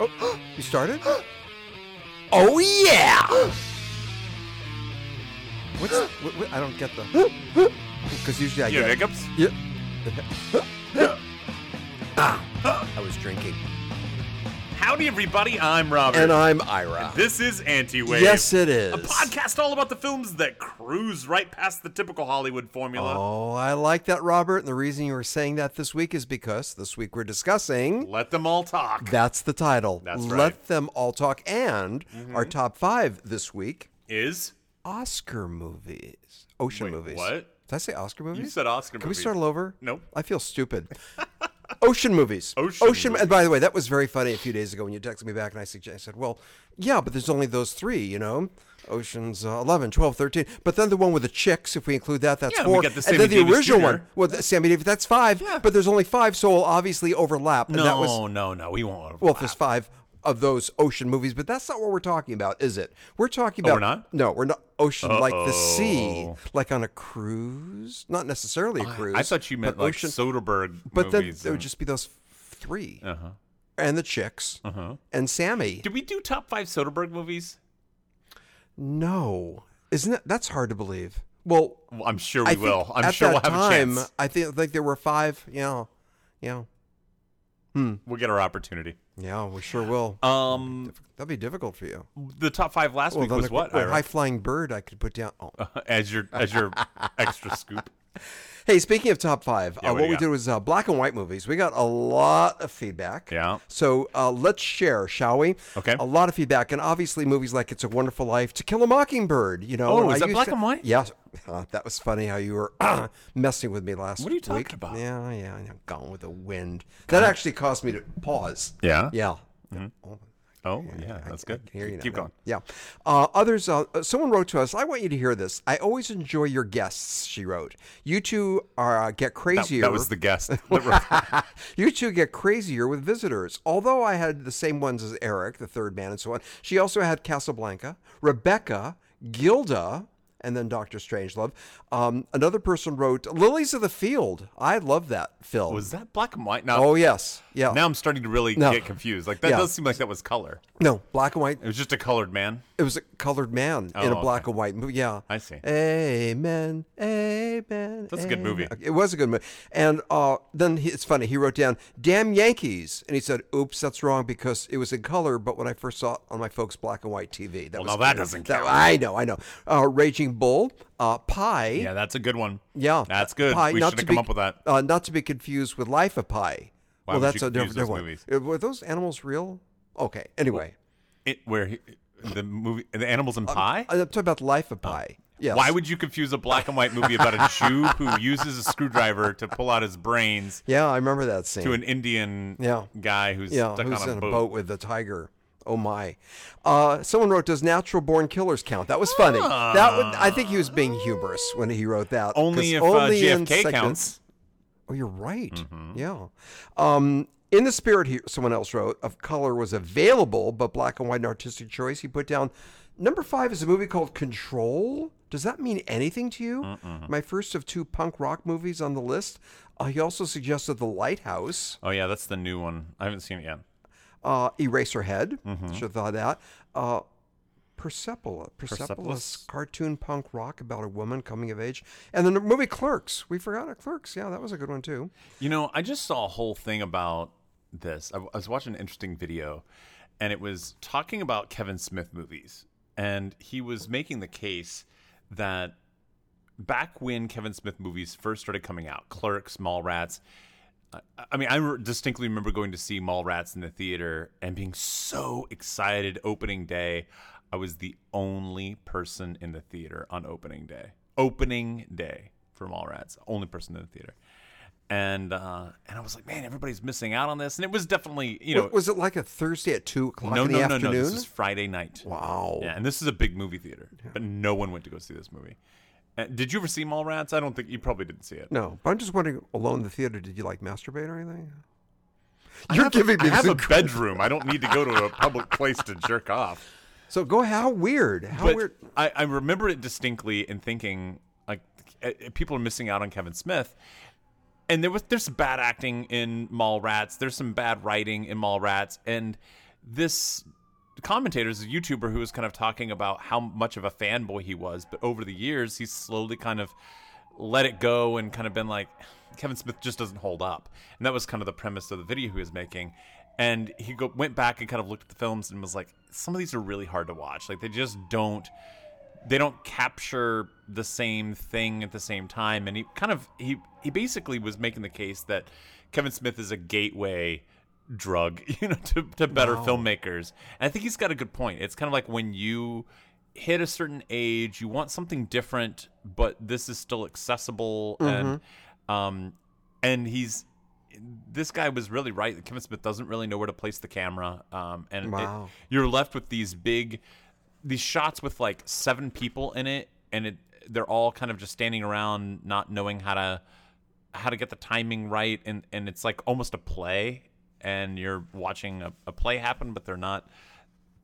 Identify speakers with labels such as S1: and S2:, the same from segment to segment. S1: Oh, you started?
S2: Oh yeah!
S1: What's what, what, I don't get the because usually I
S3: Your
S1: get
S3: hiccups?
S1: yeah. Ah,
S2: I was drinking.
S3: Howdy, everybody. I'm Robert.
S1: uh,
S2: And I'm Ira.
S3: this is Anti Wave.
S2: Yes, it is.
S3: A podcast all about the films that cruise right past the typical Hollywood formula.
S1: Oh, I like that, Robert. And the reason you were saying that this week is because this week we're discussing.
S3: Let them all talk.
S1: That's the title.
S3: That's
S1: Let
S3: right.
S1: them all talk. And our top five this week:
S3: Is
S1: Oscar movies, ocean
S3: Wait,
S1: movies.
S3: what?
S1: Did I say Oscar movies?
S3: you said Oscar
S1: Can
S3: movies.
S1: we start all over?
S3: Nope.
S1: I feel stupid. Ocean movies.
S3: Ocean
S1: And by the way, that was very funny a few days ago when you texted me back and I suggested, I said, well, yeah, but there's only those three, you know? Oceans uh, 11, 12, 13. But then the one with the chicks, if we include that, that's
S3: Yeah, and we
S1: four.
S3: got the
S1: and
S3: Sammy
S1: then the
S3: Davis
S1: original
S3: Jr..
S1: one. Well, the, Sammy Davis, that's five,
S3: Yeah.
S1: but there's only five, so we'll obviously overlap.
S3: No,
S1: And that was,
S3: no, no. We won't.
S1: well, if there's five of those ocean movies, but that's not what we're talking about, is it? We're talking about.
S3: Oh, we're not?
S1: No, we're not. Ocean, like the sea,
S3: Uh-oh.
S1: like on a cruise. Not necessarily a cruise.
S3: I thought you meant
S1: but
S3: like
S1: ocean,
S3: Soderbergh
S1: but oh, then
S3: movies.
S1: there would
S3: and-
S1: just be those 3 and the chicks and Sammy.
S3: Did we Uh-huh. do top five Soderbergh movies?
S1: No, isn't that that's hard to believe? Well,
S3: Well, I'm sure
S1: I
S3: we
S1: think
S3: will. I'm
S1: at
S3: sure we'll
S1: that
S3: have
S1: time,
S3: a chance.
S1: I think like there were five. Yeah, yeah,
S3: We'll get our opportunity.
S1: yeah. We sure will.
S3: Um,
S1: That'd be difficult for you.
S3: the top five last week
S1: then
S3: was
S1: the-
S3: what?
S1: well,
S3: Ira?
S1: high flying bird I could put down. Oh.
S3: as your as your extra scoop.
S1: Hey, speaking of top five,
S3: Yeah,
S1: uh,
S3: what do
S1: what
S3: you
S1: we
S3: got?
S1: did was uh, black and white movies. We got a lot of feedback.
S3: Yeah.
S1: So uh, let's share, shall we?
S3: Okay.
S1: A lot of feedback, and obviously movies like "It's a Wonderful Life," "To Kill a Mockingbird." You know.
S3: Oh,
S1: when
S3: is
S1: I
S3: that
S1: used
S3: black
S1: to-
S3: and white?
S1: Yeah. Uh, that was funny how you were messing with me last.
S3: What are you talking
S1: week.
S3: about?
S1: Yeah, yeah. yeah, Gone with the Wind. That actually caused me to pause.
S3: Yeah?
S1: Yeah.
S3: Oh yeah, that's good.
S1: I can hear you now.
S3: Keep going.
S1: Yeah. Uh, others, uh, someone wrote to us, I want you to hear this. I always enjoy your guests, she wrote. You two are, uh, get
S3: That,
S1: crazier.
S3: that was the guest. that wrote-
S1: you two get crazier with visitors. Although I had the same ones as Eric, the third man, and so on, she also had Casablanca, Rebecca, Gilda, and then Doctor Strangelove. Um, another person wrote, Lilies of the Field. I love that film.
S3: was that black and white? Now,
S1: oh, yes. Yeah.
S3: now I'm starting to really
S1: No.
S3: get confused. Like that
S1: Yeah.
S3: does seem like that was color.
S1: no, black and white.
S3: It was just a colored man.
S1: It was a colored man in
S3: Oh,
S1: a black and white movie. Yeah,
S3: I see.
S1: Amen, amen.
S3: That's a good movie.
S1: amen. It was a good movie. And uh, then he, it's funny. He wrote down "Damn Yankees," and he said, "Oops, that's wrong because it was in color." But when I first saw it on my folks' black and white TV, that
S3: Well,
S1: was
S3: now that
S1: clear.
S3: doesn't
S1: That-
S3: count.
S1: I know, I know. Uh, Raging Bull, uh, Pie.
S3: Yeah, that's a good one.
S1: Yeah,
S3: that's good.
S1: Pie,
S3: we
S1: not
S3: should
S1: to
S3: have come
S1: be-
S3: up with that.
S1: Uh, not to be confused with Life of Pi.
S3: Why
S1: well,
S3: would
S1: that's
S3: you
S1: a different,
S3: confuse
S1: different
S3: those
S1: one. Uh, Were those animals real? Okay. Anyway,
S3: It, where he, the movie, the animals in pie.
S1: I'm talking about Life of Pi. Yes.
S3: oh. Why would you confuse a black and white movie about a Jew who uses a screwdriver to pull out his brains
S1: Yeah, I remember that scene.
S3: to an Indian
S1: Yeah.
S3: guy who's
S1: yeah,
S3: stuck
S1: who's
S3: on a
S1: in
S3: boat?
S1: a boat with the tiger. Oh my! Uh, someone wrote, "Does natural born killers count?" That was funny. That would, I think he was being humorous when he wrote that. 'cause
S3: Only if
S1: only
S3: uh,
S1: in
S3: JFK
S1: sections-
S3: counts. Mm-hmm.
S1: Oh, you're right. Yeah. Um, in the spirit, here, someone else wrote, "Of color was available, but black and white and artistic choice." He put down number five is a movie called Control. Does that mean anything to you? My first of two punk rock movies on the list. Uh, he also suggested The Lighthouse.
S3: Oh yeah, that's the new one. I haven't seen it yet.
S1: uh, Eraserhead.
S3: Mm-hmm.
S1: Should have thought of that. Uh, Persepolis. Persepolis,
S3: Persepolis.
S1: cartoon punk rock about a woman coming of age, and then the movie Clerks. We forgot about Clerks. Yeah, that was a good one too.
S3: You know, I just saw a whole thing about this. I, I was watching an interesting video, and it was talking about Kevin Smith movies. And he was making the case that back when Kevin Smith movies first started coming out, Clerks, Mallrats, I, I mean, I re- distinctly remember going to see Mallrats in the theater and being so excited opening day. I was the only person in the theater on opening day. Opening day for Mallrats, only person in the theater. And uh, and I was like, man, everybody's missing out on this. And it was definitely, you know,
S1: Wa- was it like a Thursday at two o'clock
S3: no,
S1: in
S3: no,
S1: the
S3: no,
S1: afternoon?
S3: no. This is Friday night.
S1: wow.
S3: Yeah, and this is a big movie theater, but no one went to go see this movie. Uh, did you ever see Mallrats? I don't think you probably didn't see it.
S1: No, but I'm just wondering. Alone in the theater, did you like masturbate or anything? You're giving
S3: I
S1: me
S3: have
S1: some
S3: a bedroom. I don't need to go to a public place to jerk off.
S1: so go. How weird. How
S3: but
S1: weird.
S3: I, I remember it distinctly and thinking like eh, eh, people are missing out on Kevin Smith. And there was there's some bad acting in Mallrats. There's some bad writing in Mallrats, and this commentator is a YouTuber who was kind of talking about how much of a fanboy he was, but over the years he's slowly kind of let it go and kind of been like, Kevin Smith just doesn't hold up, and that was kind of the premise of the video he was making. And he go- went back and kind of looked at the films and was like, some of these are really hard to watch. Like they just don't they don't capture the same thing at the same time and he kind of he he basically was making the case that Kevin Smith is a gateway drug you know to, to better filmmakers and I think he's got a good point it's kind of like when you hit a certain age you want something different but this is still accessible and um and he's this guy was really right Kevin Smith doesn't really know where to place the camera um and it-
S1: Wow.
S3: you're left with these big these shots with like seven people in it and it they're all kind of just standing around not knowing how to how to get the timing right and and it's like almost a play and you're watching a, a play happen but they're not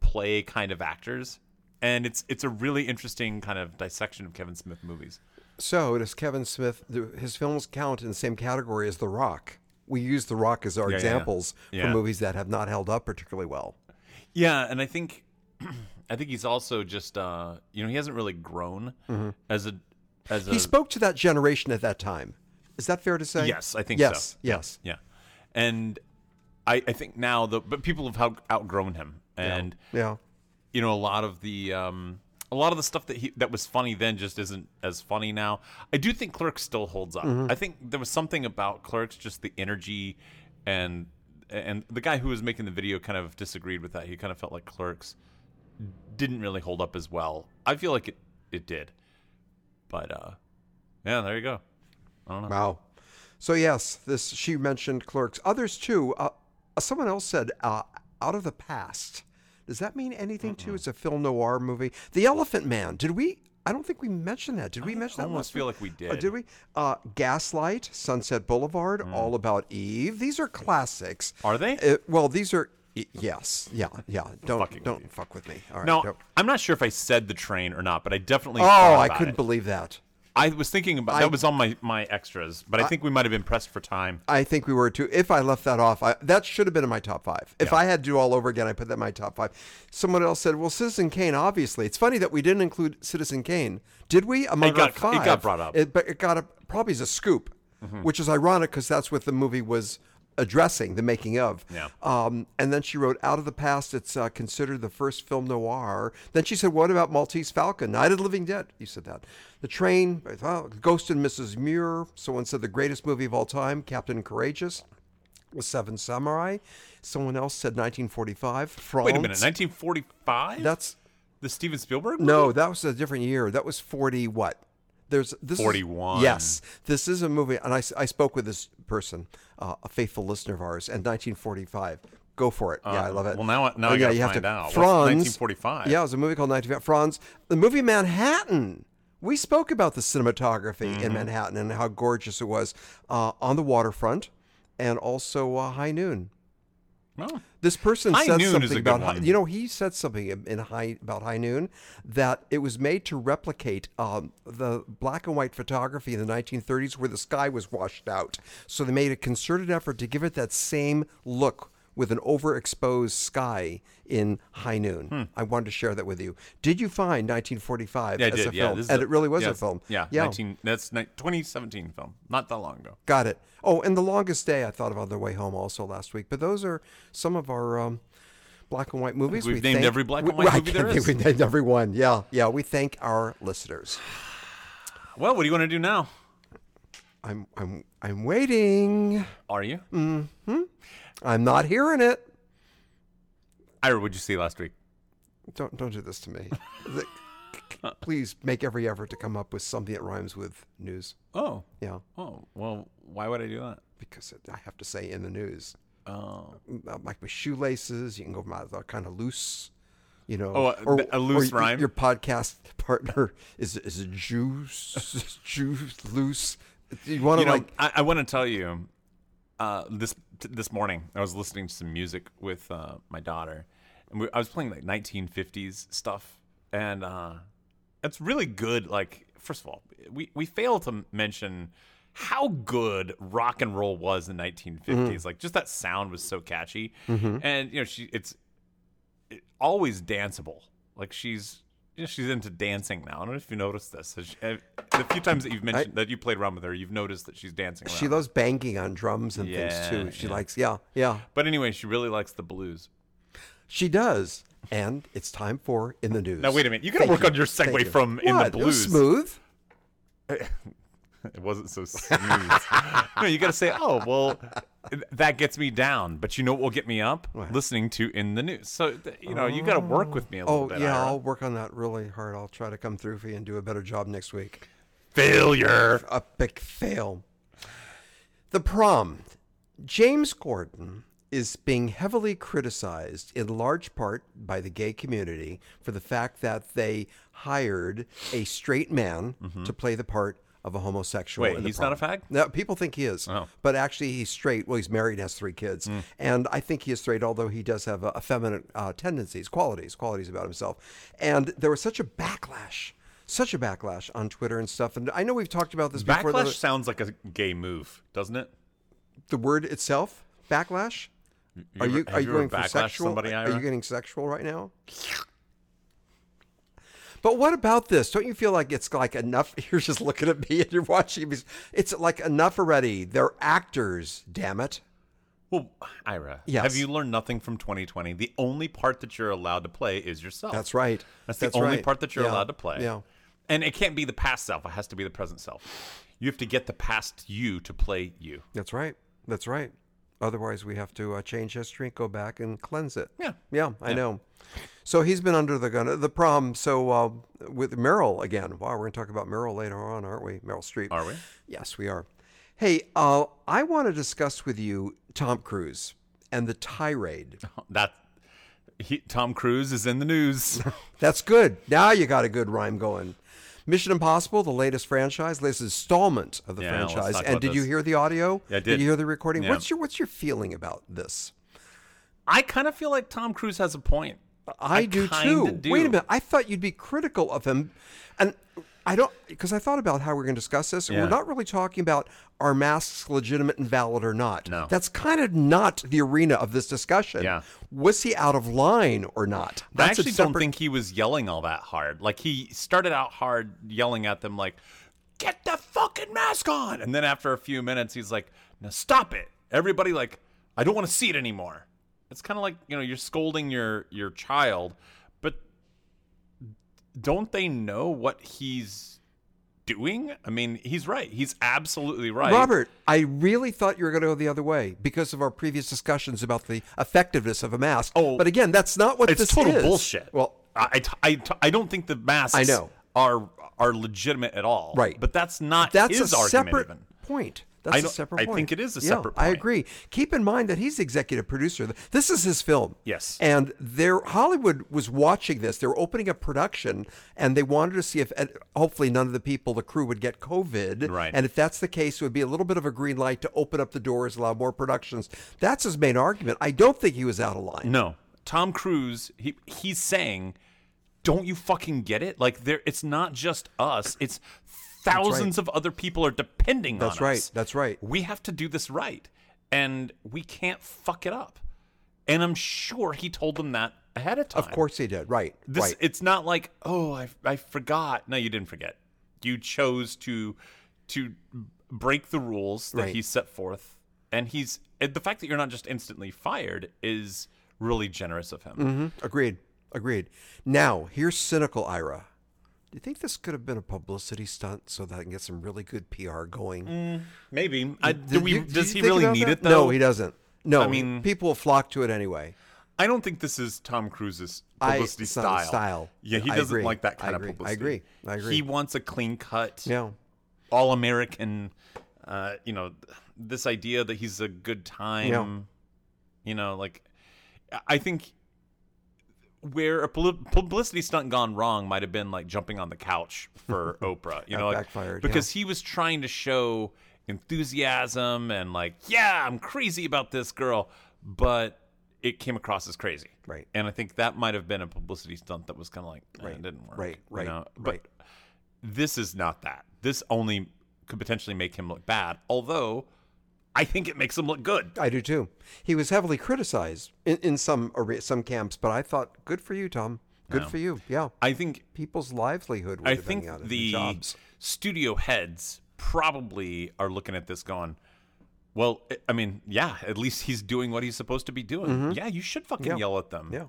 S3: play kind of actors and it's it's a really interesting kind of dissection of Kevin Smith movies
S1: So does Kevin Smith? Do his films count in the same category as The Rock? We use The Rock as our
S3: yeah, yeah.
S1: examples for
S3: Yeah.
S1: movies that have not held up particularly well.
S3: Yeah, and I think I think he's also just uh you know he hasn't really grown as a as a
S1: He spoke to that generation at that time. Is that fair to say?
S3: Yes, I think
S1: yes,
S3: so.
S1: Yes.
S3: yeah. And I I think now the but people have out- outgrown him and
S1: Yeah.
S3: you know a lot of the um a lot of the stuff that he that was funny then just isn't as funny now. I do think Clerks still holds up.
S1: Mm-hmm.
S3: I think there was something about Clerks just the energy and and the guy who was making the video kind of disagreed with that. He kind of felt like Clerks didn't really hold up as well. I feel like it it did. But uh yeah, there you go.
S1: Wow. So yes, this she mentioned Clerks. Others too. Uh, someone else said uh, Out of the Past. Does that mean anything to you? It's a film noir movie. The Elephant Man. Did we? I don't think we mentioned that. Did we mention that?
S3: almost
S1: last
S3: feel
S1: week?
S3: like we
S1: Uh,
S3: did. Mm.
S1: did we? Uh, Gaslight, Sunset Boulevard, All About Eve. These are classics.
S3: Are they?
S1: Uh, well, these are. y- Yes. Yeah. Yeah. Don't don't fuck with me. All right.
S3: No,
S1: don't-
S3: I'm not sure if I said the train or not, but I definitely.
S1: Oh,
S3: thought
S1: I
S3: about
S1: couldn't
S3: It.
S1: believe that.
S3: I was thinking about that was on my my extras, but I, think we might have been pressed for time.
S1: I think we were too. If I left that off, I, that should have been in my top five. If I had to do all over again, I put that in my top five. Someone else said, "Well, Citizen Kane, obviously." It's funny that we didn't include Citizen Kane, did we? Among
S3: It got-
S1: our five,
S3: it got brought up.
S1: It- but it got a, probably as a scoop,
S3: Mm-hmm.
S1: which is ironic because that's what the movie was addressing, the making of.
S3: Yeah.
S1: Um, and then she wrote, "Out of the Past." It's uh, considered the first film noir. Then she said, "What about Maltese Falcon, Night of the Living Dead?" You said that. The Train, oh, Ghost and Mrs. Muir. Someone said the greatest movie of all time, Captain Courageous. Was Seven Samurai. Someone else said 1945. France.
S3: Wait a minute, 1945?
S1: That's
S3: the Steven Spielberg?
S1: no, that was a different year. That was 40 what? There's this is-
S3: 41.
S1: yes, this is a movie, and I, s- I spoke with this person, uh, a faithful listener of ours, and 1945. Go for it. yeah, I love it.
S3: Uh, well, now I- now I
S1: yeah,
S3: gotta
S1: you have
S3: find
S1: to,
S3: out. What's
S1: Franz,
S3: 1945?
S1: Yeah, it was a movie called 1945. Franz, the movie Manhattan. We spoke about the cinematography in
S3: Mm-hmm.
S1: Manhattan and how gorgeous it was uh, on the waterfront, and also uh, High Noon.
S3: No.
S1: This person
S3: High
S1: said
S3: Noon is
S1: something
S3: a good
S1: about high,
S3: one.
S1: you know he said something in- in high about high noon that it was made to replicate um, the black and white photography in the 1930s where the sky was washed out. So they made a concerted effort to give it that same look with an overexposed sky in high noon.
S3: Hmm.
S1: I wanted to share that with you. Did you find 1945
S3: Yeah, I
S1: as
S3: did.
S1: a
S3: yeah,
S1: film?
S3: this is
S1: and
S3: a-
S1: it really was
S3: yeah,
S1: a film.
S3: Yeah, 19, that's ni- 2017 film, not that long ago.
S1: Got it. Oh, and the longest day I thought of on the way home also last week. But those are some of our um, black and white movies.
S3: we've
S1: We
S3: named
S1: thank-
S3: every black
S1: we-
S3: and white
S1: I
S3: movie there
S1: can't think We
S3: is.
S1: named every one. Yeah, yeah. We thank our listeners.
S3: Well, what do you want to do now?
S1: I'm I'm I'm waiting.
S3: Are you?
S1: Mm. I'm not hearing it.
S3: Ira, what'd you see last week?
S1: Don't don't do this to me. The- Please make every effort to come up with something that rhymes with news.
S3: Oh,
S1: Yeah,
S3: oh, well, why would I do that?
S1: because it, I have to say in the news,
S3: Oh,
S1: Uh, like with shoelaces, you can go my uh, kind of loose. You know,
S3: Oh, a- a loose
S1: y-
S3: rhyme?
S1: Your podcast partner is is a juice, juice loose. You want
S3: you
S1: to
S3: know,
S1: like
S3: I, I want to tell you, uh, this t- this morning I was listening to some music with uh, my daughter, and we, I was playing like 1950s stuff, and uh, it's really good. Like, first of all, we we fail to m- mention how good rock and roll was in 1950s. Like, just that sound was so catchy, and you know, she it's always danceable. Like she's you know, she's into dancing now. I don't know if you noticed this. Has she- uh, the few times that you've mentioned that you played around with her, you've noticed that she's dancing. Around.
S1: She loves banging on drums and
S3: Yeah,
S1: things too. She
S3: yeah.
S1: likes, yeah, yeah.
S3: but anyway, she really likes the blues.
S1: She does. And it's time for In the News.
S3: Now wait a minute, you gotta work on your segue from in the
S1: What? It was
S3: blues.
S1: smooth.
S3: It wasn't so smooth. no, you got to say, oh, well, that gets me down. But you know what will get me up? Listening to In the News. So, th- you know, you got to work with me a little
S1: Oh,
S3: bit.
S1: yeah,
S3: Ira.
S1: I'll work on that really hard. I'll try to come through for you and do a better job next week.
S3: Failure.
S1: A big fail. The prom. James Gordon is being heavily criticized in large part by the gay community for the fact that they hired a straight man to play the part of a homosexual.
S3: Mm-hmm. Wait,
S1: in the
S3: he's not a
S1: prom.
S3: fag?
S1: No, people think he is,
S3: Oh. Mm.
S1: but actually he's straight. Well, he's married, and has three kids, and I think he is straight. Although he does have uh, effeminate uh, tendencies, qualities, qualities about himself. And there was such a backlash, such a backlash on Twitter and stuff. And I know we've talked about this before.
S3: Backlash
S1: The,
S3: sounds like a gay move, doesn't it?
S1: the word itself, backlash. are
S3: ever-
S1: you
S3: have
S1: are
S3: you
S1: you
S3: ever
S1: going for
S3: backlash
S1: sexual?
S3: somebody,
S1: are
S3: Ira?
S1: you getting sexual right now? But what about this? Don't you feel like it's like enough? You're just looking at me and you're watching me. It's like enough already. They're actors, damn it.
S3: Well, Ira,
S1: Yes.
S3: have you learned nothing from 2020? The only part that you're allowed to play is yourself.
S1: That's right.
S3: That's the only
S1: right.
S3: part that you're
S1: Yeah.
S3: allowed to play.
S1: Yeah.
S3: And it can't be the past self, it has to be the present self. You have to get the past you to play you.
S1: That's right. That's right. Otherwise, we have to uh, change history, go back and cleanse it.
S3: Yeah.
S1: Yeah, I know. So he's been under the gun, the prom. So uh, with Meryl again. Wow, we're going to talk about Meryl later on, aren't we? Meryl Streep.
S3: Are we?
S1: Yes, we are. Hey, uh, I want to discuss with you Tom Cruise and the tirade.
S3: That he, Tom Cruise is in the news.
S1: That's good. Now you got a good rhyme going. Mission Impossible, the latest franchise, latest installment of the
S3: Yeah, let's
S1: franchise.
S3: talk
S1: And
S3: about
S1: did you
S3: this.
S1: hear the audio?
S3: Yeah, I did.
S1: you hear the recording?
S3: Yeah.
S1: What's your What's your feeling about this?
S3: I kind of feel like Tom Cruise has a point.
S1: I,
S3: I
S1: do
S3: kinda
S1: too.
S3: do.
S1: Wait a minute. I thought you'd be critical of him, and I don't because I thought about how we're going to discuss this. and
S3: Yeah.
S1: We're not really talking about are masks legitimate and valid or not.
S3: No.
S1: that's kind of not the arena of this discussion.
S3: Yeah.
S1: was he out of line or not?
S3: I
S1: That's a
S3: actually don't
S1: separate-
S3: think he was yelling all that hard. Like he started out hard yelling at them like, "Get the fucking mask on!" And then after a few minutes, he's like, "Now stop it, everybody!" Like, I don't want to see it anymore. It's kind of like you know you're scolding your your child, but don't they know what he's doing? I mean, he's right. He's absolutely right.
S1: Robert, I really thought you were going to go the other way because of our previous discussions about the effectiveness of a mask.
S3: Oh,
S1: but again, that's not what
S3: it's
S1: this
S3: total
S1: is.
S3: bullshit.
S1: Well,
S3: I, I t- I, t- I don't think the masks
S1: I know.
S3: are are legitimate at all.
S1: Right.
S3: but that's not
S1: that's
S3: his
S1: a
S3: argument.
S1: separate
S3: even.
S1: point. That's
S3: I
S1: a
S3: don't-
S1: separate
S3: I
S1: point.
S3: think it is a
S1: Yeah,
S3: separate
S1: I
S3: point.
S1: agree. Keep in mind that he's the executive producer. This is his film.
S3: Yes.
S1: And there, Hollywood was watching this. They were opening up production, and they wanted to see if, and hopefully, none of the people, the crew, would get COVID.
S3: Right.
S1: And if that's the case, it would be a little bit of a green light to open up the doors, allow more productions. That's his main argument. I don't think he was out of line.
S3: No, Tom Cruise. He he's saying, "Don't you fucking get it? Like there, it's not just us. It's thousands of other people are depending
S1: That's
S3: on
S1: right.
S3: us.
S1: That's right.
S3: We have to do this right, and we can't fuck it up. And I'm sure he told them that ahead of time.
S1: Of course he did. Right.
S3: This
S1: right.
S3: it's not like oh I I forgot. No, you didn't forget. You chose to to break the rules that
S1: Right.
S3: he set forth, and he's and the fact that you're not just instantly fired is really generous of him.
S1: Mm-hmm. Agreed. Agreed. Now, here's cynical Ira. Do you think this could have been a publicity stunt so that I can get some really good PR going?
S3: Maybe I, Mm, do
S1: Did
S3: we,
S1: you- did
S3: does
S1: you
S3: he
S1: think
S3: really
S1: about
S3: need
S1: that?
S3: it though?
S1: No, he doesn't. No,
S3: I mean-
S1: people will flock to it anyway.
S3: I don't think this is Tom Cruise's
S1: I-
S3: publicity
S1: it's not
S3: style.
S1: his style.
S3: Yeah, he
S1: I
S3: doesn't
S1: agree.
S3: like that
S1: I
S3: kind
S1: agree. I
S3: of publicity.
S1: agree. I agree.
S3: He wants a clean cut,
S1: Yeah.
S3: all American. Uh, you know, this idea that he's a good time.
S1: Yeah.
S3: You know, like I- I think where a pl- publicity stunt gone wrong might have been like jumping on the couch for Oprah. You
S1: That
S3: know, like,
S1: backfired, yeah.
S3: because he was trying to show enthusiasm and like, yeah, I'm crazy about this girl, but it came across as crazy.
S1: Right.
S3: And I think that might have been a publicity stunt that was kind of like, eh, it didn't work.
S1: Right,
S3: you
S1: right,
S3: know?
S1: right.
S3: But this is not that. This only could potentially make him look bad. Although I think it makes him look good.
S1: I do too. He was heavily criticized in, in some are- some camps, but I thought, good for you, Tom. Good for you. Yeah.
S3: I think
S1: People's livelihood was
S3: I
S1: depending
S3: think
S1: on it,
S3: the
S1: jobs.
S3: studio heads probably are looking at this going, well, I- I mean, yeah, at least he's doing what he's supposed to be doing. Yeah, you should fucking
S1: Mm-hmm. Yeah.
S3: yell at them.
S1: Yeah.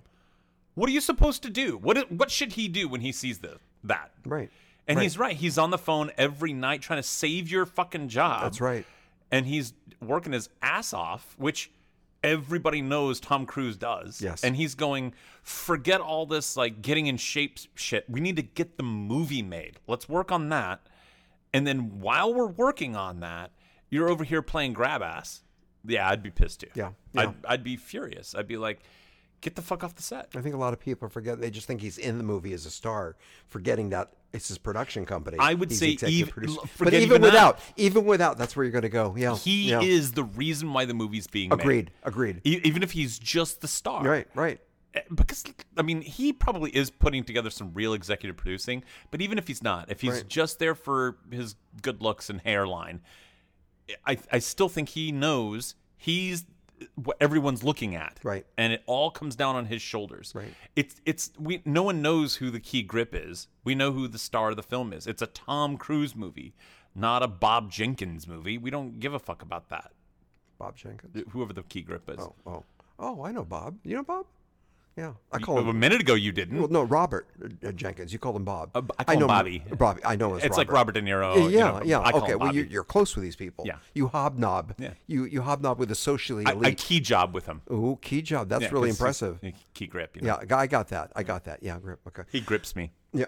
S3: What are you supposed to do? What what should he do when he sees the, that?
S1: Right.
S3: And
S1: Right.
S3: he's right. He's on the phone every night trying to save your fucking job.
S1: That's right.
S3: And he's working his ass off, which everybody knows Tom Cruise does.
S1: Yes.
S3: And he's going, forget all this like getting in shape shit. We need to get the movie made. Let's work on that. And then while we're working on that, you're over here playing grab ass. Yeah, I'd be pissed too.
S1: Yeah, yeah.
S3: I'd, I'd be furious. I'd be like, get the fuck off the set.
S1: I think a lot of people forget. They just think he's in the movie as a star, forgetting that it's his production company.
S3: I would
S1: He's
S3: say
S1: executive
S3: ev-
S1: producer.
S3: l-
S1: But
S3: forget
S1: even,
S3: even that.
S1: without, even without, that's where you're going to go. Yeah.
S3: He
S1: yeah.
S3: is the reason why the movie's being made.
S1: Agreed. Agreed.
S3: E- even if he's just the star.
S1: Right. Right.
S3: Eh, Because, I mean, he probably is putting together some real executive producing, but even if he's not, if he's just there for his good looks and hairline, I, I still think he knows he's what everyone's looking at.
S1: Right.
S3: And it all comes down on his shoulders.
S1: Right.
S3: It's, it's, we, no one knows who the key grip is. We know who the star of the film is. It's a Tom Cruise movie, not a Bob Jenkins movie. We don't give a fuck about that.
S1: Bob Jenkins.
S3: Whoever the key grip is.
S1: Oh. Oh. Oh. I know Bob. You know Bob? Yeah. I call him.
S3: A minute ago, you didn't.
S1: Well, no, Robert uh, Jenkins. You call him Bob.
S3: Uh, I call
S1: know
S3: him Bobby.
S1: Bobby. I know him as
S3: It's like Robert De Niro.
S1: Yeah,
S3: you know,
S1: yeah.
S3: I call
S1: okay,
S3: him
S1: well, you,
S3: Bobby.
S1: you're close with these people.
S3: Yeah.
S1: You hobnob.
S3: Yeah.
S1: You you hobnob with the socially
S3: I, I
S1: elite.
S3: key job with him.
S1: Ooh, key job. That's
S3: Yeah,
S1: really
S3: 'cause he's-
S1: impressive.
S3: yeah, Key grip. You know?
S1: Yeah, I got- I got that. I got that. Yeah, grip. Okay.
S3: He grips me.
S1: Yeah.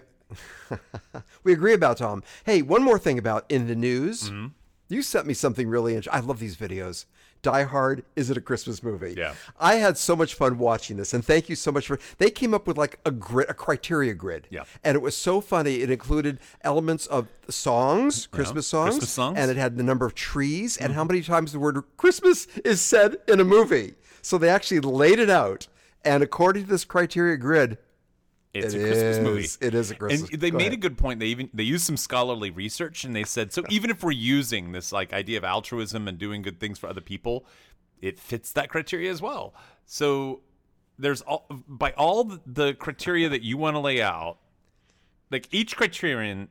S1: we agree about Tom. Hey, one more thing about in the news.
S3: Mm-hmm.
S1: You sent me something really interesting. I love these videos. Die Hard, is it a Christmas movie?
S3: Yeah.
S1: I had so much fun watching this, and thank you so much for. They came up with like a grid, a criteria grid.
S3: Yeah.
S1: And it was so funny. It included elements of songs, Christmas songs,
S3: Christmas songs. Mm-hmm.
S1: and it had the number of trees and how many times the word Christmas is said in a movie. So they actually laid it out, and according to this criteria grid,
S3: It's
S1: It
S3: a Christmas movie.
S1: is- it is a Christmas-
S3: And they
S1: go
S3: made a
S1: ahead.
S3: good point. They even they used some scholarly research and they said so. Even if we're using this like idea of altruism and doing good things for other people, it fits that criteria as well. So there's all by all the- the criteria that you want to lay out. Like each criterion,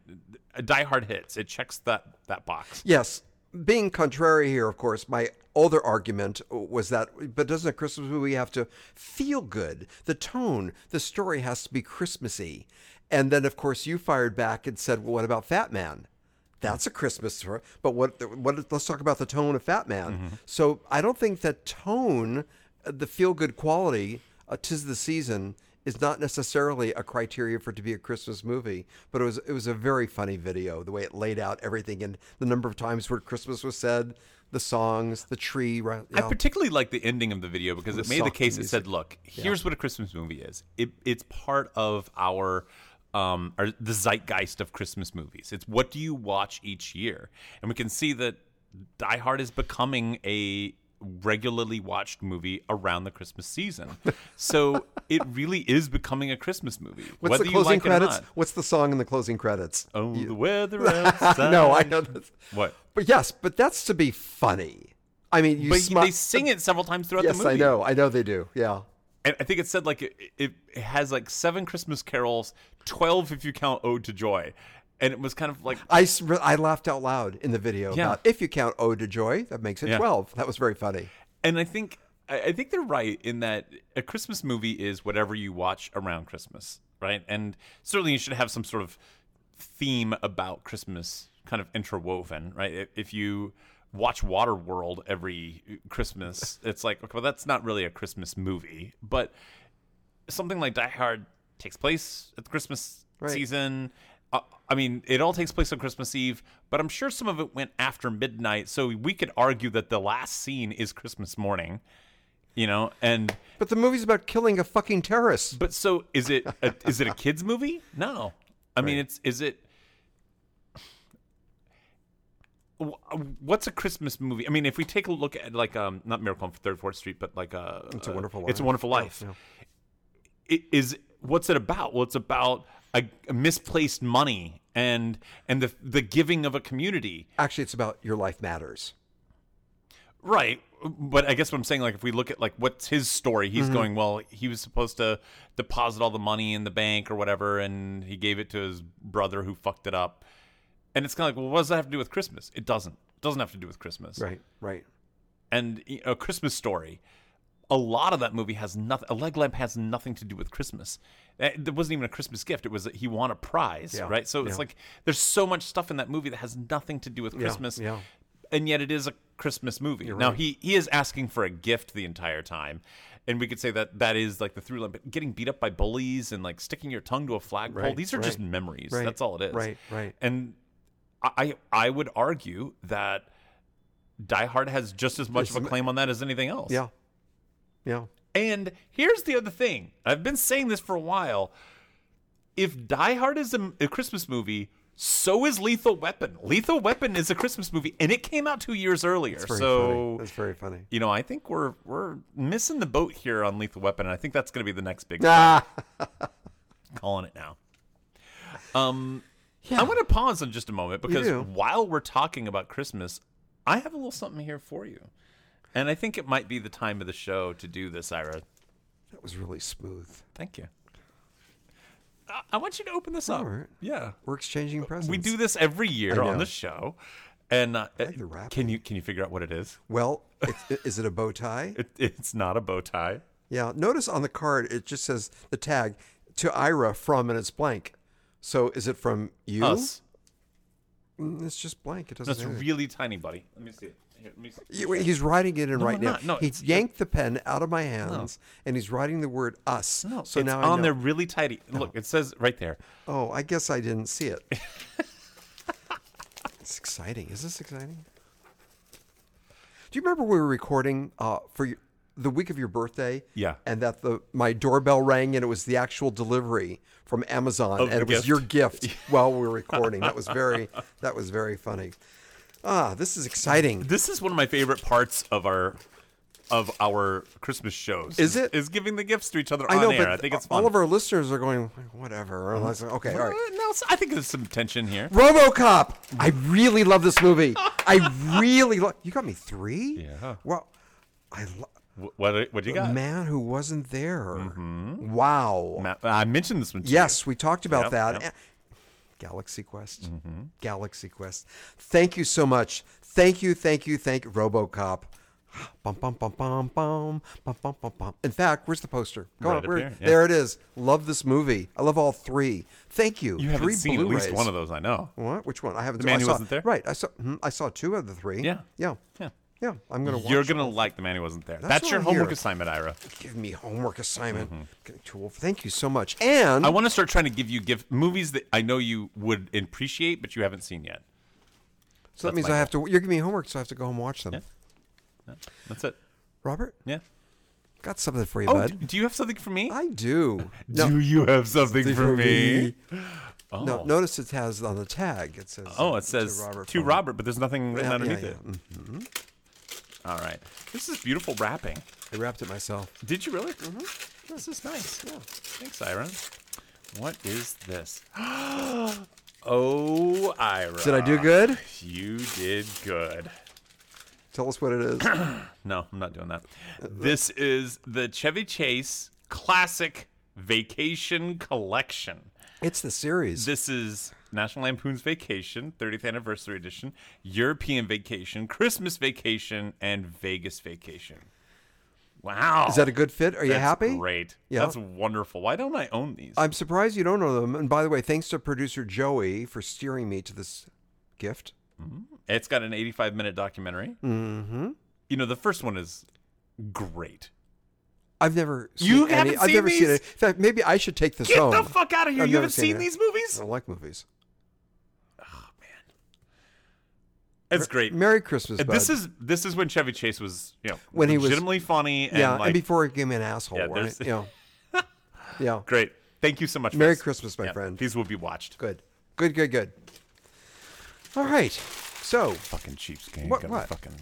S3: uh, Die Hard hits. It checks that that box.
S1: Yes. Being contrary here, of course, my other argument was that, but doesn't a Christmas movie have to feel good? The tone, the story has to be Christmassy. And then, of course, you fired back and said, well, what about Fat Man? That's a Christmas story. But what, what, let's talk about the tone of Fat Man.
S3: Mm-hmm.
S1: So I don't think that tone, uh, the feel good quality, uh, Tis the Season, is not necessarily a criteria for it to be a Christmas movie, but it was it was a very funny video the way it laid out everything and the number of times where Christmas was said, the songs, the tree. Right,
S3: I
S1: yeah.
S3: particularly like the ending of the video because it made the
S1: soft
S3: case. It
S1: music.
S3: said, "Look, here's what a Christmas movie is. It, it's part of our." Um, our the zeitgeist of Christmas movies. It's what do you watch each year, and we can see that Die Hard is becoming a regularly watched movie around the Christmas season. So it really is becoming a Christmas movie.
S1: What's
S3: whether
S1: the
S3: you
S1: closing
S3: like
S1: credits?
S3: it or not.
S1: What's the song in the closing credits?
S3: Oh, the weather outside.
S1: no, I know this.
S3: What?
S1: But yes, but that's to be funny. I mean, you
S3: But
S1: smi-
S3: they sing it several times throughout
S1: Yes,
S3: the movie.
S1: I know. I know they do. Yeah.
S3: And I think it said like it, it it has like seven Christmas carols, twelve if you count Ode to Joy, and it was kind of like
S1: I, s- I laughed out loud in the video
S3: Yeah.
S1: about if you count Ode to Joy, that makes it
S3: Yeah.
S1: 12. That was very funny.
S3: and I think I I think they're right in that a Christmas movie is whatever you watch around Christmas, right? And certainly you should have some sort of theme about Christmas kind of interwoven, right? If- If you watch Waterworld every Christmas, it's like okay, well that's not really a Christmas movie, but something like Die Hard takes place at the Christmas
S1: Right.
S3: season. Uh, I mean, it all takes place on Christmas Eve, but I'm sure some of it went after midnight, so we could argue that the last scene is Christmas morning. You know, and
S1: But the movie's about killing a fucking terrorist.
S3: but so is it? A, is it a kids movie? No, I mean it's is it. Wh- What's a Christmas movie? I mean, if we take a look at like um not Miracle on Thirty Fourth Street, but like uh
S1: It's a Wonderful
S3: It's a
S1: Life.
S3: Wonderful Life. It is what's it about? Well, it's about a, a misplaced money and and the the giving of a community.
S1: Actually, it's about your life matters.
S3: Right. But I guess what I'm saying, like, if we look at like what's his story, he's going, well, he was supposed to deposit all the money in the bank or whatever, and he gave it to his brother who fucked it up. And it's kind of like, well, what does that have to do with Christmas? It doesn't. It doesn't have to do with Christmas.
S1: Right, right.
S3: And you know, a Christmas story. A lot of that movie has nothing. A leg lamp has nothing to do with Christmas. That- There wasn't even a Christmas gift. It was that he won a prize,
S1: Yeah,
S3: right? So it's
S1: yeah.
S3: like there's so much stuff in that movie that has nothing to do with Christmas
S1: yeah.
S3: and yet it is a Christmas movie. Now he he is asking for a gift the entire time, and we could say that that is like the through line. But getting beat up by bullies and like sticking your tongue to a flagpole,
S1: Right,
S3: these are just
S1: right,
S3: memories.
S1: right,
S3: That's all it is.
S1: right, right.
S3: And I I I would argue that Die Hard has just as much of a claim on that as anything else.
S1: Yeah. Yeah.
S3: And here's the other thing. I've been saying this for a while. If Die Hard is a, a Christmas movie, so is Lethal Weapon. Lethal Weapon is a Christmas movie, and it came out two years earlier.
S1: Very
S3: so
S1: funny. That's very funny.
S3: you know, I think we're we're missing the boat here on Lethal Weapon, and I think that's going to be the next big.
S1: Ah.
S3: calling it now. Um, I'm going to pause on just a moment because
S1: do.
S3: while we're talking about Christmas, I have a little something here for you, and I think it might be the time of the show to do this, Ira.
S1: That was really smooth.
S3: Thank you. I, I want you to open this up.
S1: right.
S3: Yeah,
S1: We're exchanging presents.
S3: Uh, we do this every year
S1: know.
S3: on the show, and uh,
S1: the wrapping.
S3: can you can you figure out what it is?
S1: Well, it's, is it a bow tie?
S3: It, it's not a bow tie.
S1: Yeah. Notice on the card, it just says the tag to Ira from, and it's blank. So is it from you?
S3: Us.
S1: Mm, It's just blank. It doesn't.
S3: That's
S1: say anything.
S3: really tiny, buddy. Let me see it. Here, let me see.
S1: You- He's writing it in right
S3: I'm
S1: now.
S3: not. No,
S1: he
S3: it's-
S1: yanked the pen out of my hands, and he's writing the word "us."
S3: No,
S1: Oh, so
S3: it's
S1: now I
S3: on
S1: know.
S3: there really tidy. Look, it says right there.
S1: Oh, I guess I didn't see it. it's exciting. Is this exciting? Do you remember we were recording uh, for your, the week of your birthday?
S3: Yeah.
S1: And that the my doorbell rang and it was the actual delivery from Amazon
S3: Of
S1: and
S3: the
S1: it was
S3: gift.
S1: your gift while we were recording. That was very that was very funny. Ah, this is exciting.
S3: This is one of my favorite parts of our of our Christmas shows.
S1: Is it?
S3: Is giving the gifts to each other
S1: I know,
S3: on air.
S1: but
S3: I think it's fun.
S1: all of our listeners are going whatever. And I was like, Okay, all
S3: Uh,
S1: right.
S3: no, I think there's some tension here.
S1: RoboCop. I
S3: Mm.
S1: really love this movie. I really love. You got me three.
S3: Yeah.
S1: Well, I lo-
S3: Wh- What what do you got?
S1: man who wasn't there. Wow.
S3: Ma- I mentioned this one. To
S1: Yes, we talked about
S3: Mm-hmm. Yep, Mm-hmm.
S1: that. Eh,
S3: yep.
S1: Galaxy Quest. Galaxy Quest. Thank you so much. Thank you. Thank you. Thank RoboCop. Bum, bum, bum, bum, bum, bum, bum, bum, bum. In fact, where's the poster? Go
S3: Right
S1: on,
S3: up
S1: where-
S3: here, yeah.
S1: There it is. Love this movie. I love all three. Thank you.
S3: You, you haven't
S1: three
S3: seen
S1: Blu-rays.
S3: at least one of those. I know.
S1: What? Which one? I haven't.
S3: Man
S1: I
S3: Who
S1: saw,
S3: Wasn't There?
S1: Right. I saw. hmm, I saw two of the three.
S3: Yeah.
S1: Yeah.
S3: Yeah.
S1: Yeah. I'm gonna. Watch
S3: You're gonna like the man who wasn't there. That's,
S1: what
S3: your
S1: I'm
S3: homework
S1: hearing.
S3: assignment, Ira.
S1: give me homework assignment. Getting too old. Thank you so much. And
S3: Mm-hmm. I want to start trying to give you gift movies that I know you would appreciate, but you haven't seen yet.
S1: so that
S3: that's
S1: means
S3: my
S1: I have to. You're giving me homework, so I have to go home and watch them.
S3: That's it.
S1: Robert,
S3: Yeah.
S1: got something for you,
S3: Oh,
S1: bud.
S3: d- do you have something for me?
S1: I do. No,
S3: Do you have something for, me?
S1: No, notice it has on the tag. It says.
S3: Oh,
S1: uh,
S3: it says to Robert,
S1: from-
S3: but there's nothing written
S1: Yeah,
S3: underneath
S1: yeah,
S3: it. All right. This is beautiful wrapping.
S1: I wrapped it myself.
S3: Did you really? Mm-hmm. This is nice. Yeah. Thanks, Ira. What is this? oh, Ira.
S1: Did I do good?
S3: You did good.
S1: Tell us what it is.
S3: No, I'm not doing that.
S1: Uh,
S3: This is the Chevy Chase Classic Vacation Collection.
S1: it's the series.
S3: This is National Lampoon's Vacation, 30th Anniversary Edition, European Vacation, Christmas Vacation, and Vegas Vacation. Wow.
S1: is that a good fit? Are you
S3: That's
S1: happy?
S3: Great.
S1: Yeah.
S3: That's wonderful. Why don't I own these?
S1: I'm surprised you don't know them. And by the way, thanks to producer Joey for steering me to this gift.
S3: It's got an 85 minute documentary.
S1: Mm.
S3: Mm-hmm. You know, the first one is great.
S1: I've never seen
S3: You
S1: any-
S3: haven't
S1: I've
S3: seen
S1: never seen
S3: these?
S1: it. In fact, maybe I should take this
S3: Get
S1: home.
S3: the fuck out of here.
S1: I've
S3: you
S1: never
S3: haven't seen,
S1: it.
S3: these
S1: I
S3: movies?
S1: don't like movies.
S3: It's great.
S1: Merry Christmas,
S3: And
S1: bud.
S3: this is this is when Chevy Chase was, you know,
S1: When he was-
S3: legitimately funny and
S1: yeah,
S3: like
S1: and before it gave me an asshole,
S3: Yeah,
S1: right?
S3: there's-
S1: Yeah, yeah.
S3: great. Thank you so much. for
S1: Merry
S3: this.
S1: Christmas, my
S3: Yeah,
S1: friend.
S3: These will be watched.
S1: Good, good, good, good. All right. So
S3: Fucking cheapskate.
S1: What-
S3: Got a
S1: what?
S3: Fucking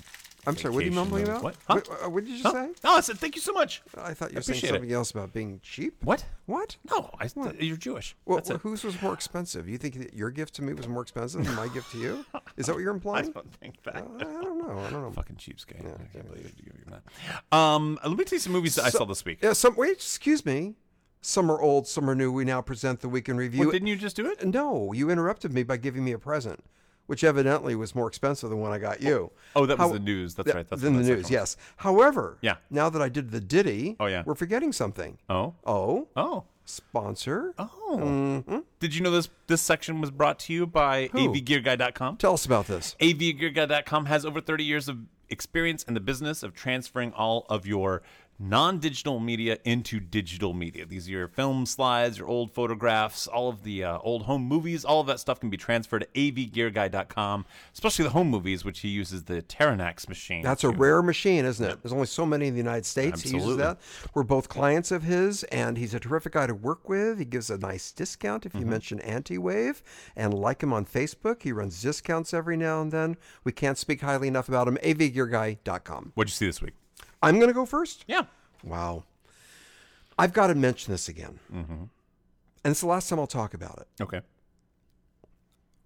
S1: I'm sorry. What are you
S3: Vacation
S1: mumbling
S3: of-
S1: about?
S3: What? Huh?
S1: Wait, uh, what did you
S3: Huh?
S1: say?
S3: Oh, No, I said thank you so much.
S1: I thought you were saying
S3: Appreciate it.
S1: something else about being cheap.
S3: What?
S1: What?
S3: No, I, you're Jewish.
S1: Well,
S3: That's it.
S1: whose was more expensive? You think that your gift to me was more expensive than my gift to you? Is that what you're
S3: I
S1: implying?
S3: don't think that.
S1: I don't know. I don't know.
S3: Fucking cheapskate. I can't believe you give me that. Um, let me tell you some movies that I
S1: So-
S3: saw this week.
S1: Yeah, some wait, excuse me. Some are old, some are new. We now present the week in review.
S3: Well, didn't you just do it?
S1: no, you interrupted me by giving me a present, which evidently was more expensive than when I got you.
S3: Oh, that was
S1: How-
S3: the news. That's
S1: Th-
S3: right. That's
S1: than
S3: what
S1: the
S3: that second
S1: news,
S3: one-
S1: yes. However,
S3: Yeah.
S1: now that I did the ditty,
S3: Oh, yeah.
S1: we're forgetting something.
S3: Oh.
S1: Oh,
S3: Oh.
S1: sponsor.
S3: Oh.
S1: Mm-hmm.
S3: Did you know this this section was brought to you by avgearguy.com?
S1: Tell us about this.
S3: avgearguy.com has over 30 years of experience in the business of transferring all of your non-digital media into digital media. These are your film slides, your old photographs, all of the uh, old home movies, all of that stuff can be transferred to avgearguy.com, especially the home movies which he uses the Terranax machine.
S1: That's a
S3: to-
S1: rare machine, isn't it? There's only so many in the United States. He uses
S3: Absolutely.
S1: that. We're both clients of his, and he's a terrific guy to work with. He gives a nice discount if you mention Antiwave and like him on Facebook. He runs discounts every now and then. We can't speak highly enough about him. avgearguy.com.
S3: What'd you see this week?
S1: I'm going to go first.
S3: Yeah.
S1: Wow. I've got to mention this again. And it's the last time I'll talk about it.
S3: Okay.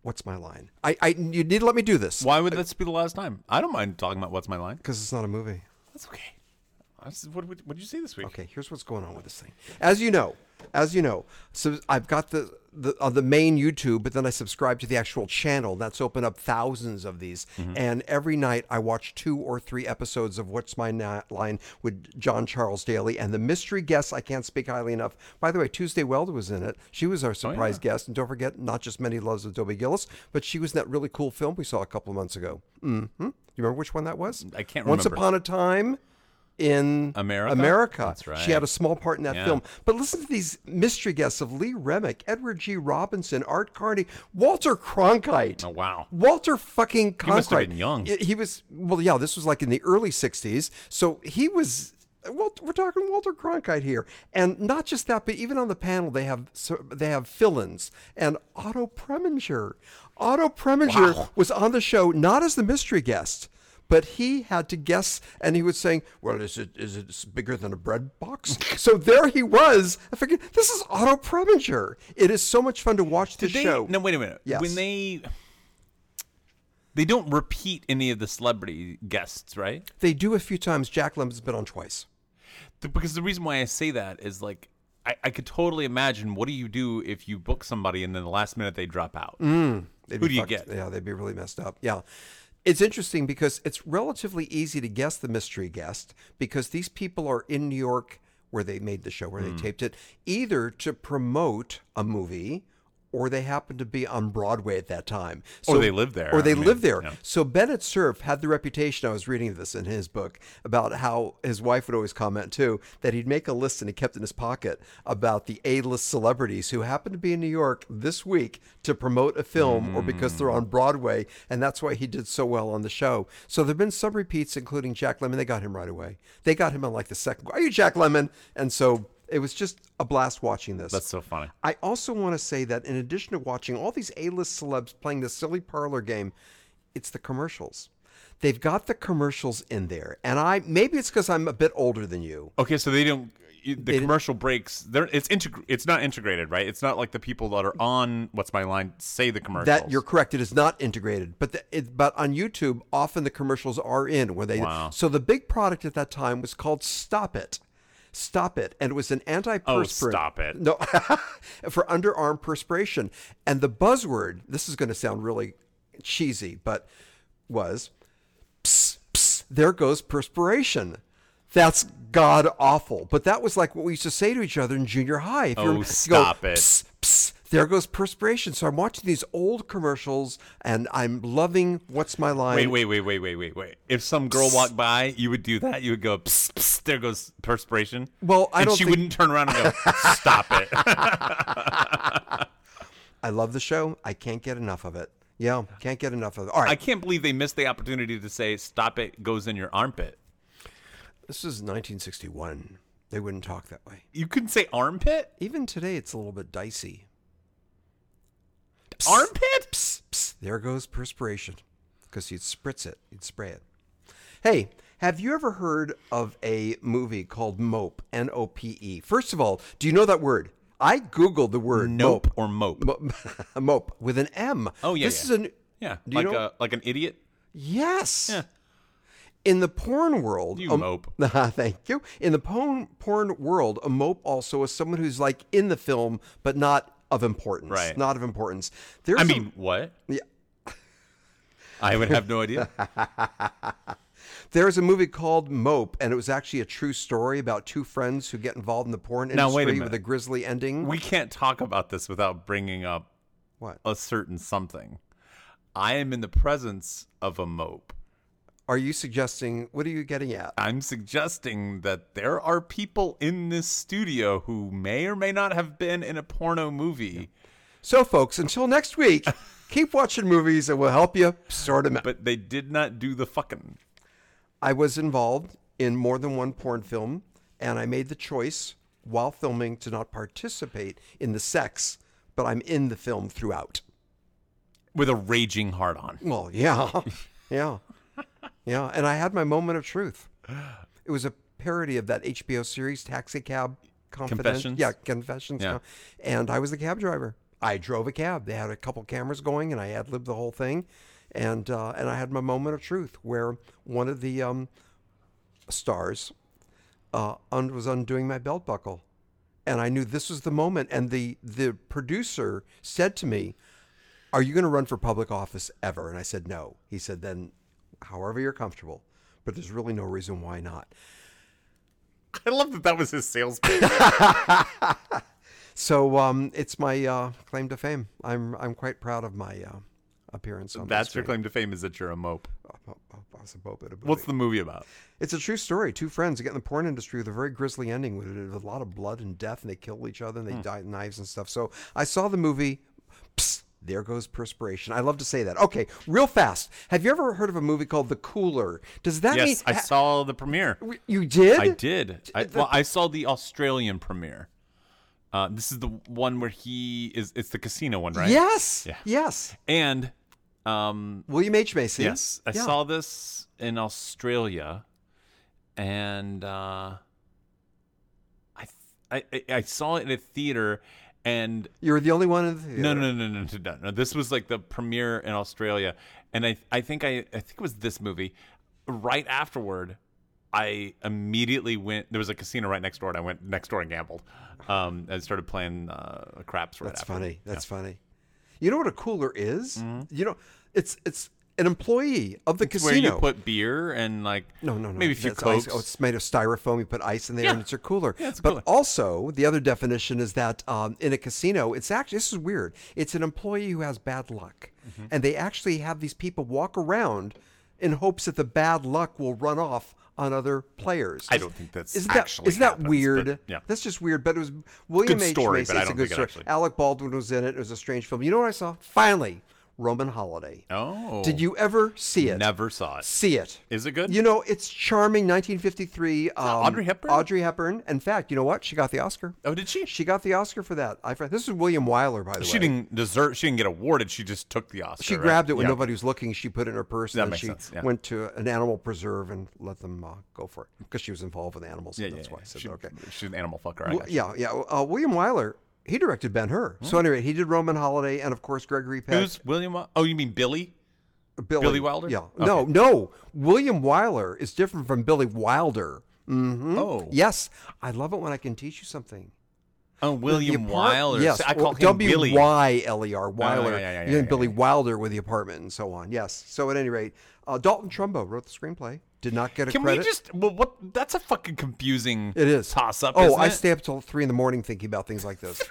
S1: What's my line? I, I you need to let me do this
S3: Why would this be the last time? I don't mind talking about what's my line.
S1: because it's not a movie.
S3: That's okay. I was- what, what, what did you see this week?
S1: Okay, here's what's going on with this thing. As you know, as you know, so I've got the the uh, the main YouTube, but then I subscribe to the actual channel. That's opened up thousands of these,
S3: Mm-hmm.
S1: and every night I watch two or three episodes of What's My Na- Line with John Charles Daly and the mystery guest. I can't speak highly enough. By the way, Tuesday Weld was in it. She was
S3: Oh,
S1: our surprise guest, and don't forget, not just many loves of Dobie Gillis, but she was in that really cool film we saw a couple of months ago. hmm Do you remember which one that was?
S3: I can't
S1: Once
S3: remember.
S1: upon a time. In
S3: America?
S1: America.
S3: That's right.
S1: She had a small part in that film. But listen to these mystery guests of Lee Remick, Edward G. Robinson, Art Carney, Walter Cronkite.
S3: Oh, wow.
S1: Walter fucking Cronkite.
S3: must have been young.
S1: He- He was well, yeah. This was like in the early '60s, so he was. Well, we're talking Walter Cronkite here, and not just that, but even on the panel they have so they have fill-ins and Otto Preminger. Otto Preminger was on the show not as the mystery guest. But he had to guess, and he was saying, "Well, is it is it bigger than a bread box?" so there he was. I figured this is Otto Preminger. It is so much fun to watch the
S3: Did they,
S1: show.
S3: No, wait a minute.
S1: Yes.
S3: When they they don't repeat any of the celebrity guests, right?
S1: They do a few times. Jack Lemmon's been on twice.
S3: The- Because the reason why I say that is like I, I could totally imagine what do you do if you book somebody and then the last minute they drop out?
S1: They'd be
S3: Who do you
S1: fucked-
S3: get?
S1: Yeah, they'd be really messed up. Yeah. It's interesting because it's relatively easy to guess the mystery guest because these people are in New York where they made the show, where
S3: Hmm.
S1: they taped it, either to promote a movie or they happened to be on Broadway at that time.
S3: Or they live there.
S1: Or they
S3: I mean,
S1: live there.
S3: yeah.
S1: So Bennett Cerf had the reputation. I was reading this in his book about how his wife would always comment too that he'd make a list and he kept in his pocket about the A-list celebrities who happened to be in New York this week to promote a film or because they're
S3: Mm.
S1: on Broadway, and that's why he did so well on the show. So there've been some repeats, including Jack Lemmon. They got him right away. They got him on like the second. Are you Jack Lemmon? And so. It was just a blast watching this.
S3: That's so funny.
S1: I also want to say that in addition to watching all these A-list celebs playing this silly parlor game, it's the commercials. They've got the commercials in there, and I maybe it's because I'm a bit older than you.
S3: Okay, so they don't. you- The commercial breaks. They're, it's integ- It's not integrated, right? It's not like the people that are on what's my line say the commercials.
S1: That you're correct. It is not integrated, but the, it, but on YouTube, often the commercials are in where they.
S3: Wow.
S1: So the big product at that time was called Stop It, Stop It, and it was an antiperspirant.
S3: Oh, stop it.
S1: No, for underarm perspiration, and the buzzword. This is going to sound really cheesy, but was psst, psst, there goes perspiration. That's god awful. But that was like what we used to say to each other in junior high. If you
S3: Oh,
S1: rem- you
S3: stop it.
S1: "Psst, psst, there goes perspiration. So I'm watching these old commercials and I'm loving what's my line.
S3: Wait, wait, wait, wait, wait, wait, wait. If some girl walked by, you would do that. You would go, psst, psst, there goes perspiration.
S1: Well, I
S3: and
S1: don't
S3: she
S1: think-
S3: wouldn't turn around and go, stop it.
S1: I love the show. I can't get enough of it. Yeah, can't get enough of it. All right.
S3: I can't believe they missed the opportunity to say, stop it goes in your armpit.
S1: this is 1961. They wouldn't talk that way.
S3: You couldn't say armpit?
S1: Even today, it's a little bit dicey.
S3: Armpit?
S1: Psst, psst, there goes perspiration because you'd spritz it, you'd spray it. Hey, have you ever heard of a movie called Mope? N O P E. First of all, do you know that word? I googled the word
S3: Nope
S1: mope.
S3: or mope.
S1: Mo- mope with an M.
S3: Oh, yeah,
S1: This
S3: yeah.
S1: is a n-
S3: Yeah,
S1: Do you
S3: like
S1: know-
S3: a like an idiot.
S1: yes.
S3: Yeah.
S1: In the porn world,
S3: You mope.
S1: Thank you. In the porn porn world, a mope also is someone who's like in the film but not of importance.
S3: Right.
S1: Not of importance. There's
S3: I
S1: a-
S3: mean, what?
S1: Yeah.
S3: I would have no idea.
S1: There's a movie called Mope, and it was actually a true story about two friends who get involved in the porn
S3: Now, wait a
S1: industry with
S3: minute.
S1: a grisly ending.
S3: we can't talk about this without bringing up
S1: what?
S3: a certain something. I am in the presence of a mope.
S1: Are you suggesting? What are you getting at?
S3: I'm suggesting that there are people in this studio who may or may not have been in a porno movie,
S1: So, folks, until next week, keep watching movies, and we'll help you sort them out.
S3: but they did not do the fucking.
S1: I was involved in more than one porn film, and I made the choice while filming to not participate in the sex, but I'm in the film throughout.
S3: with a raging heart on.
S1: Well, yeah. Yeah. Yeah. And I had my moment of truth. It was a parody of that HBO series, Taxi Cab Confident-
S3: Confessions?
S1: Yeah, Confessions.
S3: Yeah.
S1: no. And I was the cab driver. I drove a cab. They had a couple cameras going, and I ad libbed the whole thing. And, uh, and I had my moment of truth where one of the um, stars uh, un- was undoing my belt buckle. And I knew this was the moment. And the, the producer said to me, are you going to run for public office ever? And I said, no. He said, then however you're comfortable, but there's really no reason why not.
S3: I love that that was his sales pitch.
S1: So um, it's my uh, claim to fame. I'm I'm quite proud of my uh, appearance on
S3: That's
S1: the
S3: your claim to fame is that you're a mope.
S1: What's
S3: What's the movie about?
S1: It's a true story. Two friends get in the porn industry with a very grisly ending with with a lot of blood and death, and they kill each other and
S3: Hmm.
S1: they die with knives and stuff. So I saw the movie. Psst, there goes perspiration. I love to say that. Okay, real fast. Have you ever heard of a movie called The Cooler? Does that mean
S3: yes, I saw the premiere.
S1: you did?
S3: I did. I, well, I saw the Australian premiere. Uh, this is the one where he is. It's the casino one, right?
S1: Yes.
S3: Yeah.
S1: Yes.
S3: And um,
S1: William H. Macy.
S3: yes, I
S1: Yeah.
S3: saw this in Australia, and uh, I, th- I I I saw it in a theater, and
S1: You were the only one in the theater.
S3: No, no, no, no, no, no, no. This was like the premiere in Australia, and I, I think I, I think it was this movie. Right afterward, I immediately went. There was a casino right next door, and I went next door and gambled. Um, and started playing uh, craps. Right
S1: That's
S3: after.
S1: funny. That's funny. You know what a cooler is? You know, it's it's an employee of the
S3: Mm-hmm. Where
S1: casino.
S3: you put beer and like
S1: no, no, no.
S3: maybe a few
S1: That's ice.
S3: cokes.
S1: Oh, it's made of styrofoam. You put ice in there, and
S3: Yeah.
S1: it's your cooler.
S3: Yeah, it's a
S1: but
S3: cooler.
S1: also, the other definition is that um, in a casino, it's actually this is weird. It's an employee who has bad luck,
S3: Mm-hmm.
S1: and they actually have these people walk around in hopes that the bad luck will run off on other players.
S3: I don't think that's
S1: isn't that
S3: actually
S1: isn't that
S3: happens, but
S1: weird?
S3: yeah.
S1: that's just weird. But it was William
S3: Good
S1: H
S3: story,
S1: Macy.
S3: but I
S1: it's a
S3: don't
S1: good
S3: think it
S1: story.
S3: actually-
S1: Alec Baldwin was in it. It was a strange film. You know what I saw? Finally, Roman Holiday.
S3: Oh,
S1: Did you ever see it?
S3: Never saw it.
S1: See it.
S3: Is it good?
S1: You know, it's charming. 1953. Um,
S3: Audrey Hepburn?
S1: Audrey Hepburn. In fact, you know what? She got the Oscar.
S3: oh, did she?
S1: She got the Oscar for that. I this is William Wyler, by the
S3: She
S1: way.
S3: didn't deserve. She didn't get awarded. She just took the Oscar.
S1: She
S3: right?
S1: grabbed it when
S3: Yeah.
S1: nobody was looking. She put it in her purse,
S3: That
S1: and then
S3: makes
S1: she
S3: sense, yeah.
S1: went to an animal preserve and let them uh, go for it because she was involved with animals.
S3: Yeah,
S1: and
S3: yeah,
S1: that's
S3: yeah.
S1: why I said
S3: She-
S1: okay.
S3: She's an animal fucker. I
S1: Well,
S3: gotcha.
S1: yeah, yeah. Uh, William Wyler, he directed Ben Hur. So anyway, he did Roman Holiday and of course Gregory Peck.
S3: Hmm. Who's William? Wa- Oh, you mean Billy?
S1: Billy,
S3: Billy Wilder?
S1: Yeah. No, no. William Wyler is different from Billy Wilder. Mm-hmm.
S3: Oh,
S1: Yes, I love it when I can teach you something.
S3: Oh, William
S1: The apart-
S3: Wyler.
S1: Yes,
S3: So I call him Billy. Oh,
S1: W Y L E R
S3: yeah,
S1: Wyler.
S3: yeah, yeah,
S1: you know,
S3: yeah,
S1: Billy Wilder with the apartment and so on. Yes. So at any rate, uh, Dalton Trumbo wrote the screenplay. Did not get a
S3: Can we
S1: credit.
S3: just? Well, what? That's a fucking confusing.
S1: It is
S3: toss up.
S1: Oh,
S3: isn't
S1: I
S3: it?
S1: stay up till three in the morning thinking about things like this.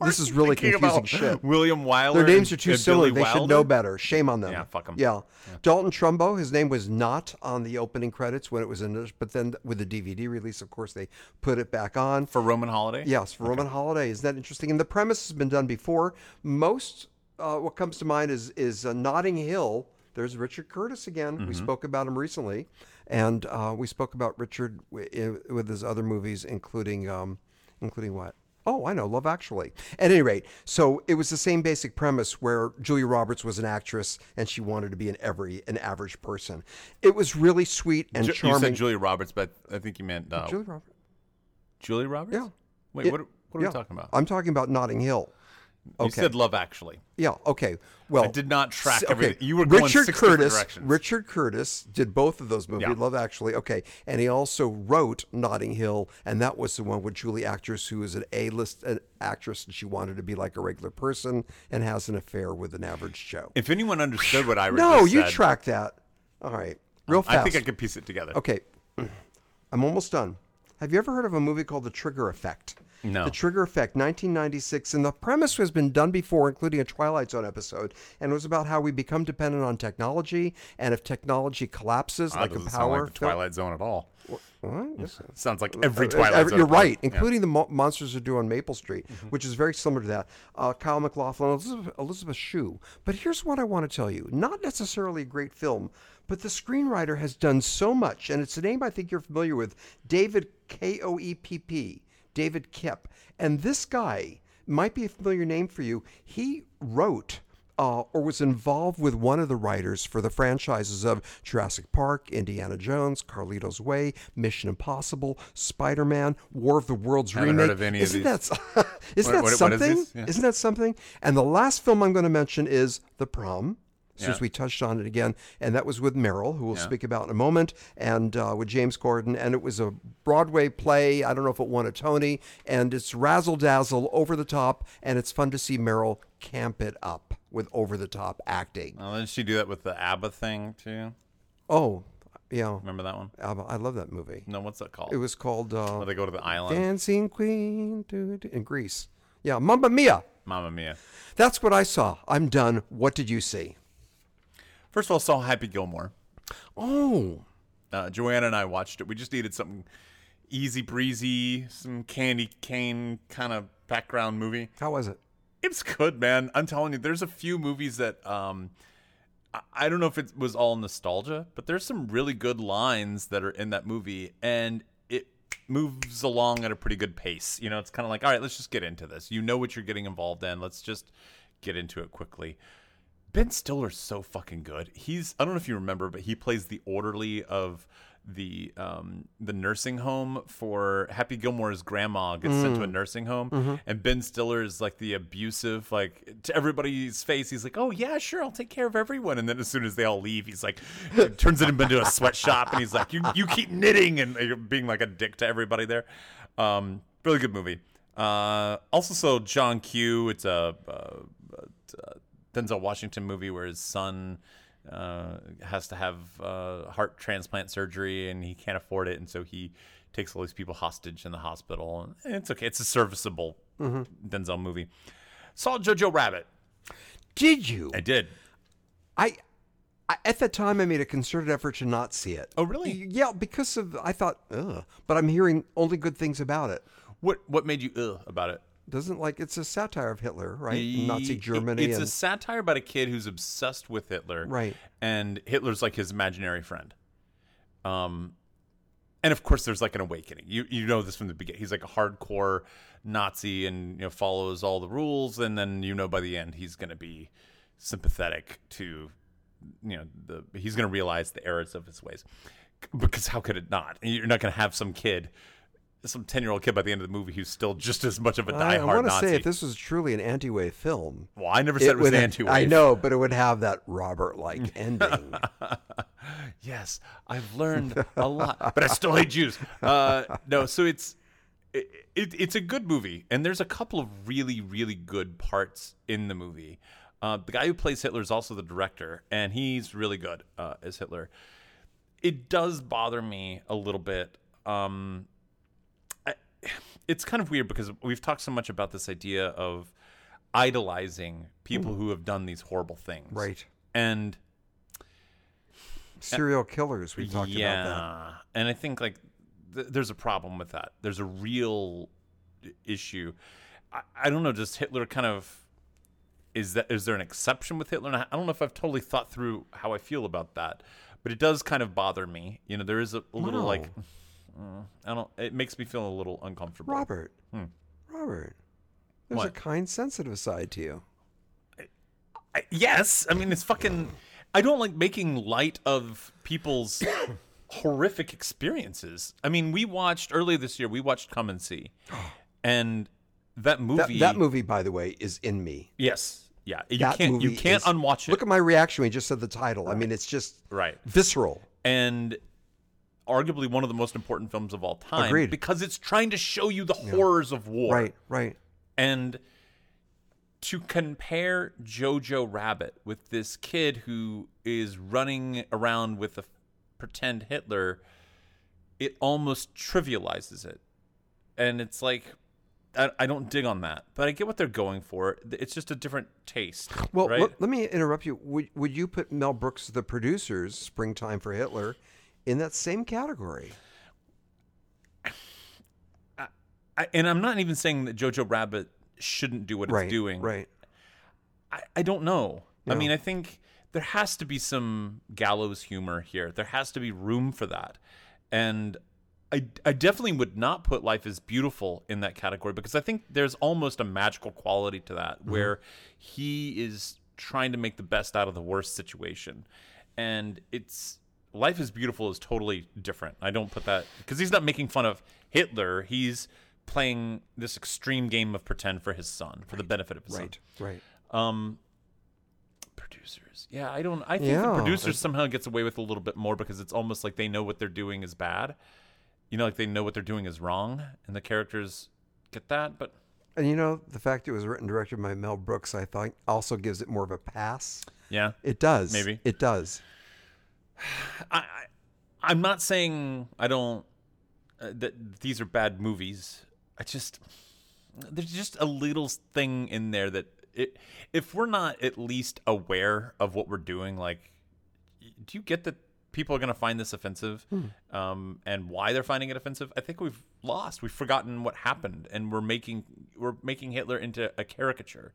S1: This is
S3: We're
S1: really
S3: thinking
S1: confusing
S3: about
S1: shit.
S3: William Wyler.
S1: Their names
S3: and-
S1: are too
S3: and
S1: similar.
S3: Uh, Billy
S1: They should
S3: Wilder?
S1: know better. Shame on them.
S3: Yeah, fuck 'em.
S1: Yeah. Dalton Trumbo, his name was not on the opening credits when it was in this, but then with the DVD release, of course, they put it back on.
S3: for Roman Holiday.
S1: Yes, for Roman Holiday. Isn't that interesting? And the premise has been done before. Most, uh, what comes to mind is is uh, Notting Hill. There's Richard Curtis again.
S3: Mm-hmm.
S1: We spoke about him recently, and uh, we spoke about Richard w- i- with his other movies, including um, including what? Oh, I know, Love Actually. At any rate, so it was the same basic premise where Julia Roberts was an actress and she wanted to be an every an average person. It was really sweet and
S3: Ju- you
S1: charming.
S3: said Julia Roberts, but I think you meant uh,
S1: Julia Roberts.
S3: Julie Roberts.
S1: Yeah.
S3: Wait,
S1: It-
S3: what? Are, what are
S1: yeah. Uh,
S3: we talking about?
S1: I'm talking about Notting Hill.
S3: You said Love Actually.
S1: Yeah. Okay. Well,
S3: I did not track
S1: s-
S3: everything. You were going
S1: Richard
S3: six different
S1: Curtis.
S3: directions.
S1: Richard Curtis did both of those movies.
S3: Yeah.
S1: Love Actually. Okay, and he also wrote Notting Hill, and that was the one with Julie Actress, who is an A-list uh, actress, and she wanted to be like a regular person and has an affair with an average Joe.
S3: If anyone understood what I
S1: No,
S3: just
S1: you
S3: said,
S1: track that. All right, real fast.
S3: I think I could piece it together.
S1: Okay, I'm almost done. Have you ever heard of a movie called The Trigger Effect?
S3: No.
S1: The Trigger Effect, 1996, and the premise has been done before, including a Twilight Zone episode, and it was about how we become dependent on technology, and if technology collapses,
S3: Ah,
S1: like a
S3: doesn't
S1: power,
S3: sound like the Twilight Zone at all. Sounds like every
S1: uh,
S3: Twilight
S1: every-
S3: Zone.
S1: You're right,
S3: Yeah. Mm-hmm.
S1: including the Mo- Monsters Are Due on Maple Street, which is very similar to that. Uh, Kyle MacLachlan, Elizabeth, Elizabeth Shue. But here's what I want to tell you: not necessarily a great film, but the screenwriter has done so much, and it's a name I think you're familiar with, David K O E P P, David Kipp, and this guy might be a familiar name for you. He wrote uh, or was involved with one of the writers for the franchises of Jurassic Park, Indiana Jones, Carlito's Way, Mission Impossible, Spider Man, War of the Worlds
S3: Haven't
S1: remake.
S3: heard of any of
S1: isn't
S3: these.
S1: that isn't
S3: What-
S1: that
S3: what- what is
S1: something?
S3: this? Yeah.
S1: Isn't that something? And the last film I'm going to mention is The Prom. Since
S3: Yeah.
S1: we touched on it again, and that was with Merrill, who we'll speak about in a moment, and uh, with James Gordon, and it was a Broadway play. I don't know if it won a Tony, and it's razzle dazzle, over the top, and it's fun to see Merrill camp it up with over the top acting.
S3: Oh, didn't she do that with the ABBA thing too?
S1: Oh, yeah,
S3: Remember that one?
S1: I I love that movie.
S3: No, what's that called?
S1: It was called uh,
S3: Where they go to the island.
S1: Dancing Queen doo, doo, in Greece. Yeah, Mamma Mia.
S3: Mamma Mia.
S1: That's what I saw. I'm done. What did you see?
S3: First of all, saw Happy Gilmore.
S1: Oh,
S3: Uh, Joanna and I watched it. We just needed something easy breezy, some candy cane kind of background movie.
S1: how was it?
S3: It's good, man. I'm telling you, there's a few movies that um, I- I don't know if it was all nostalgia, but there's some really good lines that are in that movie, and it moves along at a pretty good pace. You know, it's kind of like, all right, let's just get into this. You know what you're getting involved in. Let's just get into it quickly. Ben Stiller's so fucking good. He's I don't know if you remember, but he plays the orderly of the um the nursing home for Happy Gilmore's grandma gets sent to a nursing home and Ben Stiller is like the abusive like to everybody's face he's like oh yeah sure I'll take care of everyone and then as soon as they all leave he's like turns it into a sweatshop and he's like you you keep knitting and uh, being like a dick to everybody there um really good movie uh also so John Q it's a uh, Denzel Washington movie where his son uh, has to have uh, heart transplant surgery and he can't afford it, and so he takes all these people hostage in the hospital. And it's okay; it's a serviceable Denzel movie. Saw Jojo Rabbit.
S1: Did you?
S3: I did.
S1: I, I at that time I made a concerted effort to not see it.
S3: Oh, really?
S1: Yeah, because of I thought, Ugh, but I'm hearing only good things about it.
S3: What What made you ugh about it?
S1: Doesn't like it's a satire of Hitler, right? Nazi
S3: It-
S1: Germany.
S3: It's a
S1: and,
S3: satire about a kid who's obsessed with Hitler,
S1: Right.
S3: And Hitler's like his imaginary friend. Um, and of course, there's like an awakening. You you know this from the beginning. He's like a hardcore Nazi and you know follows all the rules, and then you know by the end he's going to be sympathetic to you know the he's going to realize the errors of his ways because how could it not you're not going to have some kid some 10 year old kid by the end of the movie who's still just as much of a
S1: I,
S3: diehard
S1: I want to
S3: nazi
S1: say if this was truly an anti-way film,
S3: well i never said it, was
S1: would have-
S3: anti
S1: I know, but it would have that Robert-like ending.
S3: yes, I've learned a lot, but I still hate Jews. Uh, no, so it's it, it, it's a good movie, and there's a couple of really really good parts in the movie. Uh, the guy who plays Hitler is also the director, and he's really good uh, as Hitler. It does bother me a little bit. Um, I, it's kind of weird because we've talked so much about this idea of idolizing people who have done these horrible things,
S1: Hmm. Right.
S3: And
S1: Serial killers. We talked about that.
S3: and I think like th- there's a problem with that. There's a real i- issue. I, I don't know. Does Hitler kind of is that is there an exception with Hitler? And I, I don't know if I've totally thought through how I feel about that, but it does kind of bother me. You know, there is a, a little like. mm, I don't. It makes me feel a little uncomfortable.
S1: Robert, Robert, there's a
S3: What?
S1: kind, sensitive side to you.
S3: I, yes, I mean it's fucking. I don't like making light of people's horrific experiences. I mean, we watched earlier this year. We watched Come and See, and that
S1: That,
S3: movie.
S1: that movie, by the way, is in me.
S3: Yes. Yeah. You
S1: That
S3: can't.
S1: movie
S3: You can't
S1: is-
S3: unwatch it.
S1: Look at my reaction when you just said the title. I mean, it's just
S3: Right.
S1: visceral.
S3: and arguably one of the most important films of all time
S1: Agreed.
S3: because it's trying to show you the horrors of war.
S1: Right, right.
S3: And to compare Jojo Rabbit with this kid who is running around with a pretend Hitler, it almost trivializes it. And it's like, I, I don't dig on that, but I get what they're going for. It's just a different taste.
S1: Well,
S3: right?
S1: let, let me interrupt you. Would, would you put Mel Brooks' The Producers, Springtime for Hitler, in that same category?
S3: I, and I'm not even saying that Jojo Rabbit shouldn't do what
S1: right,
S3: it's doing.
S1: right.
S3: I, I don't know. I
S1: No.
S3: mean, I think there has to be some gallows humor here. There has to be room for that. And I, I definitely would not put Life is Beautiful in that category because I think there's almost a magical quality to that
S1: Mm-hmm.
S3: where he is trying to make the best out of the worst situation. And it's Life is Beautiful is totally different. I don't put that because he's not making fun of Hitler. He's playing this extreme game of pretend for his son, for the benefit of his son
S1: Right, right.
S3: Um, producers. Yeah, I don't. I think
S1: Yeah,
S3: the producers somehow gets away with a little bit more because it's almost like they know what they're doing is bad. You know, like they know what they're doing is wrong, and the characters get that. But
S1: And you know, the fact it was written and directed by Mel Brooks, I think, also gives it more of a pass.
S3: yeah,
S1: It does.
S3: Maybe.
S1: It does.
S3: I, I I'm not saying I don't uh, that these are bad movies. I just there's just a little thing in there that it, if we're not at least aware of what we're doing, like, do you get that people are going to find this offensive um, and why they're finding it offensive? I think we've lost. We've forgotten what happened, and we're making we're making Hitler into a caricature.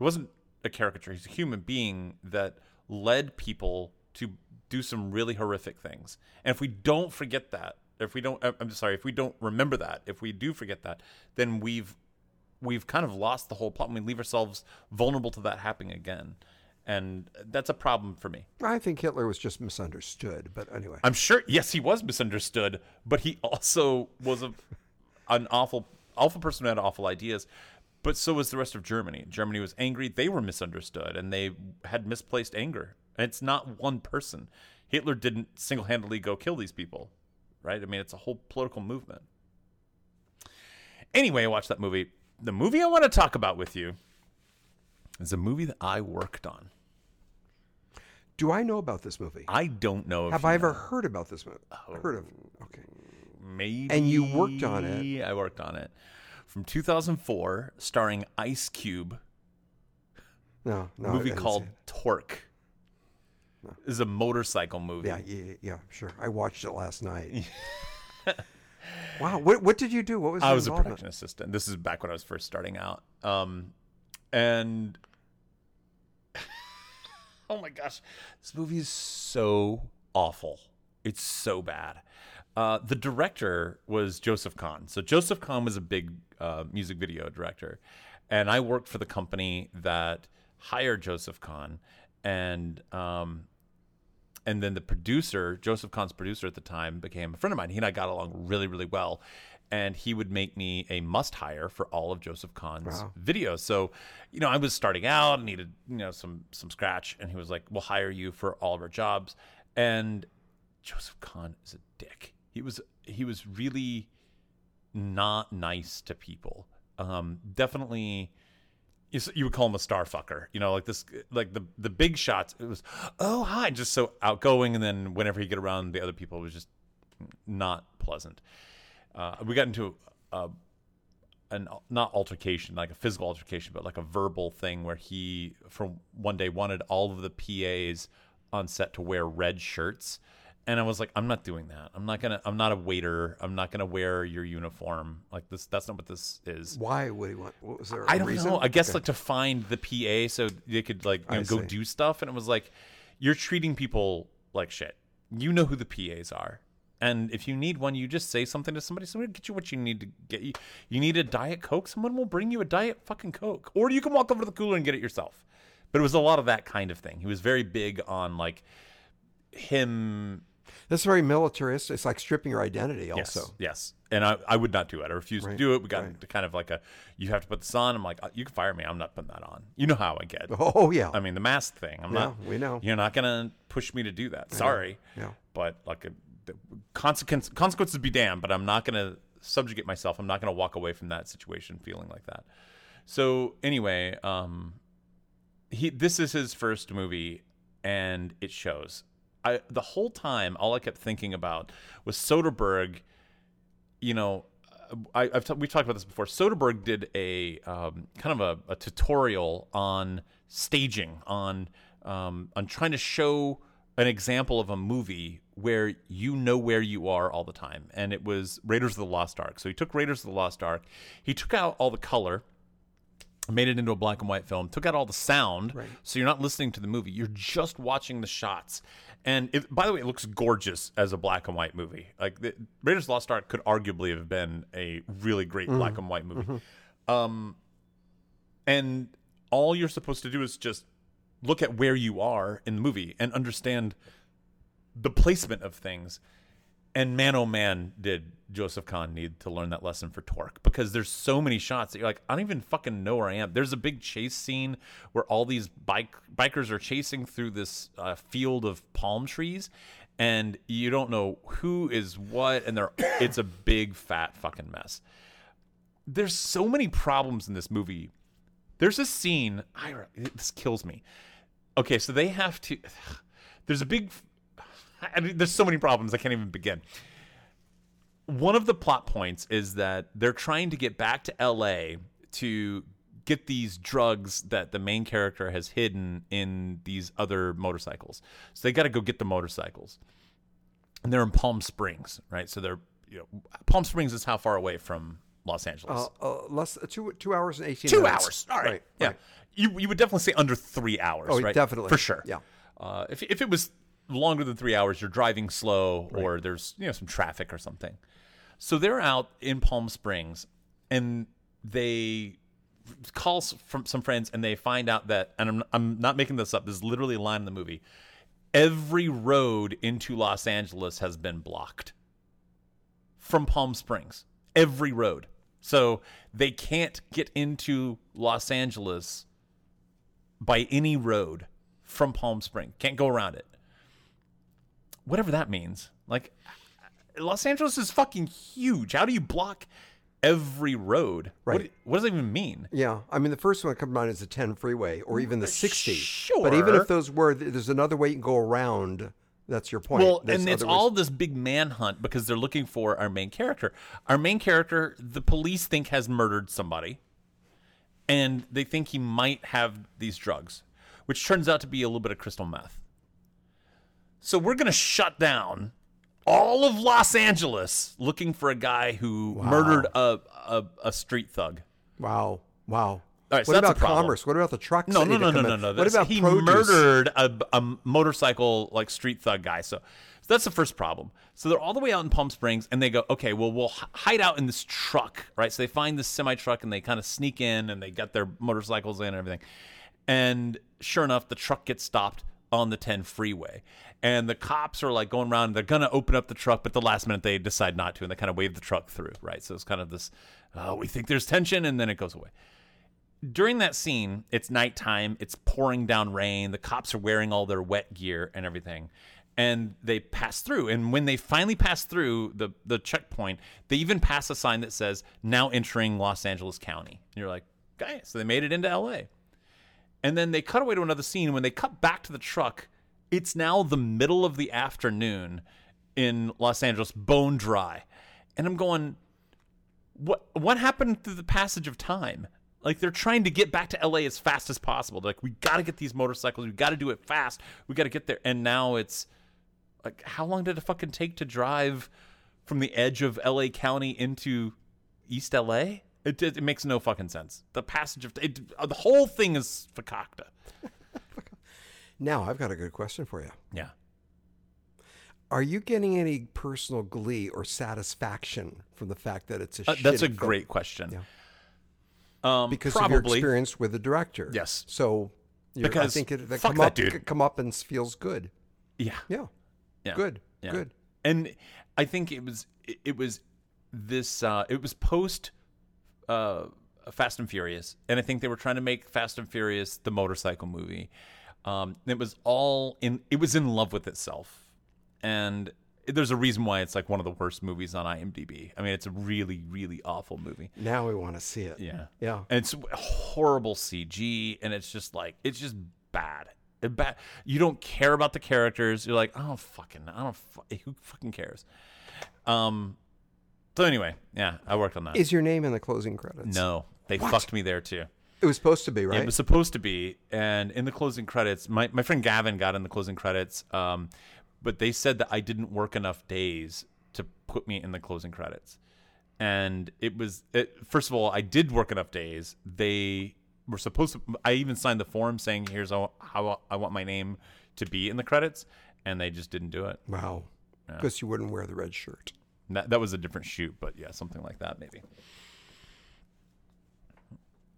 S3: It wasn't a caricature. He's a human being that led people to do some really horrific things. And if we don't forget that, if we don't, I- I'm sorry, if we don't remember that, if we do forget that, then we've we've kind of lost the whole plot and we leave ourselves vulnerable to that happening again. And that's a problem for me.
S1: I think Hitler was just misunderstood, but anyway.
S3: I'm sure, yes, he was misunderstood, but he also was a, an awful, awful person who had awful ideas. But so was the rest of Germany. Germany was angry. They were misunderstood and they had misplaced anger. And it's not one person. Hitler didn't single handedly go kill these people, right? I mean, it's a whole political movement. Anyway, I watched that movie. The movie I want to talk about with you is a movie that I worked on.
S1: Do I know about this movie?
S3: I don't know Oh. if
S1: Have
S3: you
S1: I ever
S3: know.
S1: heard about this movie? Heard of? Okay.
S3: Maybe.
S1: And you worked on it.
S3: I worked on it. From 2004, starring Ice Cube,
S1: No, no. Oh, I
S3: movie
S1: didn't see
S3: called
S1: it.
S3: Torque. This is a motorcycle movie.
S1: Yeah, yeah, yeah, sure. I watched it last night. wow. What What did you do? What was
S3: I
S1: your
S3: was a
S1: involvement?
S3: production assistant. This is back when I was first starting out. Um, and oh my gosh, this movie is so awful. It's so bad. Uh, the director was Joseph Kahn. So Joseph Kahn was a big uh, music video director, and I worked for the company that hired Joseph Kahn, and um, and then the producer, Joseph Kahn's producer at the time, became a friend of mine. He and I got along really, really well. And he would make me a must hire for all of Joseph Kahn's videos. So, you know, I was starting out and needed, you know, some some scratch. And he was like, We'll hire you for all of our jobs. And Joseph Kahn is a dick. He was he was really not nice to people. Um, definitely you, s- you would call him a star fucker. You know, like this, like the the big shots. It was oh hi, just so outgoing, and then whenever he get around the other people, it was just not pleasant. Uh, we got into a, an al- not altercation, like a physical altercation, but like a verbal thing where he, from one day, wanted all of the PAs on set to wear red shirts, and I was like, I'm not doing that. I'm not gonna. I'm not a waiter. I'm not gonna wear your uniform. Like this. That's not what this is.
S1: Why would he want? What was there?
S3: I
S1: a
S3: don't
S1: reason?
S3: know. I guess like to find the PA so they could like you know, go
S1: see.
S3: do stuff, and it was like you're treating people like shit. You know who the PAs are, And if you need one, you just say something to somebody. Somebody will get you what you need to get you. You need a diet coke. Someone will bring you a diet fucking coke, or you can walk over to the cooler and get it yourself. But it was a lot of that kind of thing. He was very big on like him.
S1: That's very militaristic. It's like stripping your identity,
S3: Yes,
S1: also.
S3: yes. And I, I would not do it. I refused to do it. We got into kind of like a you have to put this on. I'm like "Uh, you can fire me. I'm not putting that on. You know how I get.
S1: Oh yeah.
S3: I mean, the mask thing. I'm
S1: Yeah,
S3: not.
S1: we know.
S3: You're not gonna push me to do that. Sorry.
S1: Yeah.
S3: But like, a, the consequence, consequences be damned. But I'm not gonna subjugate myself. I'm not gonna walk away from that situation feeling like that. So anyway, um, he this is his first movie, and it shows. I the whole time all I kept thinking about was Soderbergh you know, I, I've t- we've talked about this before. Soderbergh did a um, kind of a, a tutorial on staging, on um, on trying to show an example of a movie where you know where you are all the time, and it was Raiders of the Lost Ark. So he took Raiders of the Lost Ark, he took out all the color, made it into a black and white film, took out all the sound, so you're not listening to the movie, you're just watching the shots. And it, by the way, it looks gorgeous as a black and white movie. Like the, Raiders of the Lost Ark could arguably have been a really great black and white movie. Um, and all you're supposed to do is just look at where you are in the movie and understand the placement of things. And man, oh man, did Joseph Kahn need to learn that lesson for Torque because there's so many shots that you're like, I don't even fucking know where I am. There's a big chase scene where all these bike bikers are chasing through this uh, field of palm trees, and you don't know who is what, and they're it's a big fat fucking mess. There's so many problems in this movie. There's a scene, Ira, this kills me. Okay, so they have to. There's a big. I mean, there's so many problems. I can't even begin. One of the plot points is that they're trying to get back to LA to get these drugs that the main character has hidden in these other motorcycles. So they got to go get the motorcycles. And they're in Palm Springs, right? So they're, you know, Palm Springs is how far away from Los Angeles?
S1: Uh, uh, less two two hours and eighteen.
S3: two
S1: minutes.
S3: hours. All right.
S1: right.
S3: yeah. You, you would definitely say under three hours,
S1: Oh,
S3: right?
S1: definitely.
S3: For sure.
S1: Yeah.
S3: Uh, if, if it was longer than three hours, you're driving slow or there's, you know, some traffic or something. So they're out in Palm Springs and they call s- from some friends and they find out that, and I'm, I'm not making this up, this is literally a line in the movie. Every road into Los Angeles has been blocked from Palm Springs. Every road. So they can't get into Los Angeles by any road from Palm Springs. Can't go around it. Whatever that means. Like Los Angeles is fucking huge. How do you block every road? What,
S1: Right.
S3: what does that even mean?
S1: Yeah, I mean the first one that comes to mind is the ten freeway or even the sixty. But even
S3: Sure.
S1: if those were, th- there's another way you can go around. That's your point.
S3: Well,
S1: There's
S3: and it's
S1: other ways-
S3: all this big manhunt because they're looking for our main character. Our main character, the police think has murdered somebody, and they think he might have these drugs, which turns out to be a little bit of crystal meth. So we're gonna shut down all of Los Angeles looking for a guy who murdered a, a a street thug.
S1: Wow. Wow.
S3: All right, so
S1: what
S3: that's a
S1: about
S3: problem.
S1: commerce? What about the trucks?
S3: No,
S1: that
S3: no,
S1: need
S3: no,
S1: to
S3: no,
S1: come
S3: no,
S1: in?
S3: no.
S1: What
S3: That's-
S1: about
S3: he
S1: produce?
S3: murdered a, a motorcycle like street thug guy? So, so that's the first problem. So they're all the way out in Palm Springs, and they go, okay, well, we'll h- hide out in this truck, right? So they find this semi truck, and they kind of sneak in, and they got their motorcycles in and everything. And sure enough, the truck gets stopped on the 10 freeway. And the cops are like going around, they're going to open up the truck, but the last minute they decide not to, and they kind of wave the truck through, right? So it's kind of this, oh, we think there's tension, and then it goes away during that scene, it's nighttime, it's pouring down rain, the cops are wearing all their wet gear and everything. And they pass through. And when they finally pass through the, the checkpoint, they even pass a sign that says, now entering Los Angeles County. And you're like, okay, so they made it into LA. And then they cut away to another scene. When they cut back to the truck, it's now the middle of the afternoon in Los Angeles, bone dry. And I'm going, what what happened through the passage of time? Like they're trying to get back to LA as fast as possible. They're like we got to get these motorcycles. We got to do it fast. We got to get there. And now it's like how long did it fucking take to drive from the edge of LA County into East LA? It, it, it makes no fucking sense. The passage of it, uh, the whole thing is fakakta.
S1: Now I've got a good question for you.
S3: Yeah.
S1: Are you getting any personal glee or satisfaction from the fact that it's a
S3: Uh,
S1: shitty
S3: that's a
S1: film?
S3: great question. Um,
S1: because
S3: probably.
S1: of your experience with the director.
S3: Yes.
S1: So you're, I
S3: Because
S1: think it, that
S3: fuck
S1: come
S3: that
S1: up
S3: dude.
S1: c- come up and feels good.
S3: Yeah.
S1: Yeah.
S3: Yeah.
S1: Good.
S3: Yeah.
S1: Good.
S3: And I think it was it- it was this uh it was post uh Fast and Furious and I think they were trying to make Fast and Furious the motorcycle movie. Um it was all in it was in love with itself. And there's a reason why it's like one of the worst movies on IMDb. I mean, it's a really really awful movie.
S1: Now we want to see it.
S3: Yeah.
S1: Yeah.
S3: And it's horrible CG, and it's just like it's just bad. It bad. You don't care about the characters. You're like, I don't fucking, I don't. Fu- who fucking cares? Um. So anyway, yeah, I worked on that.
S1: Is your name in the closing credits?
S3: no, they fucked me there too.
S1: It was supposed to be,
S3: Yeah,
S1: right?
S3: It was supposed to be, and in the closing credits, my, my friend Gavin got in the closing credits, um, but they said that I didn't work enough days to put me in the closing credits. And it was it, first of all, I did work enough days. They were supposed to. I even signed the form saying, "Here's how, how I want my name to be in the credits," and they just didn't do it.
S1: wow. Because you wouldn't wear the red shirt.
S3: And that that was a different shoot, but yeah, something like that maybe.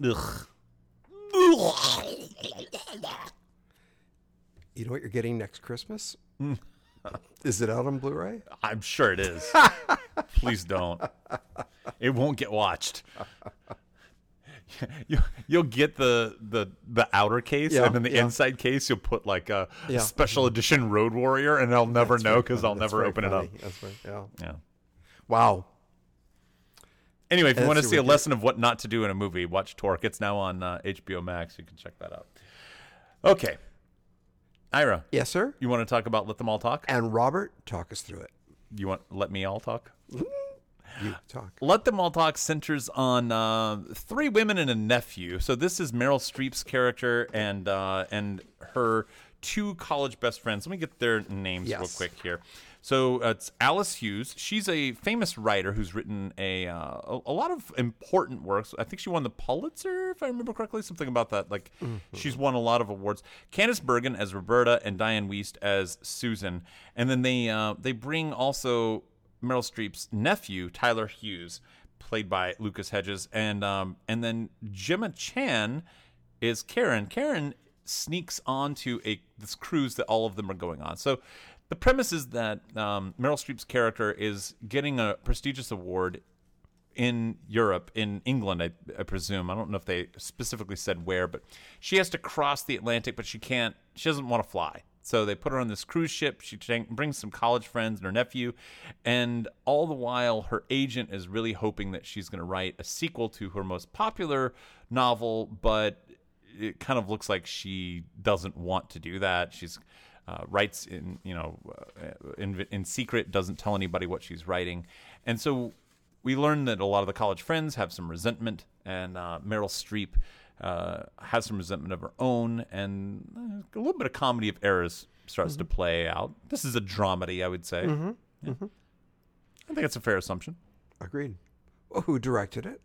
S3: Ugh.
S1: You know what you're getting next Christmas?
S3: Hmm.
S1: Is it out on Blu-ray?
S3: I'm sure it is. Please don't. It won't get watched. You, you'll get the, the, the outer case,
S1: Yeah,
S3: and then the
S1: yeah.
S3: inside case, you'll put like a
S1: Yeah.
S3: special edition Road Warrior, and I'll never know because I'll
S1: That's
S3: never
S1: very
S3: open
S1: funny.
S3: it up.
S1: That's right. Yeah.
S3: Yeah.
S1: Wow.
S3: Anyway, if you
S1: That's
S3: want to
S1: what
S3: see
S1: we
S3: a
S1: do.
S3: lesson of what not to do in a movie, watch Torque. It's now on uh, HBO Max. You can check that out. Okay. Ira,
S1: Yes, sir.
S3: you want to talk about Let Them All Talk?
S1: And Robert, talk us through it.
S3: You want Let Me All Talk?
S1: You talk.
S3: Let Them All Talk centers on uh, three women and a nephew. So this is Meryl Streep's character and uh, and her two college best friends. Let me get their names real
S1: Yes.
S3: quick here. So uh, it's Alice Hughes. She's a famous writer who's written a, uh, a a lot of important works. I think she won the Pulitzer, if I remember correctly, something about that. Like she's won a lot of awards. Candice Bergen as Roberta and Diane Wiest as Susan. And then they uh, they bring also Meryl Streep's nephew, Tyler Hughes, played by Lucas Hedges, and um, and then Gemma Chan is Karen. Karen sneaks onto a this cruise that all of them are going on. So the premise is that um, Meryl Streep's character is getting a prestigious award in Europe, in England, I, I presume. I don't know if they specifically said where, but she has to cross the Atlantic, but she can't, she doesn't want to fly. So they put her on this cruise ship. She tank- brings some college friends and her nephew. And all the while, her agent is really hoping that she's going to write a sequel to her most popular novel, but it kind of looks like she doesn't want to do that. She's uh, writes in you know uh, in in secret, doesn't tell anybody what she's writing, and so we learn that a lot of the college friends have some resentment, and uh, Meryl Streep uh, has some resentment of her own, and uh, a little bit of comedy of errors starts to play out. This is a dramedy, I would say. Yeah. I think it's a fair assumption.
S1: Agreed. Well, who directed it?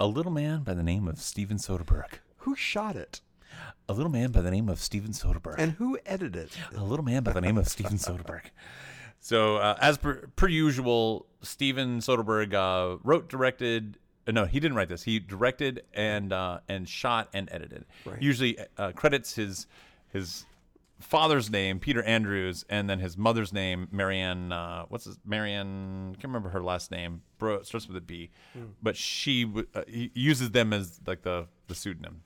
S3: A little man by the name of Steven Soderbergh.
S1: Who shot it?
S3: A little man by the name of Steven Soderbergh.
S1: And who edited it?
S3: a little man by the name of Steven Soderbergh. So, uh, as per, per usual, Steven Soderbergh uh, wrote, directed. uh, No, he didn't write this. He directed and uh, and shot and edited. Usually uh, credits his his father's name, Peter Andrews, and then his mother's name, Marianne. Uh, what's his Marianne? Can't remember her last name. Bro, it starts with a B, but she w- uh, he uses them as like the the pseudonym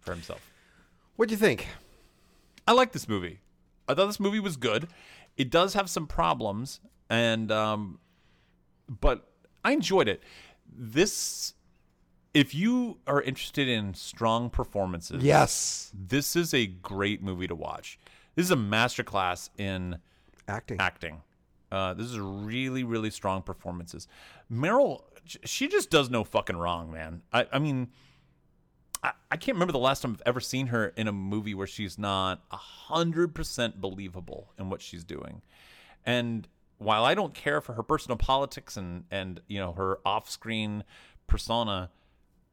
S3: for himself.
S1: What do you think?
S3: I like this movie. I thought this movie was good. It does have some problems, and um, but I enjoyed it. This, if you are interested in strong performances,
S1: Yes,
S3: this is a great movie to watch. This is a masterclass in
S1: acting.
S3: acting. Uh, this is really, really strong performances. Meryl, sh- she just does no fucking wrong, man. I, I mean, I, I can't remember the last time I've ever seen her in a movie where she's not hundred percent believable in what she's doing. And while I don't care for her personal politics and and you know her off-screen persona,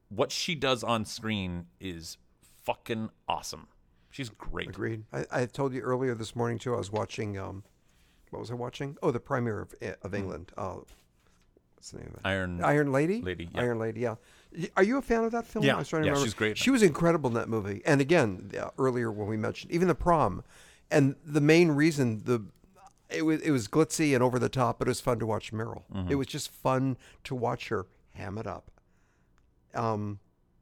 S3: what she does on screen is fucking awesome. She's great.
S1: Agreed. I, I told you earlier this morning too. I was watching um, what was I watching? Oh, the Premier of, of England. Uh, what's the name of it?
S3: Iron.
S1: Iron Lady.
S3: Mm-hmm. Lady, yeah.
S1: Iron Lady. Yeah. Y- Are you a fan of that film?
S3: Yeah.
S1: I was trying to
S3: Yeah,
S1: remember.
S3: she's great.
S1: She was incredible in that movie. And again, the- uh, earlier when we mentioned even the prom, and the main reason the it was it was glitzy and over the top, but it was fun to watch Meryl.
S3: Mm-hmm.
S1: It was just fun to watch her ham it up. Um,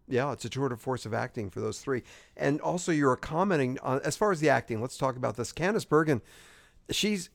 S1: yeah, it's a tour de force of acting for those three. And also, you were commenting on as far as the acting. Let's talk about this. Candice Bergen, she's.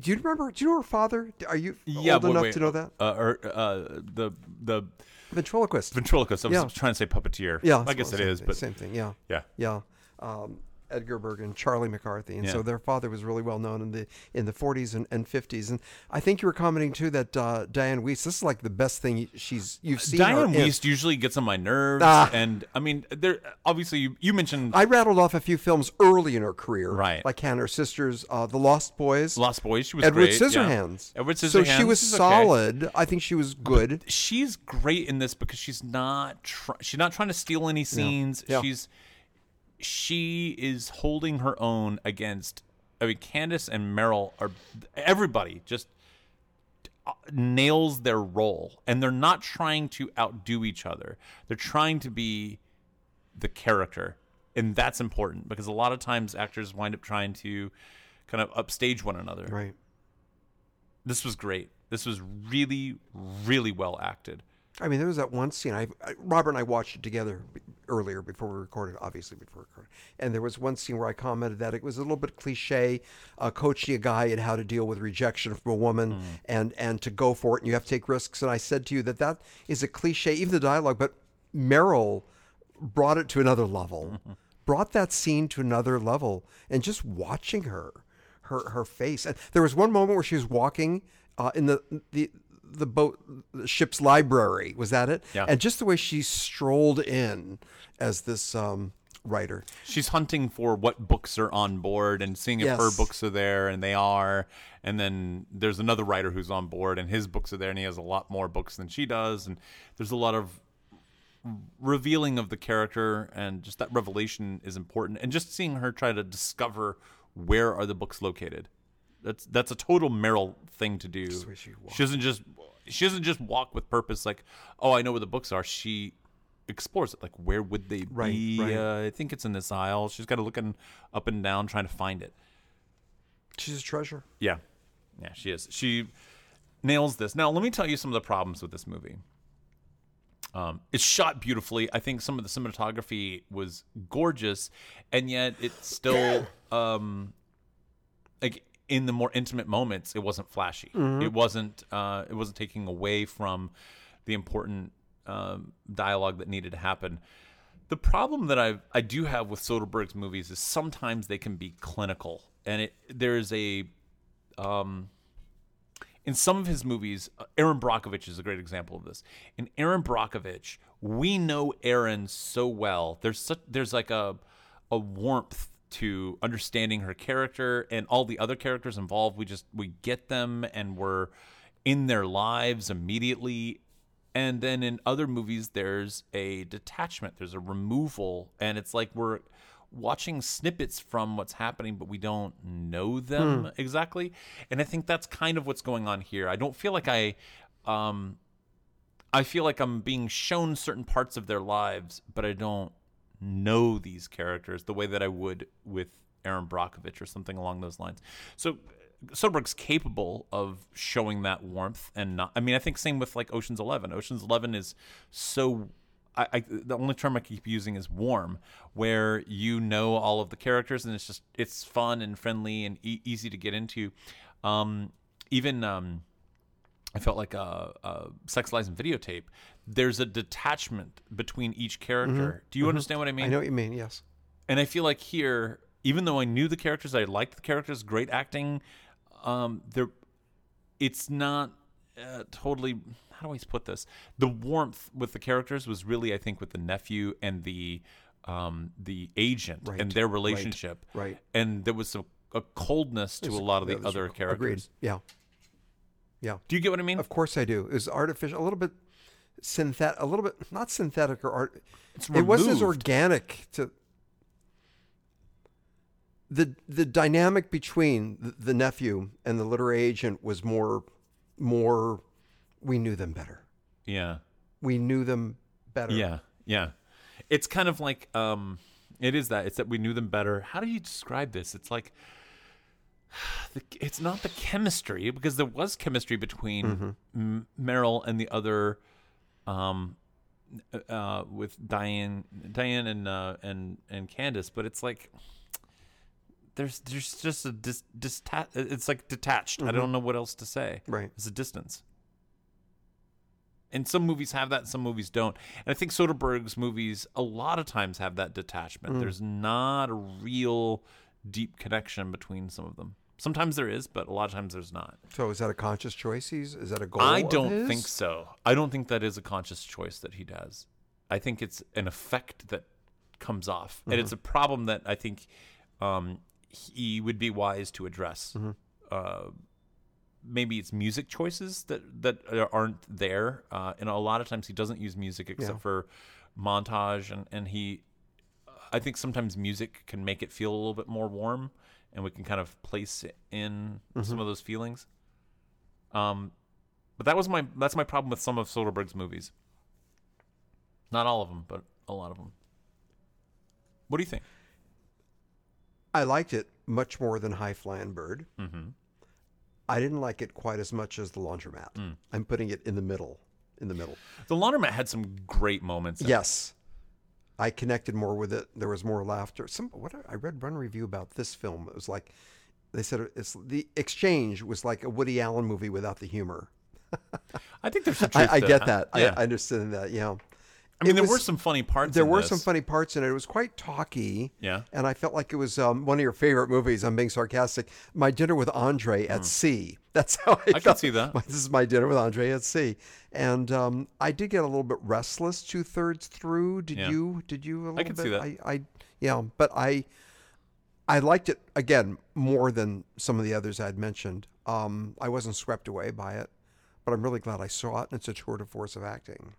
S1: Do you remember? Do you know her father? Are you old
S3: wait,
S1: enough
S3: wait.
S1: to know that?
S3: Uh, or uh, the the
S1: Ventriloquist.
S3: ventriloquist. I was
S1: Yeah.
S3: trying to say puppeteer.
S1: Yeah,
S3: I
S1: it's
S3: guess
S1: all the
S3: it
S1: same
S3: is,
S1: thing-
S3: but
S1: same thing. Yeah,
S3: yeah.
S1: yeah. Um, Edgar Bergen, Charlie McCarthy, and so
S3: Yeah.
S1: their father was really well known in the in the 40s and, and 50s. And I think you were commenting too that uh, Diane Weiss. This is like the best thing she's you've seen. her
S3: Diane
S1: in.
S3: Weist usually gets on my nerves,
S1: Ah.
S3: and I mean, there. Obviously, you, you mentioned
S1: I rattled off a few films early in her career,
S3: Right.
S1: Like Hannah and her sisters, uh, The Lost Boys,
S3: Lost Boys. She was
S1: Edward
S3: great. yeah.
S1: Scissorhands.
S3: Edward Scissorhands.
S1: So she was
S3: is okay.
S1: solid. I think she was good.
S3: She's great in this because she's not try- she's not trying to steal any scenes.
S1: Yeah.
S3: She's she is holding her own against. I mean, Candace and Meryl are everybody just uh, nails their role, and they're not trying to outdo each other. They're trying to be the character. And that's important because a lot of times actors wind up trying to kind of upstage one another.
S1: Right.
S3: This was great. This was really, really well acted.
S1: I mean, there was that one scene. I, I Robert and I watched it together b- earlier before we recorded, obviously before we recorded. And there was one scene where I commented that it was a little bit cliche, uh, coaching a guy in how to deal with rejection from a woman and and to go for it, and you have to take risks. And I said to you that that is a cliche, even the dialogue. But Meryl brought it to another level, brought that scene to another level, and just watching her, her her face. And there was one moment where she was walking uh, in the the the boat the ship's library. Was that it?
S3: Yeah.
S1: And just the way she strolled in as this um, writer.
S3: She's hunting for what books are on board and seeing if her
S1: Yes.
S3: books are there, and they are. And then there's another writer who's on board, and his books are there, and he has a lot more books than she does. And there's a lot of revealing of the character, and just that revelation is important. And just seeing her try to discover where are the books located. That's that's a total Meryl thing to do.
S1: she
S3: doesn't just she doesn't just walk with purpose. Like, oh, I know where the books are. She explores it. Like, where would they
S1: Right,
S3: be?
S1: right.
S3: Uh, I think it's in this aisle. She's got to look in, up and down trying to find it.
S1: She's a treasure.
S3: Yeah. Yeah, she is. She nails this. Now, let me tell you some of the problems with this movie. Um, it's shot beautifully. I think some of the cinematography was gorgeous, and yet it's still um, like in the more intimate moments, it wasn't flashy. It wasn't. Uh, it wasn't taking away from the important um, dialogue that needed to happen. The problem that I I do have with Soderbergh's movies is sometimes they can be clinical, and it there is a in some of his movies, uh, Aaron Brockovich is a great example of this. In Aaron Brockovich, we know Aaron so well. There's such there's like a a warmth to understanding her character and all the other characters involved. We just we get them and we're in their lives immediately. And then in other movies, there's a detachment, there's a removal, and it's like we're watching snippets from what's happening, but we don't know them exactly. And I think that's kind of what's going on here. I don't feel like I, um, I feel like I'm being shown certain parts of their lives, but I don't know these characters the way that I would with Aaron Brockovich or something along those lines. So Soderbergh's capable of showing that warmth and not. I mean, I think same with like Ocean's Eleven. Ocean's Eleven is so. I, I the only term I keep using is warm, where you know all of the characters and it's just it's fun and friendly and e- easy to get into. Um, even um, I felt like a, uh sex lies and videotape. There's a detachment between each character. Do you understand what I mean?
S1: Mm-hmm. I know what you mean. Yes.
S3: And I feel like here, even though I knew the characters, I liked the characters, great acting. Um, there, it's not uh, totally. How do I put this? The warmth with the characters was really, I think, with the nephew and the um, the agent and their relationship.
S1: right.
S3: And there was some, a coldness to a lot of the
S1: That was-
S3: other
S1: Agreed.
S3: characters.
S1: Yeah. Yeah.
S3: Do you get what I mean?
S1: Of course I do. It was artificial, a little bit synthetic, a little bit not synthetic or art. it wasn't as
S3: removed.
S1: organic to. the the dynamic between the, the nephew and the literary agent was more more we knew them better.
S3: Yeah.
S1: We knew them better.
S3: Yeah. Yeah. It's kind of like um it is that. It's that we knew them better. How do you describe this? It's like the, it's not the chemistry because there was chemistry between M- Meryl and the other um uh with Diane Diane and uh and and Candace, but it's like there's there's just a dis, dista- it's like detached. I don't know what else to say.
S1: Right.
S3: It's a distance. And some movies have that, some movies don't. And I think Soderbergh's movies a lot of times have that detachment. There's not a real deep connection between some of them. Sometimes there is, but a lot of times there's not.
S1: So is that a conscious choice? He's is that a goal?
S3: I
S1: of
S3: don't
S1: his?
S3: think so. I don't think that is a conscious choice that he does. I think it's an effect that comes off, and it's a
S1: Mm-hmm.
S3: problem that I think um, he would be wise to address.
S1: Mm-hmm.
S3: Uh, maybe it's music choices that that aren't there, uh, and a lot of times he doesn't use music except for montage, and and he. I think sometimes music can make it feel a little bit more warm, and we can kind of place it in
S1: Mm-hmm.
S3: some of those feelings. Um, but that was my that's my problem with some of Soderbergh's movies. Not all of them, but a lot of them. What do you think?
S1: I liked it much more than High Flying Bird. Mm-hmm. I didn't like it quite as much as The Laundromat.
S3: Mm.
S1: I'm putting it in the middle. In the middle.
S3: The Laundromat had some great moments. in it.
S1: Yes. I connected more with it. There was more laughter. Some what I read one review about this film. It was like they said it's the exchange was like a Woody Allen movie without the humor.
S3: I think there's some truth
S1: I, I
S3: to
S1: get that.
S3: Yeah.
S1: I, I understand that. Yeah.
S3: I mean,
S1: It
S3: there were
S1: was-
S3: some funny parts.
S1: There
S3: in
S1: were
S3: this.
S1: some funny parts in it. It was quite talky.
S3: Yeah.
S1: And I felt like it was um, one of your favorite movies. I'm being sarcastic. My Dinner with Andre at Sea. That's how I,
S3: Hmm. I
S1: felt.
S3: can see that.
S1: My- this is my Dinner with Andre at Sea. And um, I did get a little bit restless two thirds through. Did
S3: Yeah.
S1: you? Did you? A little
S3: can
S1: bit?
S3: see that.
S1: I, I, yeah. But I, I liked it again more than some of the others I'd mentioned. Um, I wasn't swept away by it, but I'm really glad I saw it. And it's a tour de force of acting.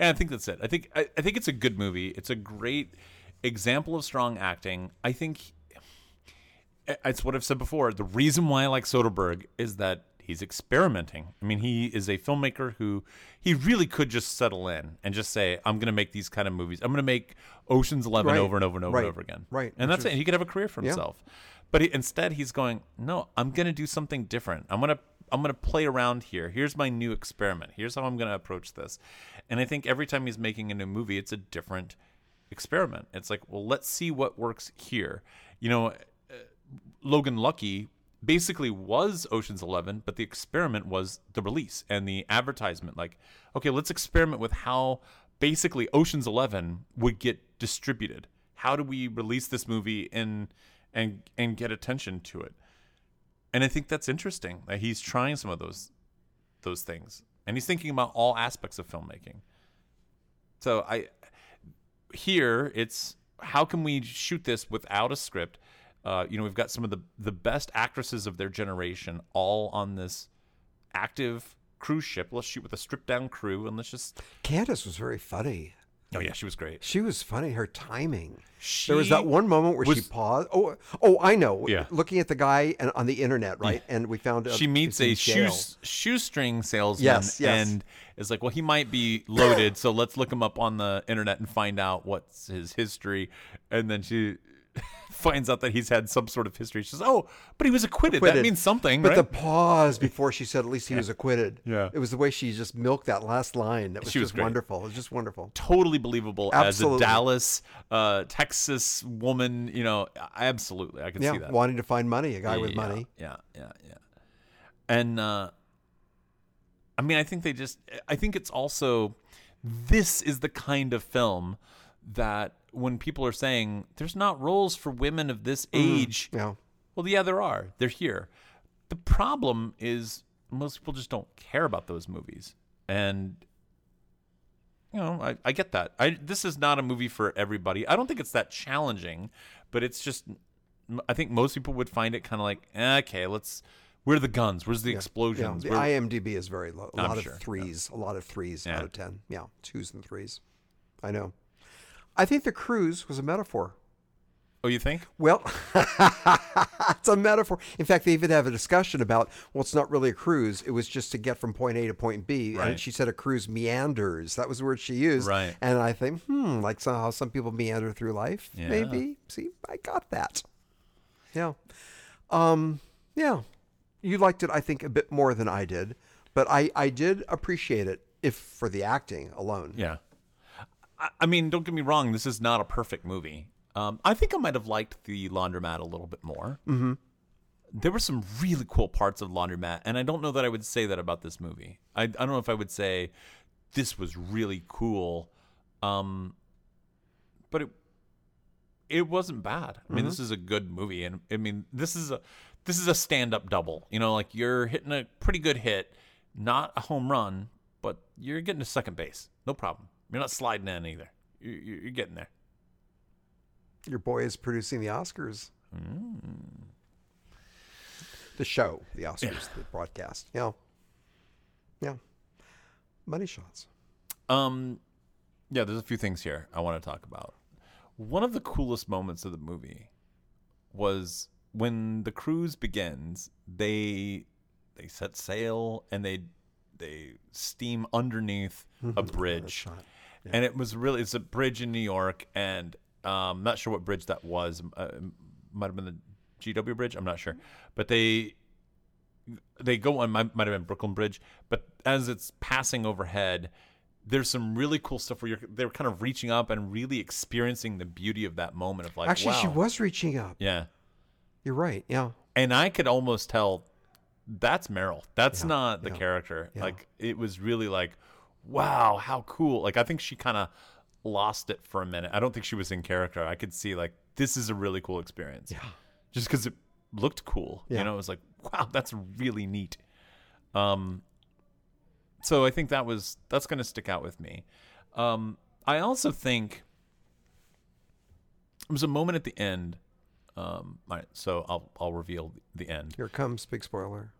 S3: Yeah, I think that's it. I think I, I think it's a good movie. It's a great example of strong acting. I think I- it's what I've said before. The reason why I like Soderbergh is that he's experimenting. I mean, he is a filmmaker who he really could just settle in and just say, "I'm going to make these kind of movies. I'm going to make Ocean's Eleven
S1: Right.
S3: over and over and over
S1: Right.
S3: and over again."
S1: Right.
S3: and
S1: Which
S3: that's it. He could have a career for himself. But he, instead, he's going, "No, I'm going to do something different. I'm going to I'm going to play around here. Here's my new experiment. Here's how I'm going to approach this." And I think every time he's making a new movie, it's a different experiment. It's like, "Well, let's see what works here." You know, Logan Lucky basically was Ocean's 11, but the experiment was the release and the advertisement. Like, okay, let's experiment with how basically Ocean's 11 would get distributed. How do we release this movie and and and get attention to it? And I think that's interesting that he's trying some of those those things. And he's thinking about all aspects of filmmaking. So I here it's how can we shoot this without a script? Uh, you know, we've got some of the the best actresses of their generation all on this active cruise ship. Let's shoot with a stripped down crew and let's just.
S1: Candace was very funny.
S3: Oh yeah, she was great.
S1: She was funny. Her timing.
S3: She
S1: There was that one moment where she
S3: was-
S1: paused. Oh, oh, I know.
S3: Yeah.
S1: Looking at the guy and on the internet, right? And we found out
S3: She
S1: he's
S3: meets
S1: in
S3: a
S1: jail.
S3: shoes, shoestring salesman
S1: Yes, yes.
S3: and is like, well, he might be loaded, so let's look him up on the internet and find out what's his history. And then she finds out that he's had some sort of history. She says, oh, but he was acquitted. That
S1: Acquitted.
S3: means something,
S1: But
S3: right?
S1: the pause before she said, "At least he was acquitted."
S3: Yeah.
S1: It was the way she just milked that last line. That was
S3: She was
S1: just
S3: great.
S1: wonderful. It was just wonderful.
S3: totally believable as
S1: Absolutely.
S3: a Dallas, uh, Texas woman. You know, absolutely, I can
S1: Yeah.
S3: see that.
S1: Wanting to find money, a guy with
S3: Yeah,
S1: money.
S3: Yeah, yeah, yeah. And uh, I mean, I think they just. I think it's also this is the kind of film that when people are saying there's not roles for women of this
S1: Mm-hmm.
S3: age,
S1: Yeah.
S3: well, yeah, there are. They're here. The problem is most people just don't care about those movies, and you know, I, I get that. I this is not a movie for everybody. I don't think it's that challenging, but it's just I think most people would find it kind of like eh, okay, let's. Where are the guns? Where's the
S1: Yeah.
S3: explosions?
S1: The
S3: Where-
S1: IMDb is very low. A
S3: I'm
S1: lot
S3: sure, yeah.
S1: of threes. A lot of threes
S3: Yeah.
S1: out of ten. Yeah. Twos and threes. I know. I think the cruise was a metaphor.
S3: Oh, you think?
S1: Well, it's a metaphor. In fact, they even have a discussion about well, it's not really a cruise. It was just to get from point A to point B.
S3: Right.
S1: And she said a cruise meanders. That was the word she used.
S3: Right.
S1: And I think, hmm, like somehow some people meander through life.
S3: Yeah.
S1: Maybe. See, I got that. Yeah. Um. Yeah. You liked it, I think, a bit more than I did, but I I did appreciate it, if for the acting alone.
S3: Yeah. I, I mean, don't get me wrong. This is not a perfect movie. Um, I think I might have liked the Laundromat a little bit more. Mm-hmm. There were some really cool parts of Laundromat, and I don't know that I would say that about this movie. I, I don't know if I would say this was really cool, um, but it it wasn't bad. I mean, this is a good movie, and I mean, this is a this is a stand up double. You know, like you're hitting a pretty good hit, not a home run, but you're getting to second base, no problem. You're not sliding in either. You're, you're getting there.
S1: Your boy is producing the Oscars.
S3: Mm.
S1: The show, the Oscars, the broadcast. Yeah. Yeah. Money shots.
S3: Um, yeah, there's a few things here I want to talk about. One of the coolest moments of the movie was when the cruise begins. They they set sail and they they steam underneath a bridge, and it was really it's a bridge in New York, and um, I'm not sure what bridge that was. Uh, it might have been the GW Bridge. I'm not sure, but they they go on might, might have been Brooklyn Bridge, but as it's passing overhead, there's some really cool stuff where you're they're kind of reaching up and really experiencing the beauty of that moment of like
S1: Actually, she
S3: wow.
S1: was reaching up.
S3: yeah,
S1: You're right. Yeah.
S3: and I could almost tell that's Meryl. That's
S1: Yeah,
S3: not the
S1: yeah,
S3: character.
S1: yeah.
S3: Like it was really like, wow, how cool. Like I think she kind of lost it for a minute. I don't think she was in character. I could see like this is a really cool experience. Yeah. Just because it looked cool.
S1: Yeah.
S3: You know, it was like, wow, that's really neat. Um so I think that was that's gonna stick out with me. Um I also think it was a moment at the end. Um, all right, so I'll I'll reveal the end.
S1: Here comes big spoiler.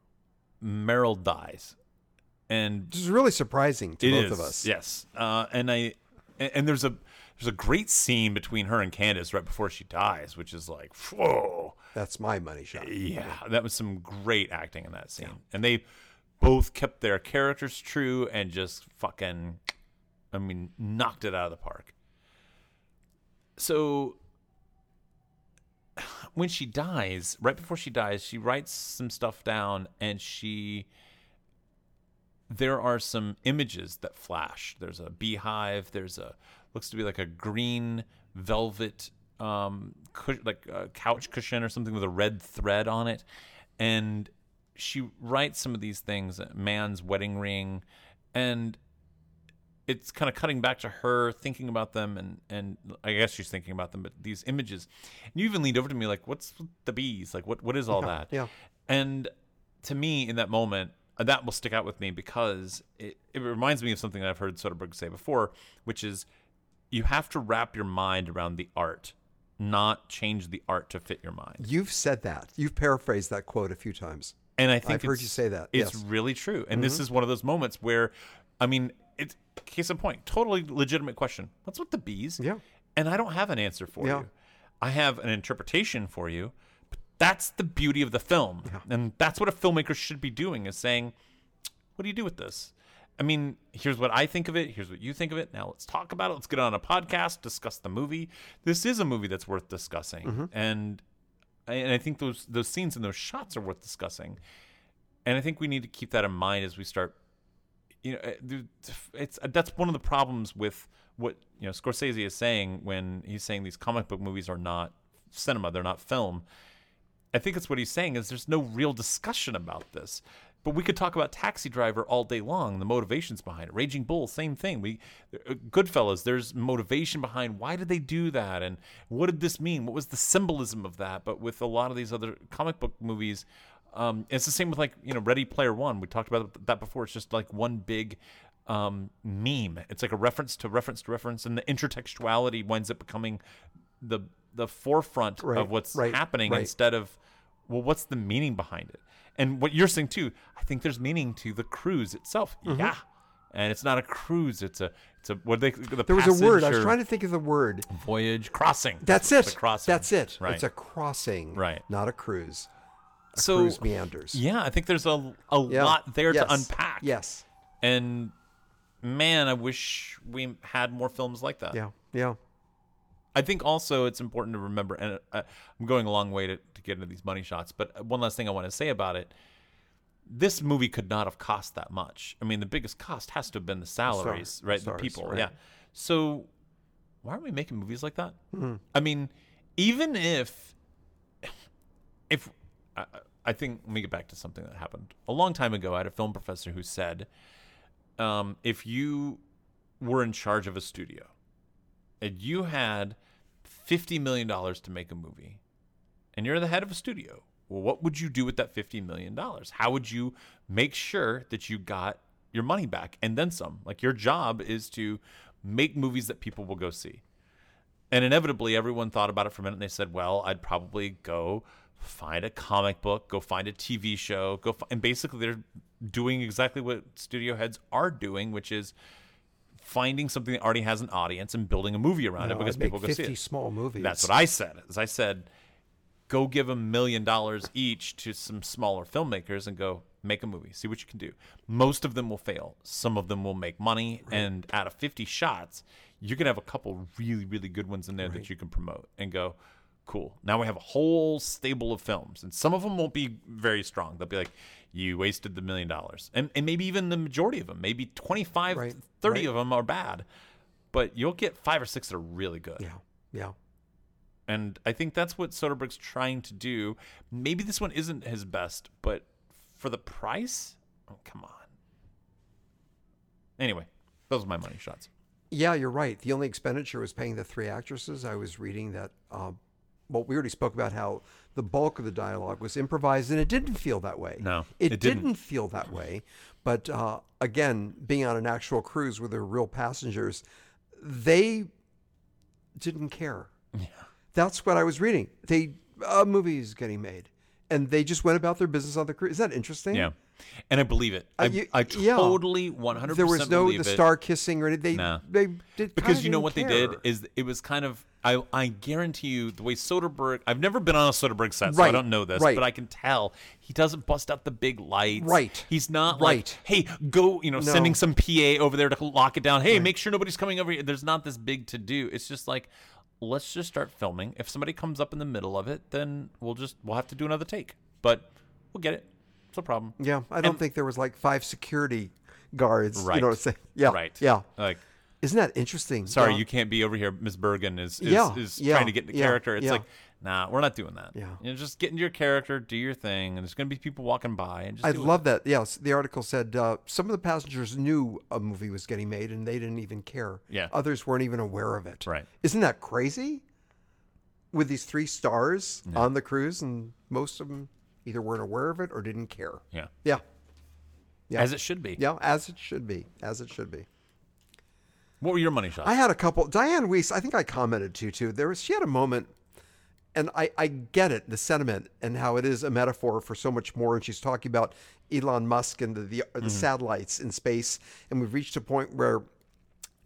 S3: Meryl dies, and
S1: Which is really surprising to
S3: it
S1: both
S3: is-
S1: of us.
S3: Yes, uh, and I and, and there's a there's a great scene between her and Candace right before she dies, which is like whoa,
S1: That's my money shot.
S3: yeah, that was some great acting in that scene, and they both kept their characters true and just fucking, I mean, knocked it out of the park. So when she dies, right before she dies, she writes some stuff down and she there are some images that flash. There's a beehive, there's a looks to be like a green velvet um cush, like a couch cushion or something with a red thread on it. And she writes some of these things, man's wedding ring, and it's kind of cutting back to her thinking about them and and I guess she's thinking about them, but these images. And you even leaned over to me like, what's with the bees? Like what what is all that?
S1: yeah.
S3: And to me in that moment, uh, that will stick out with me because it, it reminds me of something that I've heard Soderbergh say before, which is you have to wrap your mind around the art, not change the art to fit your mind.
S1: You've said that. You've paraphrased that quote a few times.
S3: And I think
S1: I've heard
S3: it's-
S1: you say that,
S3: It's
S1: yes. Mm-hmm.
S3: really true. And this is one of those moments where, I mean, it's case in point, totally legitimate question. What's with the bees?
S1: Yeah.
S3: And I don't have an answer for
S1: Yeah.
S3: you. I have an interpretation for you. But that's the beauty of the film. And that's what a filmmaker should be doing is saying, what do you do with this? I mean, here's what I think of it. Here's what you think of it. Now let's talk about it. Let's get on a podcast, discuss the movie. This is a movie that's worth discussing,
S1: Mm-hmm.
S3: and and I think those those scenes and those shots are worth discussing. And I think we need to keep that in mind as we start. You know, uh, th- it's uh, that's one of the problems with what you know Scorsese is saying when he's saying these comic book movies are not cinema; they're not film. I think it's what he's saying is there's no real discussion about this. But we could talk about Taxi Driver all day long, the motivations behind it. Raging Bull, same thing. We uh, Goodfellas, there's motivation behind why did they do that and what did this mean? What was the symbolism of that? But with a lot of these other comic book movies, um, it's the same with like, you know, Ready Player One. We talked about that before. It's just like one big um, meme. It's like a reference to reference to reference, and the intertextuality winds up becoming the the forefront
S1: Right,
S3: of what's
S1: right,
S3: happening
S1: right.
S3: instead of well what's the meaning behind it and what you're saying
S1: Mm-hmm.
S3: too i think there's meaning to the cruise itself yeah and it's not a cruise it's a It's a what they the
S1: There was a word. I
S3: passage
S1: was
S3: or
S1: trying to think of the word.
S3: voyage crossing.
S1: That's
S3: It's
S1: it.
S3: a crossing.
S1: That's it.
S3: Right.
S1: It's a crossing.
S3: Right.
S1: Not a cruise. A
S3: so
S1: cruise meanders.
S3: yeah, I think there's a a
S1: Yeah.
S3: lot there
S1: Yes.
S3: to unpack.
S1: Yes.
S3: and man, I wish we had more films like that.
S1: Yeah. Yeah.
S3: I think also it's important to remember, and uh, I'm going a long way to, to get into these money shots, but uh, one last thing I want to say about it. This movie could not have cost that much. I mean, the biggest cost has to have been the salaries,
S1: stars,
S3: right?
S1: the
S3: The,
S1: stars,
S3: people,
S1: right.
S3: yeah. So why aren't we making movies like that?
S1: Hmm.
S3: I mean, even if, if I, I- I think, let me get back to something that happened a long time ago. I had a film professor who said, um, if you were in charge of a studio and you had fifty million dollars to make a movie, and you're the head of a studio, well, what would you do with that fifty million dollars? How would you make sure that you got your money back and then some? Like your job is to make movies that people will go see. And inevitably, everyone thought about it for a minute and they said, well, I'd probably go find a comic book, go find a TV show, go. F-. And basically, they're doing exactly what studio heads are doing, which is finding something that already has an audience and building a movie around it
S1: No,
S3: because
S1: I'd make
S3: people go see
S1: 50
S3: it.
S1: small movies.
S3: That's what I said. As I said, go give a million dollars each to some smaller filmmakers and go make a movie. See what you can do. Most of them will fail. Some of them will make money. And out of 50 shots, you can have a couple really, really good ones in there that you can promote and go, cool. Now we have a whole stable of films. And some of them won't be very strong. They'll be like, you wasted the million dollars. And, and maybe even the majority of them, maybe 25,
S1: Right,
S3: 30
S1: right.
S3: of them are bad. But you'll get five or six that are really good.
S1: Yeah. Yeah.
S3: And I think that's what Soderbergh's trying to do. Maybe this one isn't his best, but for the price, oh, come on. Anyway, those are my money shots.
S1: Yeah, you're right. The only expenditure was paying the three actresses. I was reading that. Um, well, we already spoke about how the bulk of the dialogue was improvised, and it didn't feel that way.
S3: No,
S1: it,
S3: it
S1: didn't.
S3: didn't.
S1: feel that way. But uh, again, being on an actual cruise where there were real passengers, they didn't care. Yeah. That's what I was reading. They uh, a movie is getting made, and they just went about their business on the cruise. Is that interesting?
S3: Yeah. And I believe it. I,
S1: Uh, you-
S3: I
S1: yeah.
S3: totally 100%
S1: There was no
S3: believe
S1: the
S3: it.
S1: star kissing or anything. They
S3: Nah.
S1: they did
S3: because
S1: kinda
S3: you know
S1: didn't
S3: what they did
S1: care.
S3: is it was kind of I I guarantee you the way Soderbergh I've never been on a Soderbergh set so
S1: Right,
S3: I don't know this
S1: right.
S3: but I can tell he doesn't bust out the big lights
S1: Right,
S3: he's not
S1: right.
S3: like hey go you know
S1: No.
S3: sending some PA over there to lock it down hey make sure nobody's coming over here there's not this big to do it's just like let's just start filming if somebody comes up in the middle of it then we'll just we'll have to do another take but we'll get it it's no problem
S1: Yeah, I don't think there was like five security guards. You
S3: Right.
S1: know what I'm saying? Yeah.
S3: right
S1: Yeah.
S3: like
S1: Isn't that interesting?
S3: sorry,
S1: Yeah.
S3: you can't be over here. Miss Bergen is is,
S1: Yeah,
S3: is
S1: yeah,
S3: trying to get into
S1: yeah,
S3: character. It's
S1: yeah.
S3: like, nah, we're not doing that.
S1: Yeah.
S3: you know, just get into your character, do your thing, and there's gonna be people walking by, and just
S1: I
S3: do it.
S1: love that. Yes, the article said uh, some of the passengers knew a movie was getting made and they didn't even care.
S3: Yeah.
S1: Others weren't even aware of it.
S3: Right.
S1: Isn't that crazy? With these three stars on the cruise, and most of them either weren't aware of it or didn't care.
S3: Yeah.
S1: Yeah. Yeah.
S3: as it should be.
S1: Yeah. As it should be. As it should be.
S3: What were your money shots?
S1: I had a couple. Diane Weiss, I think I commented to too. There was she had a moment, and I I get it, the sentiment and how it is a metaphor for so much more. And she's talking about Elon Musk and the the, the satellites in space, and we've reached a point where.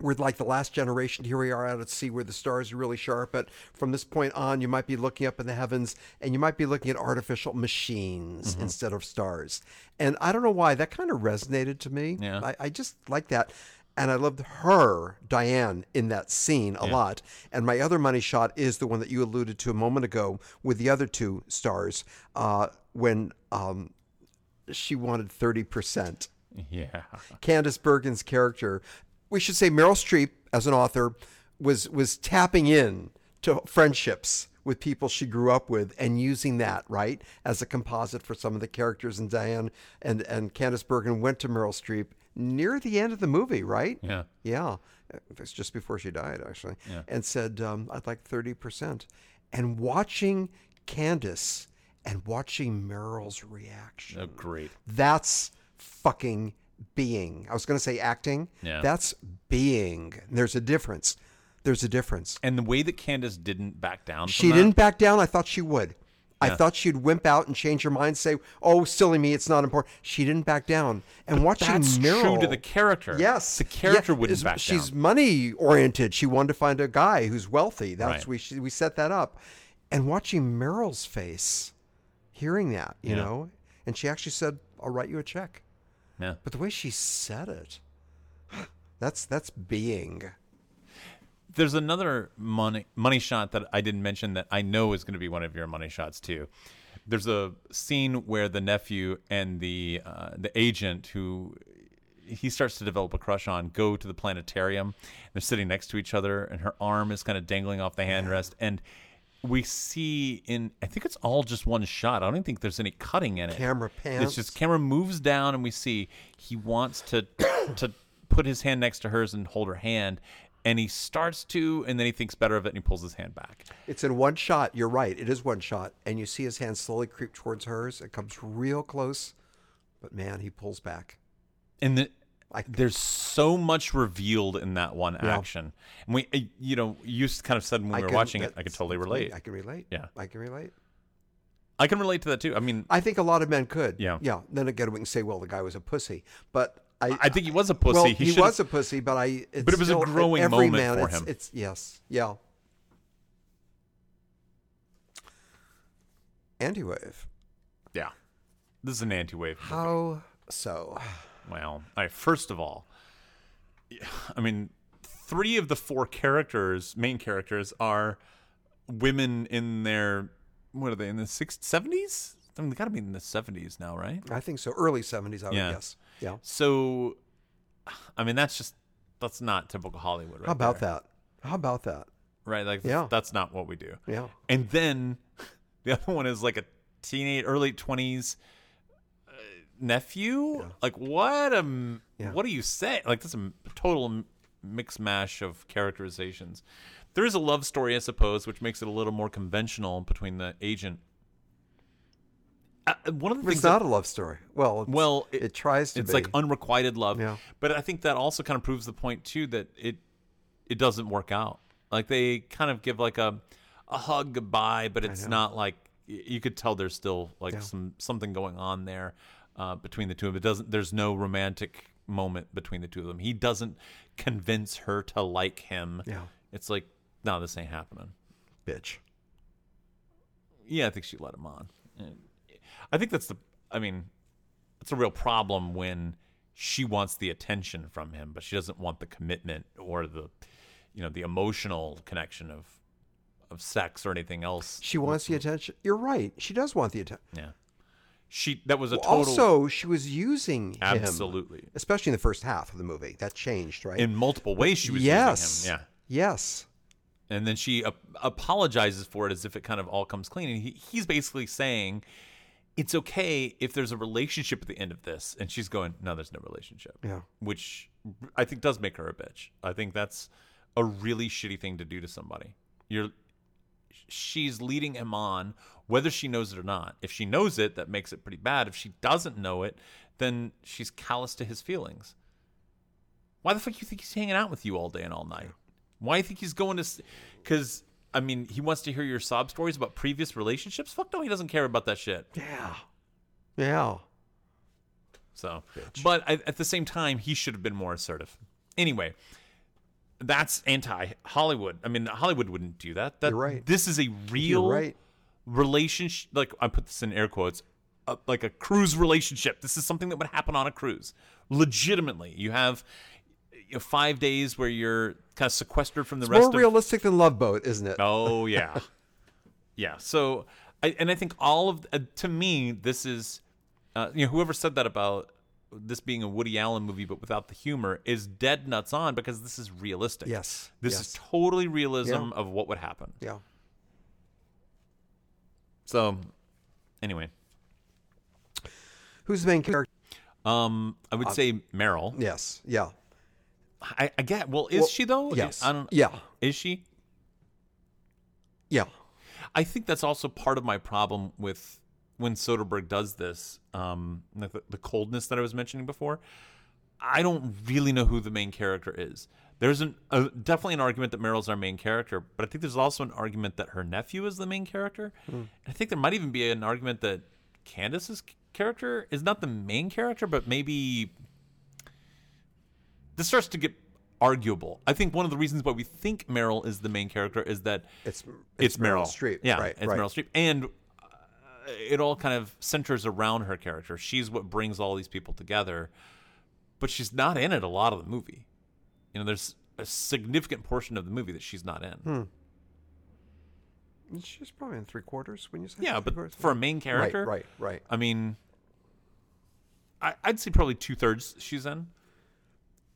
S1: We're like the last generation. Here we are out at sea where the stars are really sharp. But from this point on, you might be looking up in the heavens and you might be looking at artificial machines instead of stars. And I don't know why that kind of resonated to me.
S3: Yeah.
S1: I, I just like that. And I loved her, Diane, in that scene a lot. And my other money shot is the one that you alluded to a moment ago with the other two stars uh, when um, she wanted 30%.
S3: yeah,
S1: Candace Bergen's character, we should say Meryl Streep as an author was was tapping in to friendships with people she grew up with and using that right as a composite for some of the characters. And Diane and and Candace Bergen went to Meryl Streep near the end of the movie, right?
S3: yeah.
S1: Yeah. It was just before she died, actually. And said, um, I'd like 30%. And watching Candace and watching Meryl's reaction.
S3: Oh, great.
S1: That's fucking being. I was going to say acting.
S3: Yeah.
S1: That's being. There's a difference. There's a difference.
S3: And the way that Candace didn't back down.
S1: She
S3: from that-
S1: didn't back down. I thought she would. I thought she'd wimp out and change her mind, say, "Oh, silly me, it's not important." She didn't back down. And watching
S3: That's
S1: Meryl,
S3: true to the character.
S1: Yes,
S3: the character
S1: yeah,
S3: wouldn't
S1: is-
S3: back
S1: She's
S3: down.
S1: money oriented. She wanted to find a guy who's wealthy. That's
S3: Right.
S1: we she, we set that up. And watching Meryl's face, hearing that, you
S3: Yeah.
S1: know, and she actually said, "I'll write you a check."
S3: Yeah.
S1: But the way she said it, that's that's being.
S3: There's another money money shot that I didn't mention that I know is going to be one of your money shots too. There's a scene where the nephew and the uh, the agent who he starts to develop a crush on go to the planetarium. They're sitting next to each other, and her arm is kind of dangling off the handrest. And we see in I think it's all just one shot. I don't even think there's any cutting in it.
S1: Camera
S3: It's just camera moves down, and we see he wants to to put his hand next to hers and hold her hand. And he starts to, and then he thinks better of it, and he pulls his hand back.
S1: It's in one shot. You're right. It is one shot, and you see his hand slowly creep towards hers. It comes real close, but man, he pulls back.
S3: and the,
S1: Like-
S3: there's so much revealed in that one action. And we, uh, you know, you s- kind of said when we were
S1: can-
S3: watching it, I could
S1: that's-
S3: totally
S1: that's me.
S3: relate.
S1: I can relate.
S3: Yeah.
S1: I can relate.
S3: I can relate to that too. I mean,
S1: I think a lot of men could.
S3: Yeah.
S1: Yeah. Then again, we can say, well, the guy was a pussy, but I.
S3: I think he was a pussy.
S1: Well,
S3: he
S1: he,
S3: should
S1: was a pussy, but I. It's
S3: But it was a
S1: still-
S3: growing
S1: every
S3: moment
S1: man,
S3: for
S1: it's,
S3: him.
S1: It's yes, yeah. Anti-wave.
S3: yeah. This is an anti-wave.
S1: How so?
S3: Well, all right, first of all, I mean, three of the four characters, main characters, are women in their what are they in the six seventies? I mean, they got to be in the seventies now, right?
S1: I think so. Early seventies, I would
S3: Yeah.
S1: guess. Yeah.
S3: So, I mean, that's just that's not typical Hollywood, right?
S1: How about
S3: there.
S1: that? How about that?
S3: right? Like,
S1: Yeah.
S3: that's not what we do.
S1: Yeah.
S3: And then the other one is like a teenage, early twenties uh, nephew. Like, what a m-
S1: Yeah.
S3: what do you say? Like, that's a m- total m- mix mash of characterizations. There is a love story, I suppose, which makes it a little more conventional between the agent. Uh, one of the things
S1: It's
S3: that-
S1: not a love story. Well, it's-
S3: well,
S1: it, tries to
S3: It's
S1: be.
S3: like unrequited love.
S1: Yeah.
S3: But I think that also kind of proves the point too that it it doesn't work out. Like they kind of give like a a hug goodbye, but it's not like y- you could tell there's still like some something going on there uh, between the two of them. It doesn't. There's no romantic moment between the two of them. He doesn't convince her to like him.
S1: Yeah.
S3: It's like no, this ain't happening.
S1: bitch.
S3: Yeah, I think she let him on. And I think that's the. I mean, it's a real problem when she wants the attention from him, but she doesn't want the commitment or the, you know, the emotional connection of, of sex or anything else.
S1: She wants the attention. You're right. She does want the attention.
S3: Yeah, she. That was a total.
S1: Also, she was using him.
S3: absolutely.
S1: especially in the first half of the movie. That changed, right?
S3: In multiple ways, she was
S1: yes.
S3: using him. Yeah.
S1: Yes.
S3: and then she ap- apologizes for it as if it kind of all comes clean and he, he's basically saying it's okay if there's a relationship at the end of this and she's going no there's no relationship
S1: Yeah.
S3: which i think does make her a bitch i think that's a really shitty thing to do to somebody you're she's leading him on whether she knows it or not if she knows it that makes it pretty bad if she doesn't know it then she's callous to his feelings why the fuck you think he's hanging out with you all day and all night why you think he's going to because i mean he wants to hear your sob stories about previous relationships fuck no he doesn't care about that shit
S1: Yeah. Yeah.
S3: so, but I, at the same time, he should have been more assertive. Anyway, that's anti Hollywood. I mean, Hollywood wouldn't do that. that
S1: You're right.
S3: This is a real
S1: right.
S3: relationship. Like I put this in air quotes, uh, like a cruise relationship. This is something that would happen on a cruise. Legitimately, you have you know, five days where you're kind of sequestered from the rest
S1: More
S3: of
S1: realistic than Love Boat, isn't it?
S3: Oh yeah, yeah. So, I, and I think all of uh, to me this is, uh, you know, whoever said that about this being a Woody Allen movie but without the humor is dead nuts on because this is realistic.
S1: Yes,
S3: this
S1: yes.
S3: is totally realism of what would happen.
S1: Yeah.
S3: So, anyway,
S1: Who's the main character?
S3: um, I
S1: Uh,
S3: would say Meryl.
S1: Yes. Yeah.
S3: I, I get. Well, is
S1: Well,
S3: she though?
S1: yes.
S3: I don't.
S1: Yeah.
S3: Is she?
S1: Yeah.
S3: I think that's also part of my problem with when Soderbergh does this, um, the, the coldness that I was mentioning before. I don't really know who the main character is. There's an uh, definitely an argument that Meryl's our main character, but I think there's also an argument that her nephew is the main character. And I think there might even be an argument that Candace's c- character is not the main character, but maybe this starts to get arguable. I think one of the reasons why we think Meryl is the main character is that
S1: It's
S3: it's, Meryl
S1: Streep.
S3: Yeah,
S1: right,
S3: it's
S1: right.
S3: Meryl Streep, and uh, it all kind of centers around her character. She's what brings all these people together, but she's not in it a lot of the movie. You know, there's a significant portion of the movie that she's not in.
S1: Hmm. She's probably in three quarters when you say
S3: Yeah,
S1: three
S3: but
S1: quarters.
S3: for a main
S1: right,
S3: character,
S1: right, right.
S3: I mean, I, I'd say probably two thirds she's in.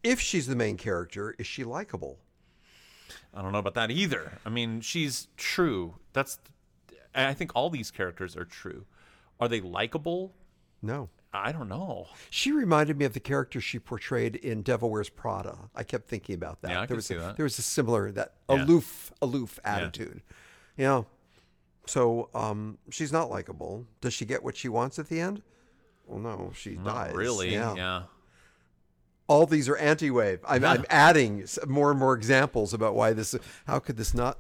S1: If she's the main character, is she likable?
S3: I don't know about that either. I mean, she's true. That's, I think all these characters are true. Are they likable?
S1: No.
S3: I don't know.
S1: She reminded me of the character she portrayed in Devil Wears Prada. I kept thinking about that.
S3: Yeah, I
S1: there
S3: could
S1: was
S3: see
S1: a,
S3: that.
S1: There was a similar that aloof, aloof attitude. Yeah. So um, she's not likable. Does she get what she wants at the end? Well, no, she dies.
S3: Really? yeah.
S1: All these are anti-wave. I'm, I'm adding s- more and more examples about why this. How could this not?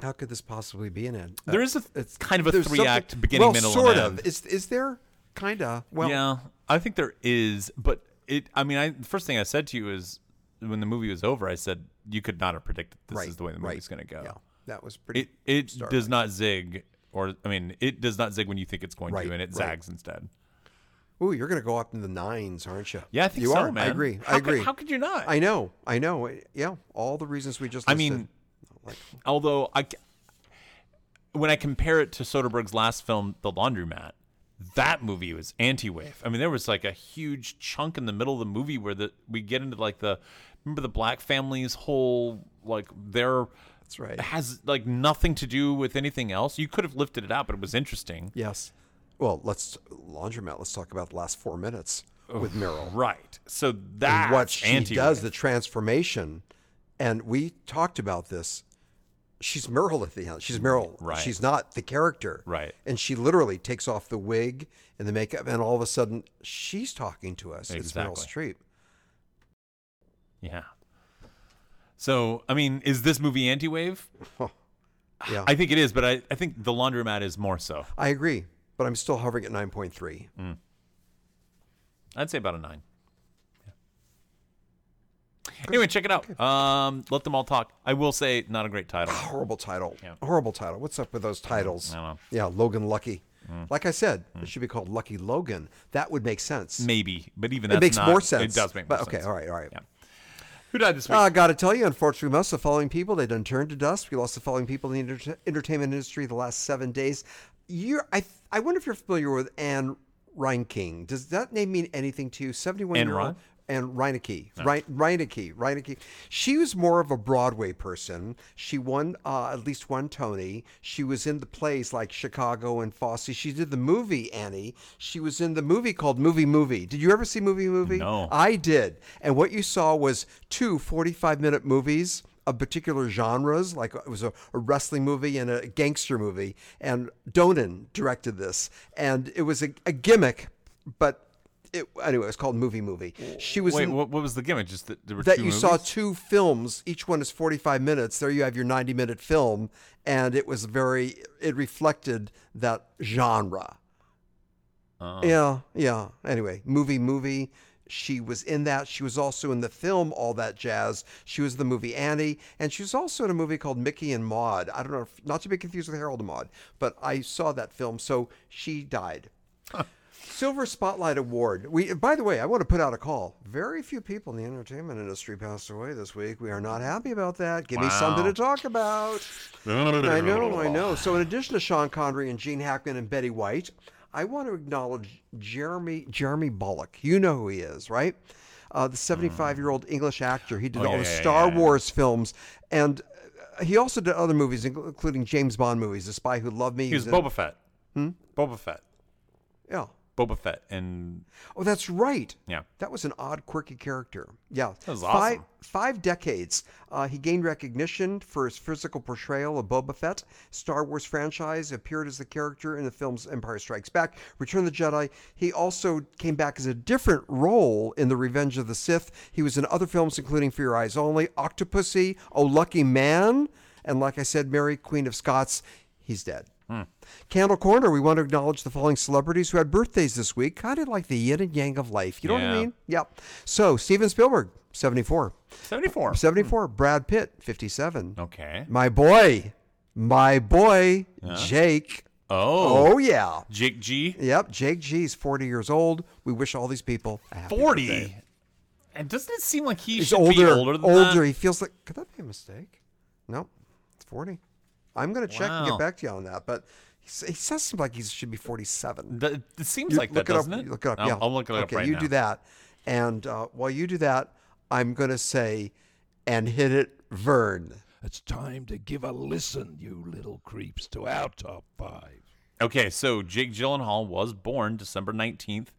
S1: How could this possibly be an end?
S3: There is a it's kind of a
S1: Uh, There's
S3: three
S1: something-
S3: act beginning,
S1: well,
S3: middle,
S1: sort
S3: and
S1: of.
S3: end.
S1: Is is there kind of? Well,
S3: yeah, I think there is, but it. I mean, I the first thing I said to you is when the movie was over, I said you could not have predicted this
S1: right,
S3: is the way the
S1: right.
S3: movie's going to go.
S1: Yeah, that was pretty.
S3: It it does not zig, or I mean, it does not zig when you think it's going
S1: Right,
S3: to, and it
S1: right.
S3: zags instead.
S1: Ooh, you're going to go up in the nines, aren't you?
S3: Yeah, I think
S1: you
S3: so,
S1: are.
S3: man.
S1: I agree.
S3: How
S1: I
S3: could-
S1: agree.
S3: how could you not?
S1: I know. I know. Uh, Yeah, all the reasons we just.
S3: I
S1: listed.
S3: mean, although I, ca- when I compare it to Soderbergh's last film, The Laundromat, that movie was anti-wave. I mean, there was like a huge chunk in the middle of the movie where the we get into like the remember the black family's whole like their
S1: That's right.
S3: has like nothing to do with anything else. You could have lifted it out, but it was interesting.
S1: yes. Well, let's laundromat. Let's talk about the last four minutes with Meryl.
S3: Right. So that
S1: what she
S3: anti
S1: does, the transformation, and we talked about this. She's Meryl at the end. She's Meryl.
S3: Right.
S1: She's not the character.
S3: Right.
S1: And she literally takes off the wig and the makeup, and all of a sudden she's talking to us. It's Meryl Streep.
S3: Yeah. So I mean, is this movie anti-wave?
S1: Yeah.
S3: I think it is, but I, I think The Laundromat is more so.
S1: I agree, but I'm still hovering at 9.3.
S3: Mm. I'd say about a nine. Yeah. Anyway, check it out. Um, Let them all talk. I will say, not a great title.
S1: Horrible title. Horrible title. What's up with those titles? Yeah, Logan Lucky.
S3: Mm.
S1: Like I said, it should be called Lucky Logan. That would make sense.
S3: Maybe, but even
S1: it
S3: Mm. that's
S1: makes
S3: not-
S1: more sense.
S3: It does make
S1: but,
S3: more
S1: okay,
S3: sense.
S1: all right, all right.
S3: Yeah. Who died this week?
S1: I uh, got to tell you, unfortunately, most of the following people, they done turned to dust. We lost the following people in the enter- entertainment industry the last seven days. You're, I, I wonder if you're familiar with Anne Reinking. Does that name mean anything to you? 71
S3: Anne
S1: year
S3: Rein?
S1: old. And Reineke,
S3: Oh.
S1: Rein- Reineke, Reineke. She was more of a Broadway person. She won uh, at least one Tony. She was in the plays like Chicago and Fosse. She did the movie Annie. She was in the movie called Movie Movie. Did you ever see Movie Movie?
S3: No.
S1: I did. And what you saw was two 45 minute movies of particular genres, like it was a, a wrestling movie and a gangster movie. And Donan directed this. And it was a, a gimmick, but it, anyway, it was called Movie Movie. She was
S3: Wait,
S1: in,
S3: what, what was the gimmick? Just that there were
S1: that
S3: two
S1: you
S3: movies?
S1: saw two films each one is 45 minutes there you have your 90 minute film and it was very it reflected that genre
S3: Uh-huh.
S1: yeah yeah anyway movie movie she was in that she was also in the film all that jazz she was in the movie annie and she was also in a movie called mickey and maud i don't know if, not to be confused with harold and maude but i saw that film so she died Silver Spotlight Award. We, by the way, I want to put out a call. Very few people in the entertainment industry passed away this week. We are not happy about that. Give me something to talk about. I know, I know. So, in addition to Sean Connery and Gene Hackman and Betty White, I want to acknowledge Jeremy Jeremy Bullock. You know who he is, right? Uh, the 75 year old English actor. He did all
S3: Oh,
S1: the
S3: yeah, yeah,
S1: Star
S3: yeah, yeah.
S1: Wars films, and uh, he also did other movies, inc- including James Bond movies, The Spy Who Loved Me.
S3: He was
S1: in-
S3: Boba Fett. Hmm? Boba Fett.
S1: Yeah.
S3: Boba Fett, and
S1: Oh, that's right.
S3: yeah,
S1: That was an odd, quirky character. Yeah.
S3: That was
S1: Five,
S3: awesome.
S1: five decades, uh, he gained recognition for his physical portrayal of Boba Fett. Star Wars franchise appeared as the character in the films Empire Strikes Back, Return of the Jedi. He also came back as a different role in The Revenge of the Sith. He was in other films, including For Your Eyes Only, Octopussy, Oh Lucky Man, and like I said, Mary, Queen of Scots. He's dead.
S3: Hmm.
S1: Candle Corner, we want to acknowledge the following celebrities who had birthdays this week, kind of like the yin and yang of life. You know what I
S3: Yeah.
S1: mean? Yep. So, Steven Spielberg, 74.
S3: seventy four.
S1: 74. Brad Pitt, 57.
S3: Okay.
S1: My boy, my boy, Jake.
S3: Oh,
S1: Oh. yeah.
S3: Jake G.
S1: Yep. Jake G's 40 years old. We wish all these people a happy birthday.
S3: Forty. And doesn't it seem like he
S1: He's
S3: should
S1: older.
S3: be older than
S1: older.
S3: that?
S1: He feels like, could that be a mistake? No, it's 40. I'm going to check and get
S3: Wow.
S1: back to you on that, but he s- he says seems like he should be 47.
S3: Th- It, seems
S1: You
S3: like that,
S1: look it
S3: doesn't
S1: up,
S3: it?
S1: you Look it up.
S3: I'll,
S1: yeah.
S3: I'll look it up
S1: okay,
S3: right
S1: you
S3: now.
S1: do that, and uh, while you do that, I'm gonna say, and hit it, Vern.
S4: It's time to give a listen, you little creeps, to our top five.
S3: Okay, so Jake Gyllenhaal was born December nineteenth,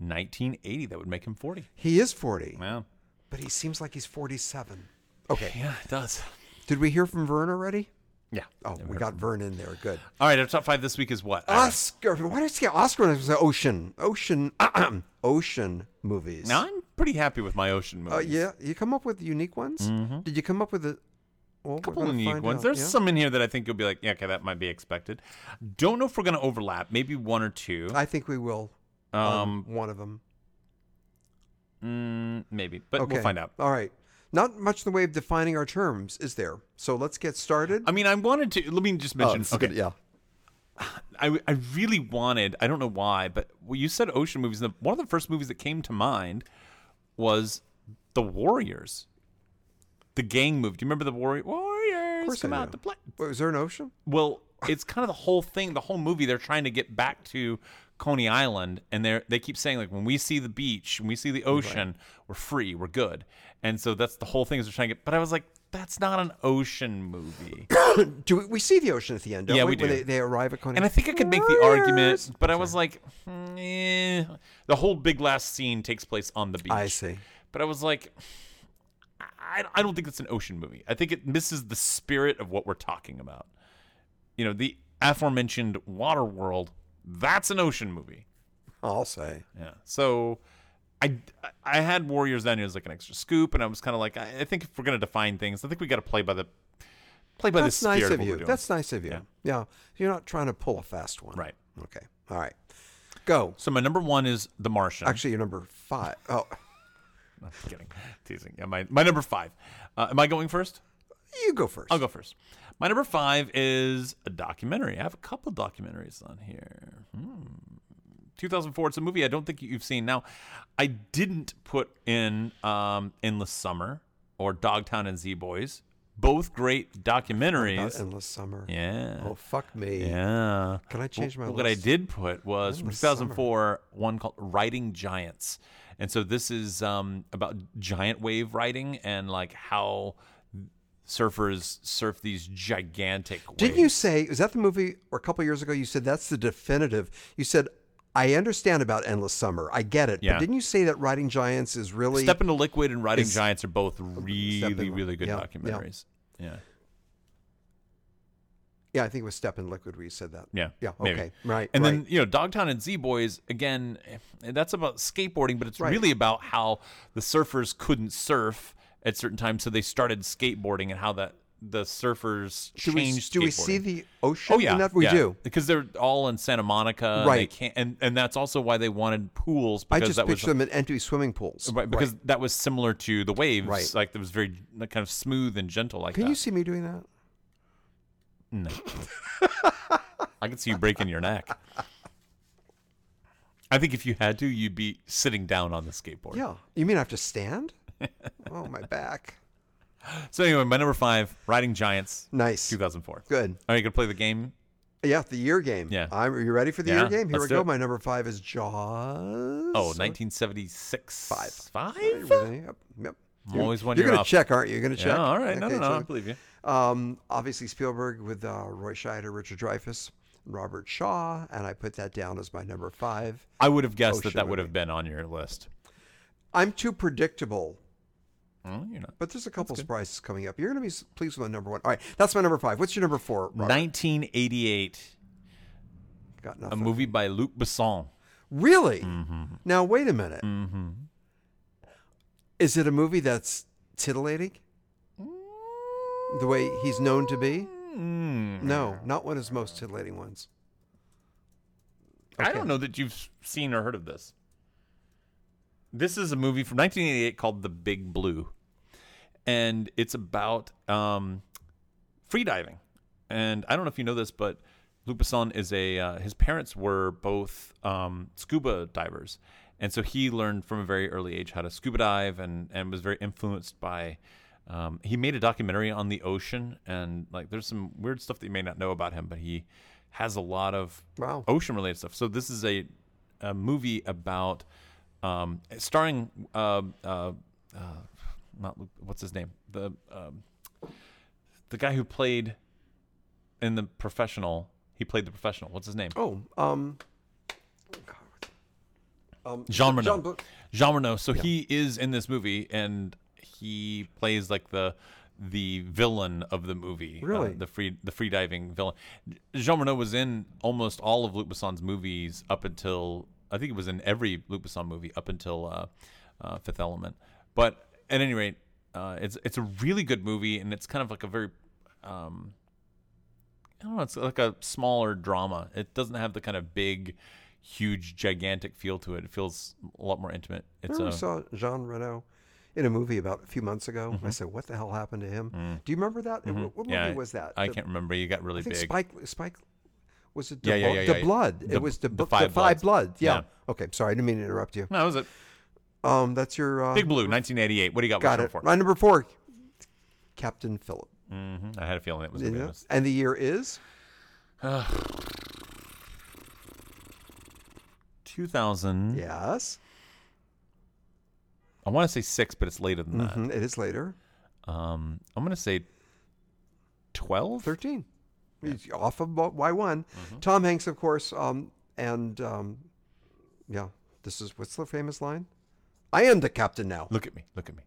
S3: nineteen eighty. That would make him forty.
S1: He is 40,
S3: Yeah.
S1: but he seems like he's 47. Okay.
S3: Yeah, it does.
S1: Did we hear from Vern already?
S3: Yeah.
S1: Oh, we got Vern in there. Good.
S3: All right, our top five this week is what? Ira?
S1: Oscar. Why did I say Oscar? when I was ocean, ocean, ocean movies.
S3: Now I'm pretty happy with my ocean movies.
S1: Uh, yeah, you come up with unique ones. Did you come up with a well, we're
S3: Mm-hmm. couple
S1: gonna
S3: unique
S1: find
S3: ones.
S1: out,
S3: There's
S1: yeah?
S3: some in here that I think you'll be like, yeah, okay, that might be expected. Don't know if we're gonna overlap. Maybe one or two.
S1: I think we will.
S3: Um,
S1: one of them.
S3: mm, maybe, but we'll find out.
S1: All right. Not much in the way of defining our terms, is there? So let's get started.
S3: I mean, I wanted to. Let me just
S1: Oh,
S3: mention. okay,
S1: yeah.
S3: I, I really wanted. I don't know why, but when you said ocean movies, and the, one of the first movies that came to mind was The Warriors, the gang movie. Do you remember the Warrior Warriors?
S1: course
S3: come
S1: I
S3: out
S1: do.
S3: to play.
S1: Wait, was there an ocean?
S3: Well, it's kind of the whole thing, the whole movie. They're trying to get back to Coney Island, and they are they keep saying like, when we see the beach, when we see the ocean, we're free, we're good. And so that's the whole thing is they're trying to get. But I was like, that's not an ocean movie.
S1: Do we, we see the ocean at the end? Don't
S3: Yeah,
S1: we
S3: we
S1: When
S3: do.
S1: they, they arrive at Coney.
S3: And I think I could make the argument, but I was like, "Hmm, eh. the whole big last scene takes place on the beach.
S1: I see.
S3: But I was like, I, I don't think it's an ocean movie. I think it misses the spirit of what we're talking about. You know, the aforementioned water world, that's an ocean movie.
S1: I'll say.
S3: Yeah. So I, I had Warriors then as like an extra scoop, and I was kind of like, I, I think if we're going to define things, I think we got to play by the play by
S1: That's
S3: the spirit
S1: nice of
S3: what we're
S1: you.
S3: doing.
S1: That's nice of you. Yeah. You're not trying to pull a fast one.
S3: Right.
S1: Okay. All right. Go.
S3: so my number one is The Martian.
S1: Actually, you're number five. Oh,
S3: I'm just kidding. Teasing. Yeah, my, my number five. Uh, am I going first?
S1: you go 1st
S3: I'll go first. My number five is a documentary. I have a couple documentaries on here. Hmm. 2004. It's a movie I don't think you've seen. Now, I didn't put in um, Endless Summer or Dogtown and Z Boys. Both great documentaries.
S1: Endless summer.
S3: yeah.
S1: Oh, fuck me.
S3: Yeah.
S1: Can I change my
S3: What
S1: list?
S3: I did put was from 2004 one called Riding Giants. And so this is um, about giant wave riding and like how surfers surf these gigantic waves.
S1: Didn't you say, was that the movie or a couple years ago? You said that's the definitive. You said, I understand about Endless Summer. I get it. But
S3: Yeah.
S1: didn't you say that Riding Giants is really.
S3: Step into Liquid and Riding
S1: Is-
S3: Giants are both really,
S1: Into-
S3: really good
S1: yeah, yeah.
S3: documentaries. Yeah.
S1: yeah, I think it was Step in Liquid where you said that.
S3: Yeah.
S1: Yeah.
S3: maybe.
S1: Okay. Right.
S3: And
S1: right.
S3: then, you know, Dogtown and Z Boys, again, eh, that's about skateboarding, but it's
S1: Right.
S3: really about how the surfers couldn't surf at certain times. So they started skateboarding and how that the surfers
S1: do we,
S3: changed
S1: do we
S3: skateboarding.
S1: see the ocean?
S3: Oh yeah,
S1: in that? we
S3: yeah.
S1: do.
S3: because they're all in Santa Monica, right?
S1: Right.
S3: And, they can't, and and that's also why they wanted pools
S1: I
S3: because
S1: just
S3: that was
S1: picture them in empty swimming pools.
S3: right, because that was similar to the waves,
S1: Right.
S3: Like it was very like, kind of smooth and gentle, like
S1: Can
S3: that.
S1: you see me doing that?
S3: No. I could see you breaking your neck. I think if you had to, you'd be sitting down on the skateboard.
S1: Yeah. You mean I have to stand? oh, my back.
S3: So anyway, my number five, Riding Giants,
S1: Nice.
S3: 2004.
S1: Good.
S3: Are you gonna play the game?
S1: Yeah, the year game.
S3: Yeah.
S1: I'm, are you ready for the year
S3: Yeah,
S1: game? Here
S3: let's
S1: we
S3: do
S1: go.
S3: it.
S1: My number five is Jaws.
S3: Oh, 1976. Five. Five.
S1: Everything. Yep. Yep.
S3: I'm
S1: You're-
S3: always one
S1: You're
S3: year
S1: gonna
S3: off.
S1: check, aren't you? You're gonna check.
S3: Yeah. All right. no,
S1: Okay,
S3: no, no. I
S1: so-
S3: believe you.
S1: Um, obviously Spielberg with uh, Roy Scheider, Richard Dreyfuss, Robert Shaw, and I put that down as my number five.
S3: I would have guessed that
S1: Ocean
S3: that would have been on your list.
S1: I'm too predictable,
S3: Oh, you're not.
S1: but there's a couple surprises coming up. You're going to be s- pleased with my number one. All right, that's my number five. What's your number four? Robert?
S3: 1988,
S1: Got
S3: a
S1: nothing.
S3: movie by Luc Besson.
S1: Really?
S3: Mm-hmm.
S1: Now wait a minute. Is it a movie that's titillating? The way he's known to be?
S3: Mm.
S1: No, not one of his most titillating ones.
S3: I don't know that you've seen or heard of this. This is a movie from 1988 called The Big Blue, and it's about um, freediving. And I don't know if you know this, but Luc Besson is a uh, his parents were both um, scuba divers, and so he learned from a very early age how to scuba dive, and and was very influenced by. Um, he made a documentary on the ocean, and like there's some weird stuff that you may not know about him, but he has a lot of
S1: Wow.
S3: ocean related stuff. So this is a, a movie about um, starring uh, uh, uh, not Luke, what's his name the um, the guy who played in the professional. He played the professional. What's his name?
S1: Oh, um,
S3: Jean Reno.
S1: Jean Bo-
S3: Jean Reno. So he is in this movie, and he plays like the the villain of the movie. uh,
S1: Really?
S3: the free the free diving villain. Jean Reno was in almost all of Luc Besson's movies up until I think it was in every Luc Besson movie up until uh, uh, Fifth Element. But at any rate, uh, it's it's a really good movie, and it's kind of like a very um, I don't know. It's like a smaller drama. It doesn't have the kind of big, huge, gigantic feel to it. It feels a lot more intimate.
S1: I
S3: It's
S1: remember
S3: a,
S1: we saw Jean Reno in a movie about a few months ago. I said, "What the hell happened to him?" Do you remember that? Wh- What, movie
S3: Mm-hmm. Mm. yeah,
S1: was that?
S3: I
S1: The-
S3: can't remember. You got
S1: I
S3: really
S1: think
S3: big.
S1: Spike. Spike was it? The,
S3: Yeah, yeah, yeah, yeah, yeah.
S1: Blood.
S3: The-
S1: it was the,
S3: the
S1: bu-
S3: Five
S1: Five Blood.
S3: Bloods.
S1: Yeah.
S3: Yeah.
S1: Okay. Sorry, I didn't mean to interrupt you.
S3: no, it was a
S1: Um, that's your uh,
S3: big blue, 1988. What do you got?
S1: Got
S3: What's
S1: it.
S3: your
S1: My number four, Captain Philip.
S3: four? Mhm. I had a feeling it was. gonna be
S1: Yeah.
S3: this.
S1: And the year is
S3: 2000.
S1: yes.
S3: I want to say six, but it's later than
S1: Mhm, It is later.
S3: that.
S1: Mm-hmm.
S3: Um, I'm gonna say 12.
S1: Thirteen. He's off of Y one.
S3: Mm-hmm.
S1: Tom Hanks, of course. Um, and um, yeah, this is what's the famous line? I am the captain now.
S3: Look at me. Look at me.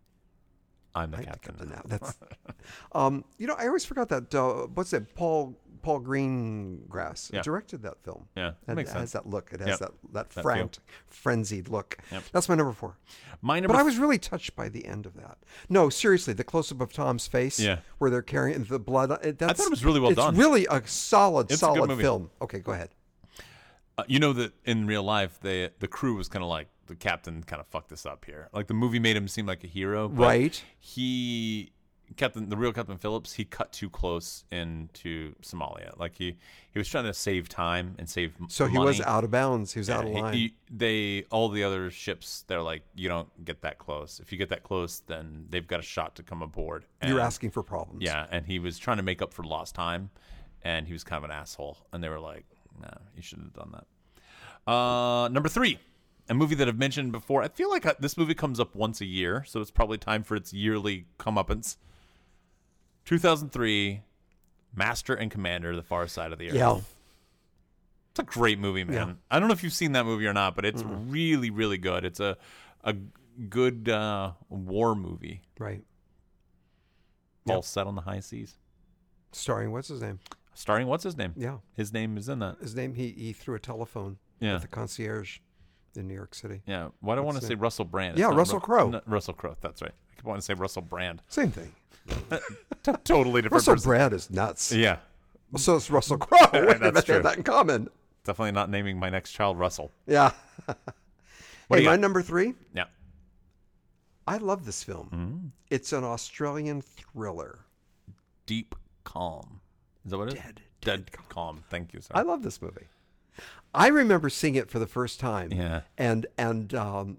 S3: I'm the
S1: I am the
S3: captain.
S1: captain now. That's. um, you know, I always forgot that. Uh, what's that? Paul Paul Greengrass
S3: Yeah.
S1: directed that film.
S3: Yeah, that
S1: and
S3: makes
S1: it has
S3: sense.
S1: that look. It has
S3: Yep.
S1: that that,
S3: feel.
S1: frantic, frenzied look.
S3: Yep.
S1: That's my number four.
S3: My number
S1: But I was really touched by the end of that. No, seriously, the close up of Tom's face,
S3: Yeah.
S1: where they're carrying the blood. It, that's,
S3: it was really well
S1: it's
S3: done.
S1: Really a solid,
S3: It's a good
S1: solid
S3: movie.
S1: film. Okay, go ahead.
S3: Uh, you know that in real life, the the crew was kind of like the captain kind of fucked this up here. Like the movie made him seem like a hero, but
S1: Right.
S3: He Captain, the real Captain Phillips, he cut too close into Somalia. Like he he was trying to save time and save m-
S1: So he
S3: money.
S1: was out of bounds. He was out of
S3: Yeah, he-
S1: line.
S3: he- they all the other ships, they're like, you don't get that close. If you get that close, then they've got a shot to come aboard.
S1: You're
S3: And-
S1: asking for problems.
S3: yeah, and he was trying to make up for lost time, and he was kind of an asshole. And they were like, "Nah, you shouldn't have done that." Uh, number three, a movie that I've mentioned before. I feel like uh, this movie comes up once a year, so it's probably time for its yearly comeuppance. 2003, Master and Commander: The Far Side of the Earth.
S1: Yeah.
S3: It's a great movie, man. I don't know if you've seen that movie or not, but it's really, really good. It's a a good uh, war movie,
S1: Right.
S3: all set on the high seas,
S1: Starring what's his name?
S3: starring what's his name?
S1: Yeah.
S3: His name is in that.
S1: His name he he threw a telephone
S3: Yeah.
S1: at the concierge in New York City.
S3: Yeah. Why do I want to
S1: What's
S3: say
S1: the-
S3: Russell Brand?
S1: Yeah,
S3: not
S1: Russell
S3: Ru-
S1: Crowe.
S3: no, Russell Crowe. That's right. I keep wanting to say Russell Brand.
S1: Same thing.
S3: totally different
S1: Russell
S3: person.
S1: Brad is nuts.
S3: Yeah.
S1: So is Russell Crowe. Wait a
S3: that's
S1: minute, they
S3: true.
S1: have that in common.
S3: Definitely not naming my next child Russell.
S1: Yeah.
S3: What do
S1: hey,
S3: you
S1: my
S3: got?
S1: number three.
S3: Yeah.
S1: I love this film.
S3: Mm.
S1: It's an Australian thriller.
S3: Deep calm. Is that what it is?
S1: Dead,
S3: Dead, calm. Thank you, sir.
S1: I love this movie. I remember seeing it for the first time.
S3: Yeah.
S1: And and um,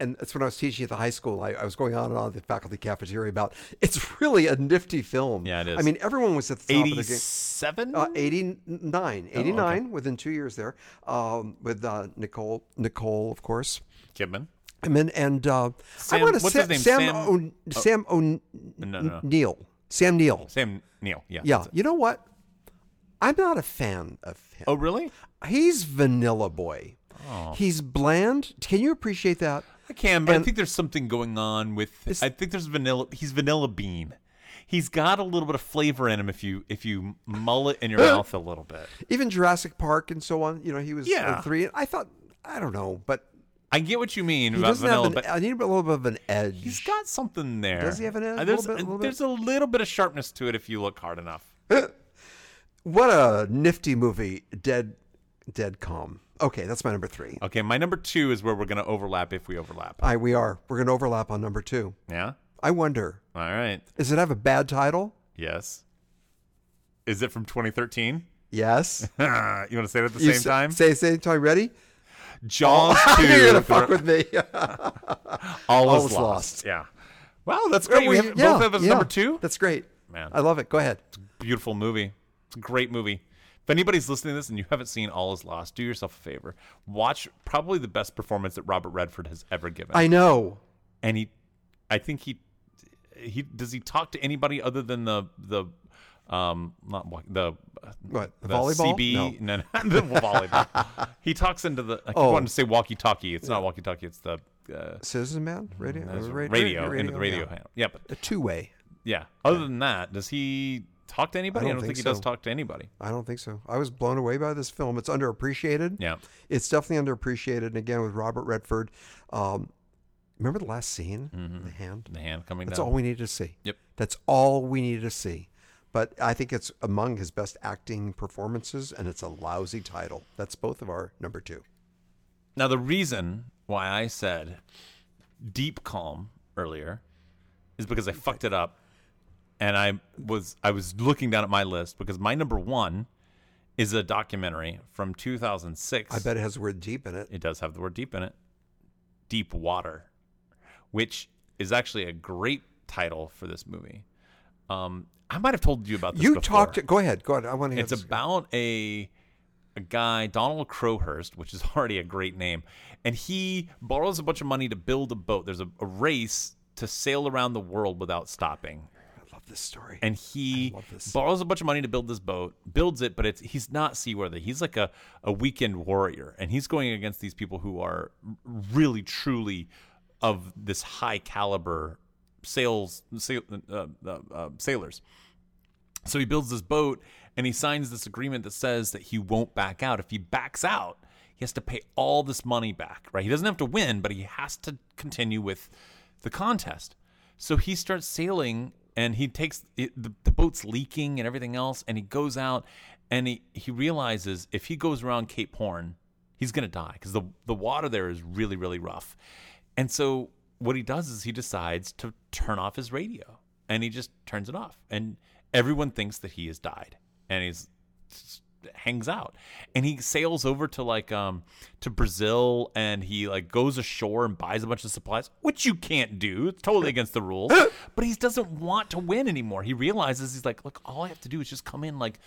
S1: and that's when I was teaching at the high school. I, I was going on and on at the faculty cafeteria about it's really a nifty film.
S3: Yeah, it is.
S1: I mean, everyone was at the top of the game.
S3: 87?
S1: Uh,
S3: Oh,
S1: 89, 89 within two years there um, with uh, Nicole, Nicole, of course.
S3: Kidman.
S1: And then, and uh,
S3: Sam-
S1: I want to
S3: what's
S1: say
S3: his name?
S1: Sam,
S3: Sam- Oh.
S1: O'N- Sam O'Neill.
S3: No, no, no.
S1: Sam Neill.
S3: Sam Neil. Yeah.
S1: Yeah.
S3: that's it.
S1: You know what? I'm not a fan of him.
S3: Oh, really?
S1: He's vanilla boy.
S3: Oh.
S1: He's bland. Can you appreciate that?
S3: I can, but I
S1: And-
S3: think there's something going on with. I think there's vanilla. He's vanilla bean. He's got a little bit of flavor in him if you if you mull it in your mouth a little bit.
S1: Even Jurassic Park and so on. You know, he was in
S3: Yeah.
S1: three. I thought I don't know, but
S3: I get what you mean
S1: he
S3: about
S1: doesn't
S3: vanilla,
S1: have. An, e,
S3: but
S1: I need a little bit of an edge.
S3: he's got something there.
S1: Does he have an edge?
S3: Uh, There's
S1: Little bit, little bit?
S3: there's a little bit of sharpness to it if you look hard enough.
S1: what a nifty movie, Dead, Dead Calm. Okay, that's my number three.
S3: Okay, my number two is where we're gonna overlap if we overlap.
S1: I we are we're gonna overlap on number two.
S3: Yeah.
S1: I wonder
S3: All right.
S1: does it have a bad title?
S3: Yes. Is it from 2013?
S1: Yes.
S3: you want to say it at the
S1: You
S3: same
S1: s-
S3: time?
S1: Say same time. Ready?
S3: Jaws 2.
S1: You're gonna
S3: the-
S1: fuck with me.
S3: all,
S1: All
S3: is
S1: is
S3: lost.
S1: Lost.
S3: Yeah. Wow, that's great. We have, both of us
S1: yeah,
S3: number two. Mm-hmm.
S1: That's great.
S3: Man.
S1: I love it. Go ahead.
S3: beautiful movie. It's a great movie. If anybody's listening to this and you haven't seen All Is Lost, do yourself a favor. Watch probably the best performance that Robert Redford has ever given.
S1: I know.
S3: and he, I think he, he does he talk to anybody other than the the, um not wa- the
S1: What,
S3: the
S1: volleyball?
S3: CB no, no, the volleyball. he talks into the. I keep
S1: Oh.
S3: wanting to say walkie-talkie. It's not walkie-talkie. It's the uh,
S1: Citizen Man. Radio.
S3: radio, into the radio
S1: Yeah.
S3: handle. Yeah, but
S1: A two way.
S3: Yeah. Other than that, does he talk to anybody? I don't,
S1: don't
S3: think,
S1: think
S3: he does
S1: so.
S3: talk to anybody.
S1: I don't think so. I was blown away by this film. It's underappreciated.
S3: Yeah.
S1: It's definitely underappreciated. And again, with Robert Redford, um, remember the last scene? The hand.
S3: The hand coming
S1: That's
S3: down.
S1: all we needed to see.
S3: Mm-hmm. Yep.
S1: That's all we needed to see. But I think it's among his best acting performances, and it's a lousy title. That's both of our number two.
S3: now the reason why I said deep calm earlier is because I fucked it up and I was I was looking down at my list because my number one is a documentary from two thousand six.
S1: I bet it has the word deep in it.
S3: It does have the word deep in it. Deep Water, which is actually a great title for this movie. Um, I might have told you about this.
S1: You
S3: before.
S1: talked. Go ahead. Go ahead. I want to. hear
S3: It's
S1: this.
S3: about a a guy, Donald Crowhurst, which is already a great name, and he borrows a bunch of money to build a boat. There's a, a race to sail around the world without stopping.
S1: I love this story.
S3: And he
S1: love this.
S3: borrows a bunch of money to build this boat, builds it, but it's he's not seaworthy. He's like a, a weekend warrior, and he's going against these people who are really, truly of this high caliber sales sail, uh, uh, uh, sailors. So he builds this boat and he signs this agreement that says that he won't back out. If he backs out, he has to pay all this money back, right? He doesn't have to win, but he has to continue with the contest. So he starts sailing and he takes it, the, the boat's leaking and everything else. And he goes out and he, he realizes if he goes around Cape Horn, he's going to die because the, the water there is really, really rough. And so what he does is he decides to turn off his radio and he just turns it off. And everyone thinks that he has died and he's hangs out and he sails over to like um to Brazil and he like goes ashore and buys a bunch of supplies which you can't do it's totally against the rules but he doesn't want to win anymore he realizes he's like look all I have to do is just come in like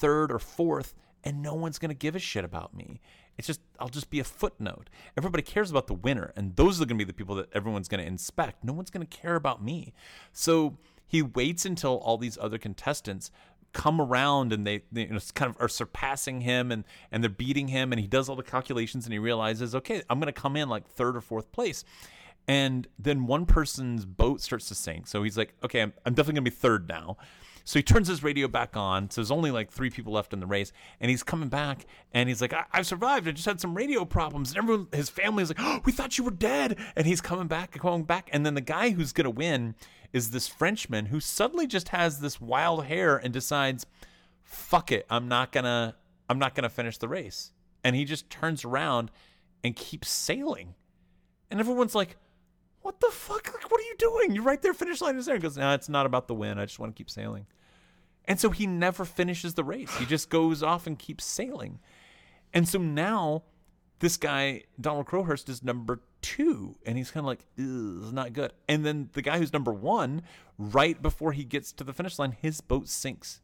S3: third or fourth and no one's going to give a shit about me it's just I'll just be a footnote everybody cares about the winner and those are going to be the people that everyone's going to inspect no one's going to care about me so he waits until all these other contestants come around and they, they you know, kind of are surpassing him and and they're beating him and he does all the calculations and he realizes okay i'm going to come in like third or fourth place and then one person's boat starts to sink so he's like okay i'm, I'm definitely going to be third now so he turns his radio back on so there's only like three people left in the race and he's coming back and he's like I- i've survived i just had some radio problems and everyone his family's like oh, we thought you were dead and he's coming back and going back and then the guy who's going to win is this Frenchman who suddenly just has this wild hair and decides, "Fuck it, I'm not gonna, I'm not gonna finish the race," and he just turns around and keeps sailing, and everyone's like, "What the fuck? Like, what are you doing? You're right there, finish line is there." He goes, "No, it's not about the win. I just want to keep sailing," and so he never finishes the race. He just goes off and keeps sailing, and so now this guy Donald Crowhurst is number two, and he's kind of like, "Ugh, this is not good. And then the guy who's number one, right before he gets to the finish line, his boat sinks,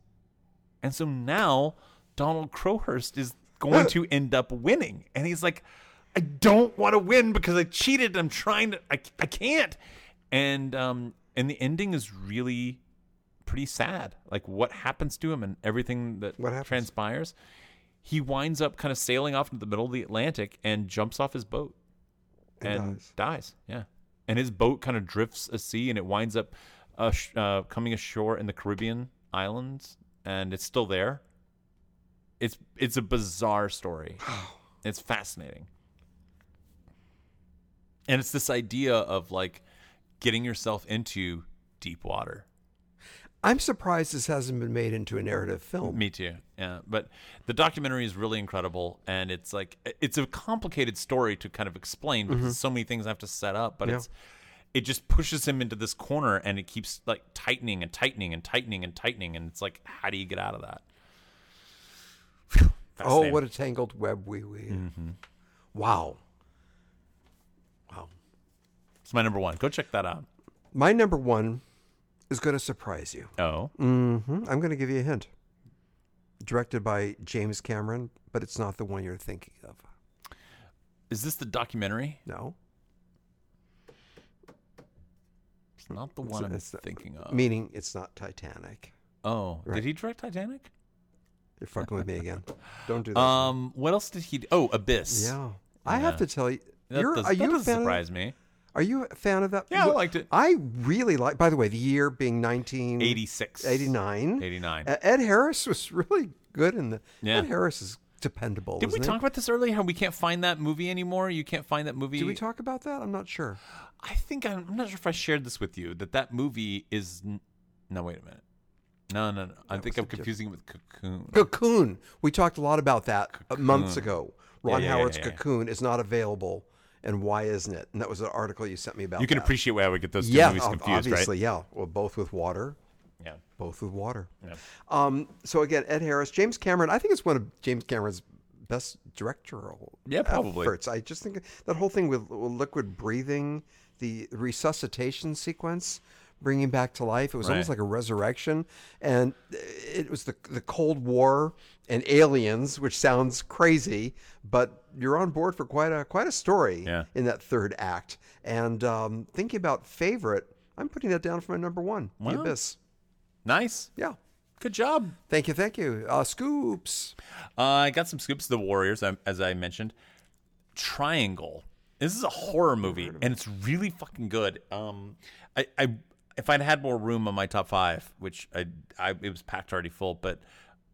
S3: and so now Donald Crowhurst is going to end up winning, and he's like, I don't want to win because I cheated. I'm trying to, I, I can't. And um, and the ending is really pretty sad. Like what happens to him and everything that
S1: What happens?
S3: transpires. He winds up kind of sailing off into the middle of the Atlantic and jumps off his boat and, dies. Yeah, and his boat kind of drifts a sea, and it winds up uh, sh- uh, coming ashore in the Caribbean islands, and it's still there. It's it's a bizarre story. it's fascinating, and it's this idea of like getting yourself into deep water.
S1: I'm surprised this hasn't been made into a narrative film.
S3: Me too. Yeah, but the documentary is really incredible, and it's like it's a complicated story to kind of explain because
S1: Mm-hmm.
S3: so many things I have to set up. But it's it just pushes him into this corner, and it keeps like tightening and tightening and tightening and tightening, and it's like, how do you get out of that?
S1: Oh, what
S3: Fascinating. Mm-hmm.
S1: a tangled web we weave. Wow.
S3: It's my number one. Go check that out.
S1: My number one is going to surprise you.
S3: Oh,
S1: Hmm, I'm going to give you a hint. Directed by James Cameron, but it's not the one you're thinking of.
S3: is this the documentary?
S1: No?
S3: It's not the one I'm
S1: it's the-
S3: thinking of.
S1: Meaning it's not Titanic.
S3: oh, did he direct Titanic?
S1: You're fucking with me again. Don't do that.
S3: Um, what else did he? Do? Oh, Abyss.
S1: yeah. I have to tell you.
S3: that,
S1: you're,
S3: does,
S1: are
S3: that
S1: you a
S3: doesn't
S1: fan of,
S3: surprise me.
S1: Are you a fan of that?
S3: Yeah, I
S1: Wh-
S3: liked it.
S1: I really like. By the way, the year being 19,
S3: 86.
S1: 89.
S3: 89.
S1: Uh, Ed Harris was really good in the.
S3: Yeah.
S1: Ed Harris is dependable.
S3: Did we
S1: isn't
S3: talk
S1: He?
S3: about this earlier? How we can't find that movie anymore? You can't find that movie.
S1: Did we talk about that? I'm not sure.
S3: I think I'm, I'm not sure if I shared this with you that that movie is. n- No, wait a minute. No, no, no. I think I'm confusing it with Cocoon.
S1: Cocoon. We talked a lot about that uh, months ago. Ron
S3: yeah, yeah,
S1: Howard's
S3: yeah, yeah.
S1: Cocoon is not available, and why isn't it? And that was an article you sent me about.
S3: You can
S1: that.
S3: appreciate why I would get those two
S1: yeah,
S3: movies
S1: ob-
S3: confused,
S1: obviously, yeah. Well, both with water,
S3: right? Yeah.
S1: both with water.
S3: Yeah.
S1: Um, so again, Ed Harris, James Cameron. I think it's one of James Cameron's best directorial
S3: Yeah, probably.
S1: efforts. I just think that whole thing with with liquid breathing, the resuscitation sequence, bringing back to life. It was almost
S3: Right.
S1: like a resurrection, and it was the the Cold War and aliens, which sounds crazy, but you're on board for quite a quite a story
S3: Yeah.
S1: in that third act. And um, thinking about favorite, I'm putting that down for my number one, The
S3: Wow.
S1: Abyss.
S3: Nice.
S1: Yeah.
S3: Good job.
S1: Thank you, thank you. Uh, scoops.
S3: Uh, I got some scoops. of The Warriors, um, as I mentioned. Triangle. This is a horror movie, and it's really fucking good. Um, I, I, if I'd had more room on my top five, which I, I it was packed already full, but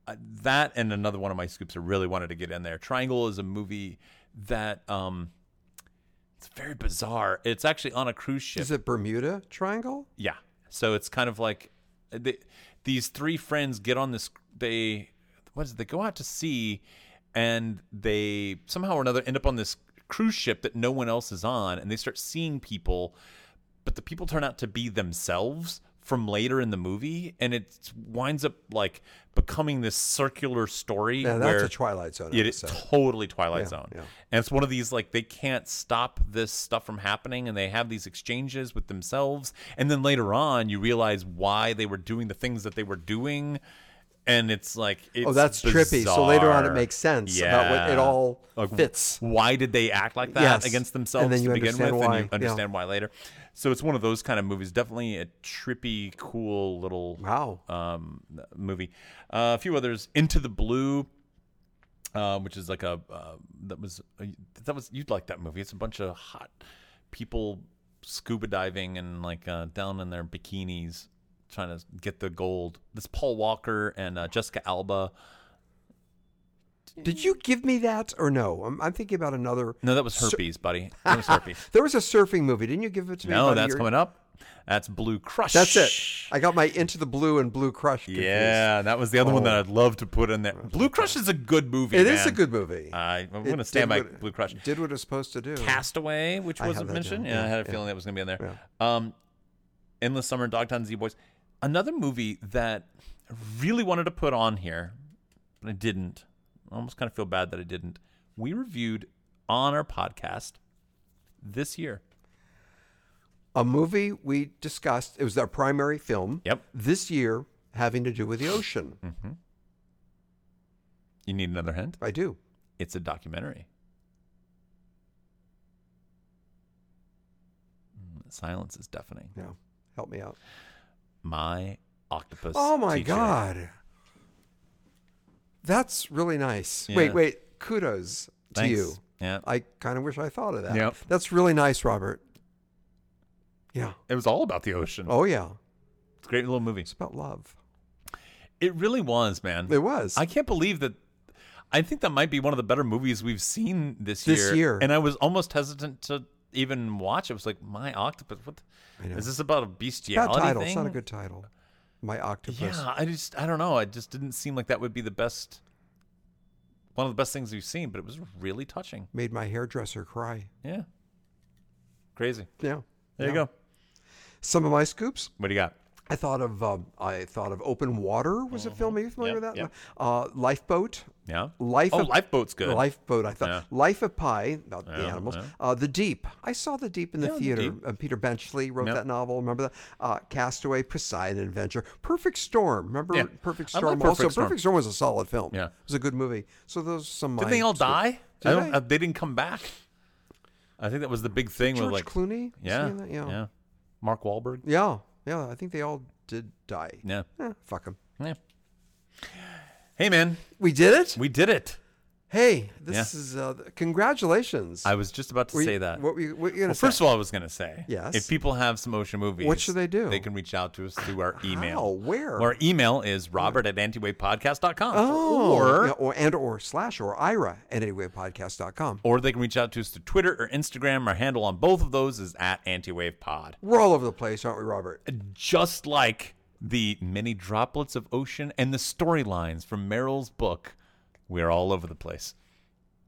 S3: uh, that and another one of my scoops I really wanted to get in there. Triangle is a movie that um, it's very bizarre. It's actually on a cruise ship.
S1: Is it Bermuda Triangle?
S3: Yeah. So it's kind of like they, these three friends get on this. They what is it? They go out to sea, and they somehow or another end up on this cruise ship that no one else is on, and they start seeing people, but the people turn out to be themselves from later in the movie, and it winds up like becoming this circular story.
S1: Yeah, that's
S3: where
S1: a Twilight Zone
S3: it is
S1: episode.
S3: totally Twilight Zone.
S1: yeah.
S3: And it's one of these like they can't stop this stuff from happening and they have these exchanges with themselves and then later on you realize why they were doing the things that they were doing and it's like it's
S1: Oh, that's trippy. So later on, it
S3: bizarre.
S1: makes sense about what it
S3: Yeah.
S1: all
S3: Like,
S1: fits.
S3: Why did they act like that
S1: Yes.
S3: against themselves
S1: And then you
S3: to begin with?
S1: understand why.
S3: And
S1: Yeah.
S3: you understand why later. So it's one of those kind of movies. Definitely a trippy, cool little
S1: Wow.
S3: um, movie. Uh, a few others, Into the Blue, uh, which is like a uh, that was that was you'd like that movie. It's a bunch of hot people scuba diving and like uh, down in their bikinis trying to get the gold. This Paul Walker and uh, Jessica Alba.
S1: Did you give me that or no? I'm, I'm thinking about another.
S3: No, that was herpes, buddy. That was herpes.
S1: There was a surfing movie. Didn't you give it to me?
S3: no,
S1: about a
S3: that's
S1: year-
S3: coming up. That's Blue Crush.
S1: That's it. I got my Into the Blue and Blue Crush. Confused. Oh.
S3: Yeah, that was the other one that I'd love to put in there. Blue Crush is a good movie.
S1: it is a
S3: man.
S1: good movie.
S3: I, I'm
S1: It
S3: going to stand by
S1: did what-
S3: Blue Crush.
S1: Did what it was supposed to do.
S3: Castaway, which
S1: Hmm. had
S3: wasn't
S1: that
S3: mentioned.
S1: down.
S3: Yeah, I
S1: Yeah,
S3: had a
S1: yeah.
S3: feeling that was going to be in there. Um, Endless Summer, Dogtown, Z Boys. Another movie that I really wanted to put on here, but I didn't. I almost kind of feel bad that I didn't. We reviewed on our podcast this year.
S1: A movie we discussed. It was our primary film.
S3: Yep. Hmm.
S1: This year, having to do with the ocean.
S3: You need another hint?
S1: I do.
S3: It's a documentary. Mm, Silence is deafening.
S1: Yeah. Help me out.
S3: My octopus.
S1: Oh my
S3: teacher.
S1: god. That's really nice.
S3: Yeah.
S1: Wait, wait. Kudos
S3: Thanks.
S1: to you.
S3: Yeah.
S1: I kind of wish I thought of that.
S3: Yep.
S1: That's really nice, Robert. Yeah.
S3: It was all about the ocean.
S1: Oh yeah.
S3: It's a great little movie.
S1: It's about love.
S3: It really was, man.
S1: It was.
S3: Mm. I can't believe that. I think that might be one of the better movies we've seen this,
S1: This year.
S3: And I was almost hesitant to even watch. It was like, my octopus. What the- is this about a
S1: Bad
S3: bestiality
S1: title.
S3: thing?
S1: It's not a good title. My octopus.
S3: yeah, I just I don't know. It just didn't seem like that would be the best, one of the best things we've seen. But it was really touching.
S1: Made my hairdresser cry.
S3: Yeah, crazy.
S1: Yeah.
S3: There you
S1: Yeah.
S3: go.
S1: Some of my scoops.
S3: What do you got?
S1: I thought of um, I thought of Open Water was a film. Are you familiar with that?
S3: Mm-hmm. yep.
S1: Uh, Lifeboat.
S3: Yeah.
S1: Life.
S3: Oh,
S1: of-
S3: lifeboat's good.
S1: Lifeboat. I thought
S3: Yeah.
S1: Life of Pi about the
S3: Yeah,
S1: animals.
S3: yeah.
S1: Uh, the Deep. I saw The Deep in the
S3: Yeah, The
S1: theater.
S3: Deep.
S1: Uh, Peter Benchley wrote
S3: Yep.
S1: that novel. Remember that? Uh, Castaway, Poseidon Adventure, Perfect Storm. Remember
S3: Yeah.
S1: Perfect
S3: I like
S1: Storm?
S3: Perfect
S1: also,
S3: Storm.
S1: Perfect Storm was a solid film.
S3: Yeah.
S1: it was a good movie. So those some.
S3: Didn't
S1: my
S3: they all
S1: scoops.
S3: die?
S1: Did
S3: I don't,
S1: they?
S3: uh, they didn't come back. I think that was the big thing
S1: George
S3: with like
S1: Clooney. was he
S3: Yeah,
S1: in that? yeah,
S3: yeah. Mark Wahlberg.
S1: yeah, yeah. I think they all did die.
S3: Yeah.
S1: Eh, fuck them.
S3: Yeah. Hey man,
S1: We did it.
S3: we did it.
S1: Hey, this
S3: Yeah.
S1: is uh, congratulations.
S3: I was just about to
S1: Were you-
S3: say that.
S1: What were you, what you gonna
S3: well,
S1: say?
S3: first of all, I was going to say
S1: Yes.
S3: If people have some ocean movies,
S1: What should they do?
S3: They can reach out to us through our email.
S1: How? Where?
S3: Our email is robert at antiwavepodcast.com.
S1: oh,
S3: Or,
S1: yeah, or and or slash or Ira at anywaypodcast.com.
S3: or they can reach out to us through Twitter or Instagram. Our handle on both of those is at antiwavepod.
S1: We're all over the place, aren't we, Robert?
S3: Just like the many droplets of ocean and the storylines from Merrill's book, we're all over the place.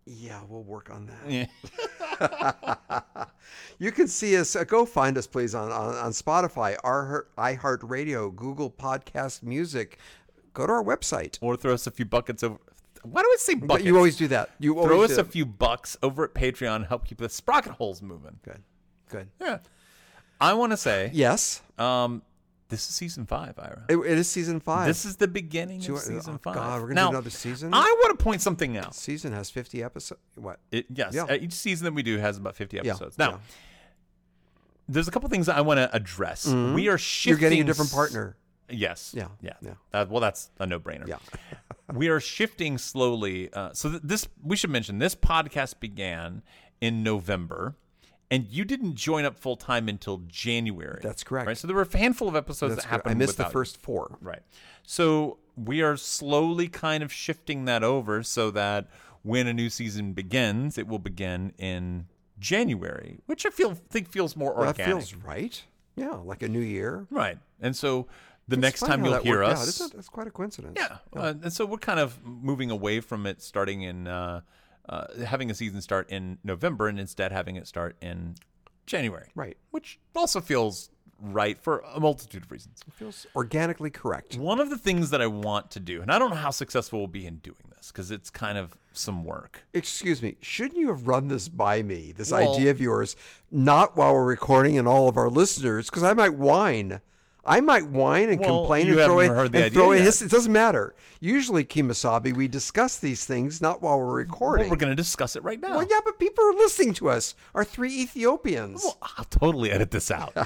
S1: Yeah, we'll work on that. You can see us. Uh, go find us, please, on on, on Spotify, our iHeartRadio, Google Podcast Music. Go to our website.
S3: Or throw us a few buckets over. Why do I say buckets?
S1: But you always do that. You
S3: throw
S1: always
S3: us
S1: do.
S3: a few bucks over at Patreon, help keep the sprocket holes moving.
S1: Good, good.
S3: Yeah. I want to say,
S1: Yes,
S3: um, this is season five, Ira.
S1: it, it is season five.
S3: This is the beginning
S1: Two-
S3: of season
S1: oh,
S3: five.
S1: God, we're gonna do
S3: now,
S1: another season?
S3: I want to point something out.
S1: season has fifty episodes. What?
S3: It, yes,
S1: Yeah.
S3: uh, each season that we do has about fifty
S1: Yeah,
S3: episodes. Now,
S1: yeah.
S3: there's a couple things that I want to address. We are shifting.
S1: Mm-hmm. You're getting a different
S3: s-
S1: partner.
S3: Yes.
S1: Yeah,
S3: Yeah.
S1: yeah.
S3: Uh, well, that's a no-brainer.
S1: Yeah.
S3: we are shifting slowly. Uh, so th- this, we should mention, this podcast began in November, and you didn't join up full time until January.
S1: That's correct.
S3: Right. So there were a handful of episodes
S1: That's
S3: that
S1: correct.
S3: happened.
S1: I missed the
S3: without you.
S1: first four.
S3: Right. So we are slowly kind of shifting that over so that when a new season begins, it will begin in January, which I feel think feels more
S1: Well,
S3: organic.
S1: that feels right. Yeah, like a new year.
S3: right. And so the
S1: It's
S3: next
S1: funny
S3: time
S1: how
S3: you'll
S1: that
S3: hear
S1: worked out,
S3: us,
S1: isn't it? That's quite a coincidence.
S3: yeah. Uh, and so we're kind of moving away from it starting in uh, uh, having a season start in November and instead having it start in January.
S1: Right.
S3: Which also feels right for a multitude of reasons.
S1: Feels organically correct.
S3: One of the things that I want to do, and I don't know how successful we'll be in doing this because it's kind of some work.
S1: Excuse me, shouldn't you have run this by me, this
S3: Well-
S1: idea of yours, not while we're recording and all of our listeners? Because I might whine. I might whine and
S3: Well,
S1: complain
S3: you
S1: and throw
S3: haven't
S1: in,
S3: heard the
S1: and
S3: idea
S1: throw in
S3: yet.
S1: his. It doesn't matter. Usually, Kimasabi, we discuss these things not while we're
S3: Well,
S1: recording.
S3: we're going to discuss it right now.
S1: Well, yeah, but people are listening to us. Our three Ethiopians.
S3: Well, I'll totally edit this out.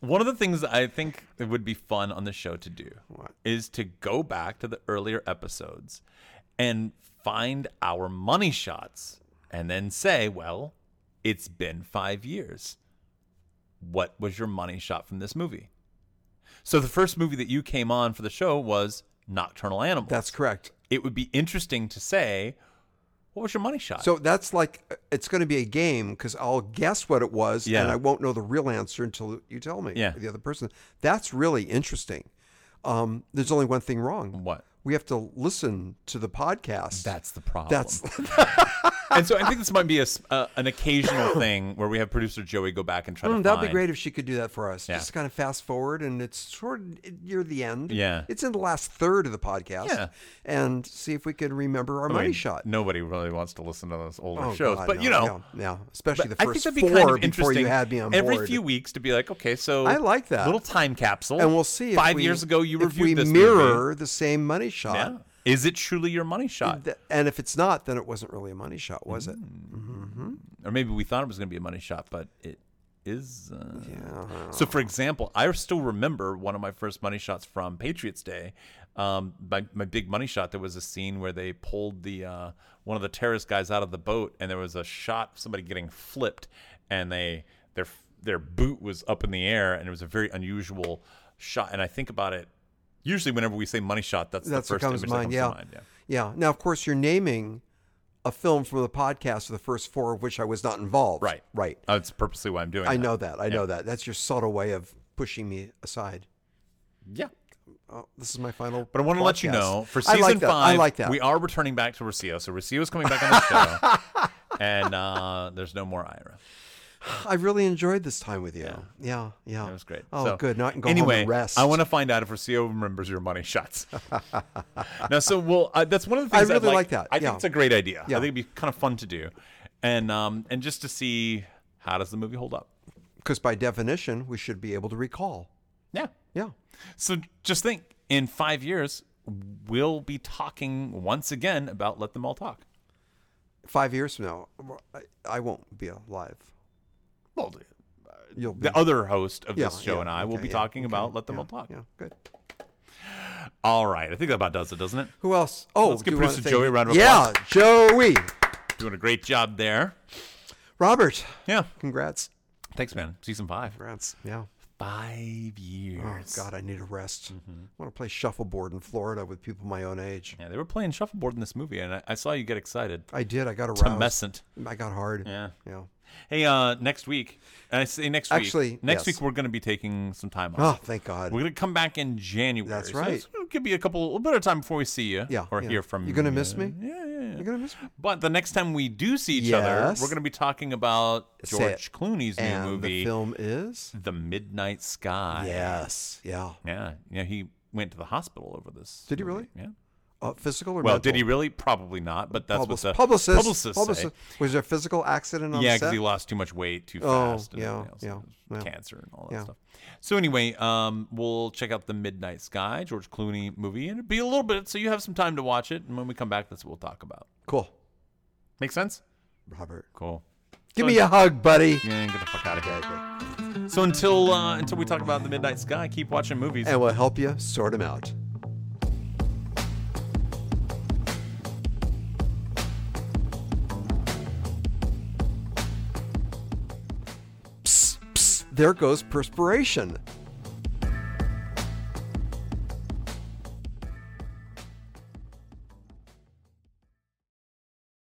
S3: One of the things that I think it would be fun on the show to do is to go back to the earlier episodes and find our money shots and then say, well, it's been five years. What was your money shot from this movie? So the first movie that you came on for the show was Nocturnal Animal.
S1: That's correct.
S3: it would be interesting to say, what was your money shot?
S1: So that's like it's going to be a game because I'll guess what it was,
S3: Yeah.
S1: and I won't know the real answer until you tell me.
S3: Yeah.
S1: the other person. That's really interesting. Um, there's only one thing wrong.
S3: what?
S1: We have to listen to the podcast.
S3: That's the problem.
S1: that's
S3: and so I think this might be a s uh, an occasional thing where we have producer Joey go back and try to
S1: that'd Mm, be
S3: find-
S1: great if she could do that for us.
S3: Yeah.
S1: Just kind of fast forward, and it's sort of near the end.
S3: Yeah.
S1: it's in the last third of the podcast.
S3: Yeah.
S1: and see if we can remember our
S3: I
S1: money
S3: mean,
S1: shot.
S3: Nobody really wants to listen to those older
S1: Oh,
S3: shows,
S1: God,
S3: but
S1: no,
S3: you know,
S1: yeah, yeah. especially
S3: but
S1: the
S3: I
S1: first
S3: think that'd be
S1: four
S3: kind of
S1: before
S3: interesting.
S1: you had me on
S3: every
S1: board.
S3: few weeks to be like, okay, so
S1: I like that.
S3: little time capsule,
S1: and we'll see. If
S3: Five
S1: we-
S3: years ago, you
S1: if
S3: reviewed
S1: we
S3: this
S1: mirror the same money shot,
S3: Movie. Yeah. Is it truly your money shot,
S1: Th- and if it's not,
S3: Mm.
S1: then it wasn't really a money shot, was it? Mm.
S3: or maybe we thought it was going to be a money shot, but it is. Uh...
S1: Yeah. uh-huh.
S3: So, for example, I still remember one of my first money shots from Patriots Day. Um, my, my big money shot. There was a scene where they pulled the uh, one of the terrorist guys out of the boat, and there was a shot of somebody getting flipped, and they their their boot was up in the air, and it was a very unusual shot. And I think about it. Usually, whenever we say money shot, that's,
S1: That's
S3: the
S1: what
S3: first
S1: comes
S3: image
S1: to
S3: that
S1: mind.
S3: comes
S1: Yeah.
S3: to mind. Yeah.
S1: Yeah. Now, of course, you're naming a film from the podcast, the first four of which I was not involved.
S3: Right.
S1: Right.
S3: Uh, That's purposely why I'm doing.
S1: I
S3: that.
S1: know that. I know that. That's your subtle way of pushing me aside.
S3: Yeah.
S1: Oh, this is my final.
S3: But I want to let you
S1: podcast.
S3: know for
S1: I
S3: season
S1: like that.
S3: five,
S1: I like that.
S3: we are returning back to Rocio. So Rocio is coming back on the show, and uh, there's no more Ira.
S1: I really enjoyed this time with you. Yeah. Yeah.
S3: That was great.
S1: Oh,
S3: So,
S1: good. Now I can go
S3: anyway,
S1: home and rest.
S3: I want to find out if Rocio remembers your money shots. now, so well, uh, that's one of the
S1: I
S3: things I'd
S1: really like that,
S3: I think
S1: yeah.
S3: it's a great idea.
S1: Yeah.
S3: I think it'd be kind of fun to do, and um, and just to see how does the movie hold up.
S1: because by definition, we should be able to recall.
S3: Yeah.
S1: Yeah.
S3: So just think, in five years, we'll be talking once again about Let Them All Talk.
S1: Five years from now, I, I won't be alive.
S3: Well,
S1: You'll be.
S3: the other host of this
S1: Yeah,
S3: show
S1: yeah,
S3: and I will
S1: okay,
S3: be
S1: yeah,
S3: talking
S1: okay,
S3: about Let Them
S1: yeah,
S3: All Talk.
S1: Yeah. Good.
S3: All right. I think that about does it, doesn't it?
S1: Who else? Oh,
S3: Let's give
S1: do you wanna
S3: producer
S1: thank-
S3: Joey a round of
S1: Yeah, Joey.
S3: Doing a great job there.
S1: Robert,
S3: Yeah.
S1: congrats.
S3: Thanks, man. Season five.
S1: Congrats. Yeah.
S3: Five
S1: Oh,
S3: years.
S1: God, I need a rest.
S3: Mm-hmm.
S1: I want to play shuffleboard in Florida with people my own age.
S3: Yeah, they were playing shuffleboard in this movie, and I, I saw you get excited.
S1: I did. I got aroused.
S3: Tumescent.
S1: I got hard.
S3: Yeah.
S1: Yeah.
S3: Hey, uh, next week. And I say next week.
S1: Actually, yes.
S3: next week we're going to be taking some time off.
S1: Oh, thank God.
S3: We're gonna come back in January.
S1: That's
S3: so
S1: right.
S3: it's- it could be a couple, a little bit of time before we see you.
S1: Yeah,
S3: Or
S1: yeah.
S3: hear from
S1: You gonna miss
S3: you.
S1: me?
S3: Yeah, yeah, yeah.
S1: You're gonna miss me?
S3: But the next time we do see each
S1: Yes.
S3: other, we're gonna be talking about
S1: Say
S3: George
S1: it.
S3: Clooney's
S1: and
S3: new movie,
S1: the film is.
S3: The Midnight Sky.
S1: Yes. Yeah.
S3: Yeah. Yeah. He went to the hospital over this.
S1: Did he
S3: movie. Yeah.
S1: Uh, physical or
S3: Well,
S1: mental?
S3: did he really? Probably not. But that's
S1: Public-
S3: what the
S1: publicist.
S3: publicists
S1: publicist.
S3: say.
S1: Was there a physical accident on
S3: Yeah,
S1: the
S3: because
S1: set?
S3: he lost too much weight too
S1: Oh,
S3: fast. and
S1: yeah,
S3: everything else,
S1: yeah,
S3: and
S1: yeah.
S3: Cancer and all that
S1: Yeah.
S3: stuff. So anyway, um, we'll check out the Midnight Sky, George Clooney movie, and it'll be a little bit, so you have some time to watch it. And when we come back, that's what we'll talk about.
S1: Cool.
S3: Make sense?
S1: Robert,
S3: Cool.
S1: give me a hug, buddy.
S3: Yeah, get the fuck out of here.
S1: Okay.
S3: So until uh, until we talk about the Midnight Sky, keep watching movies.
S1: and we'll help you sort them out. Psst, psst, there goes perspiration.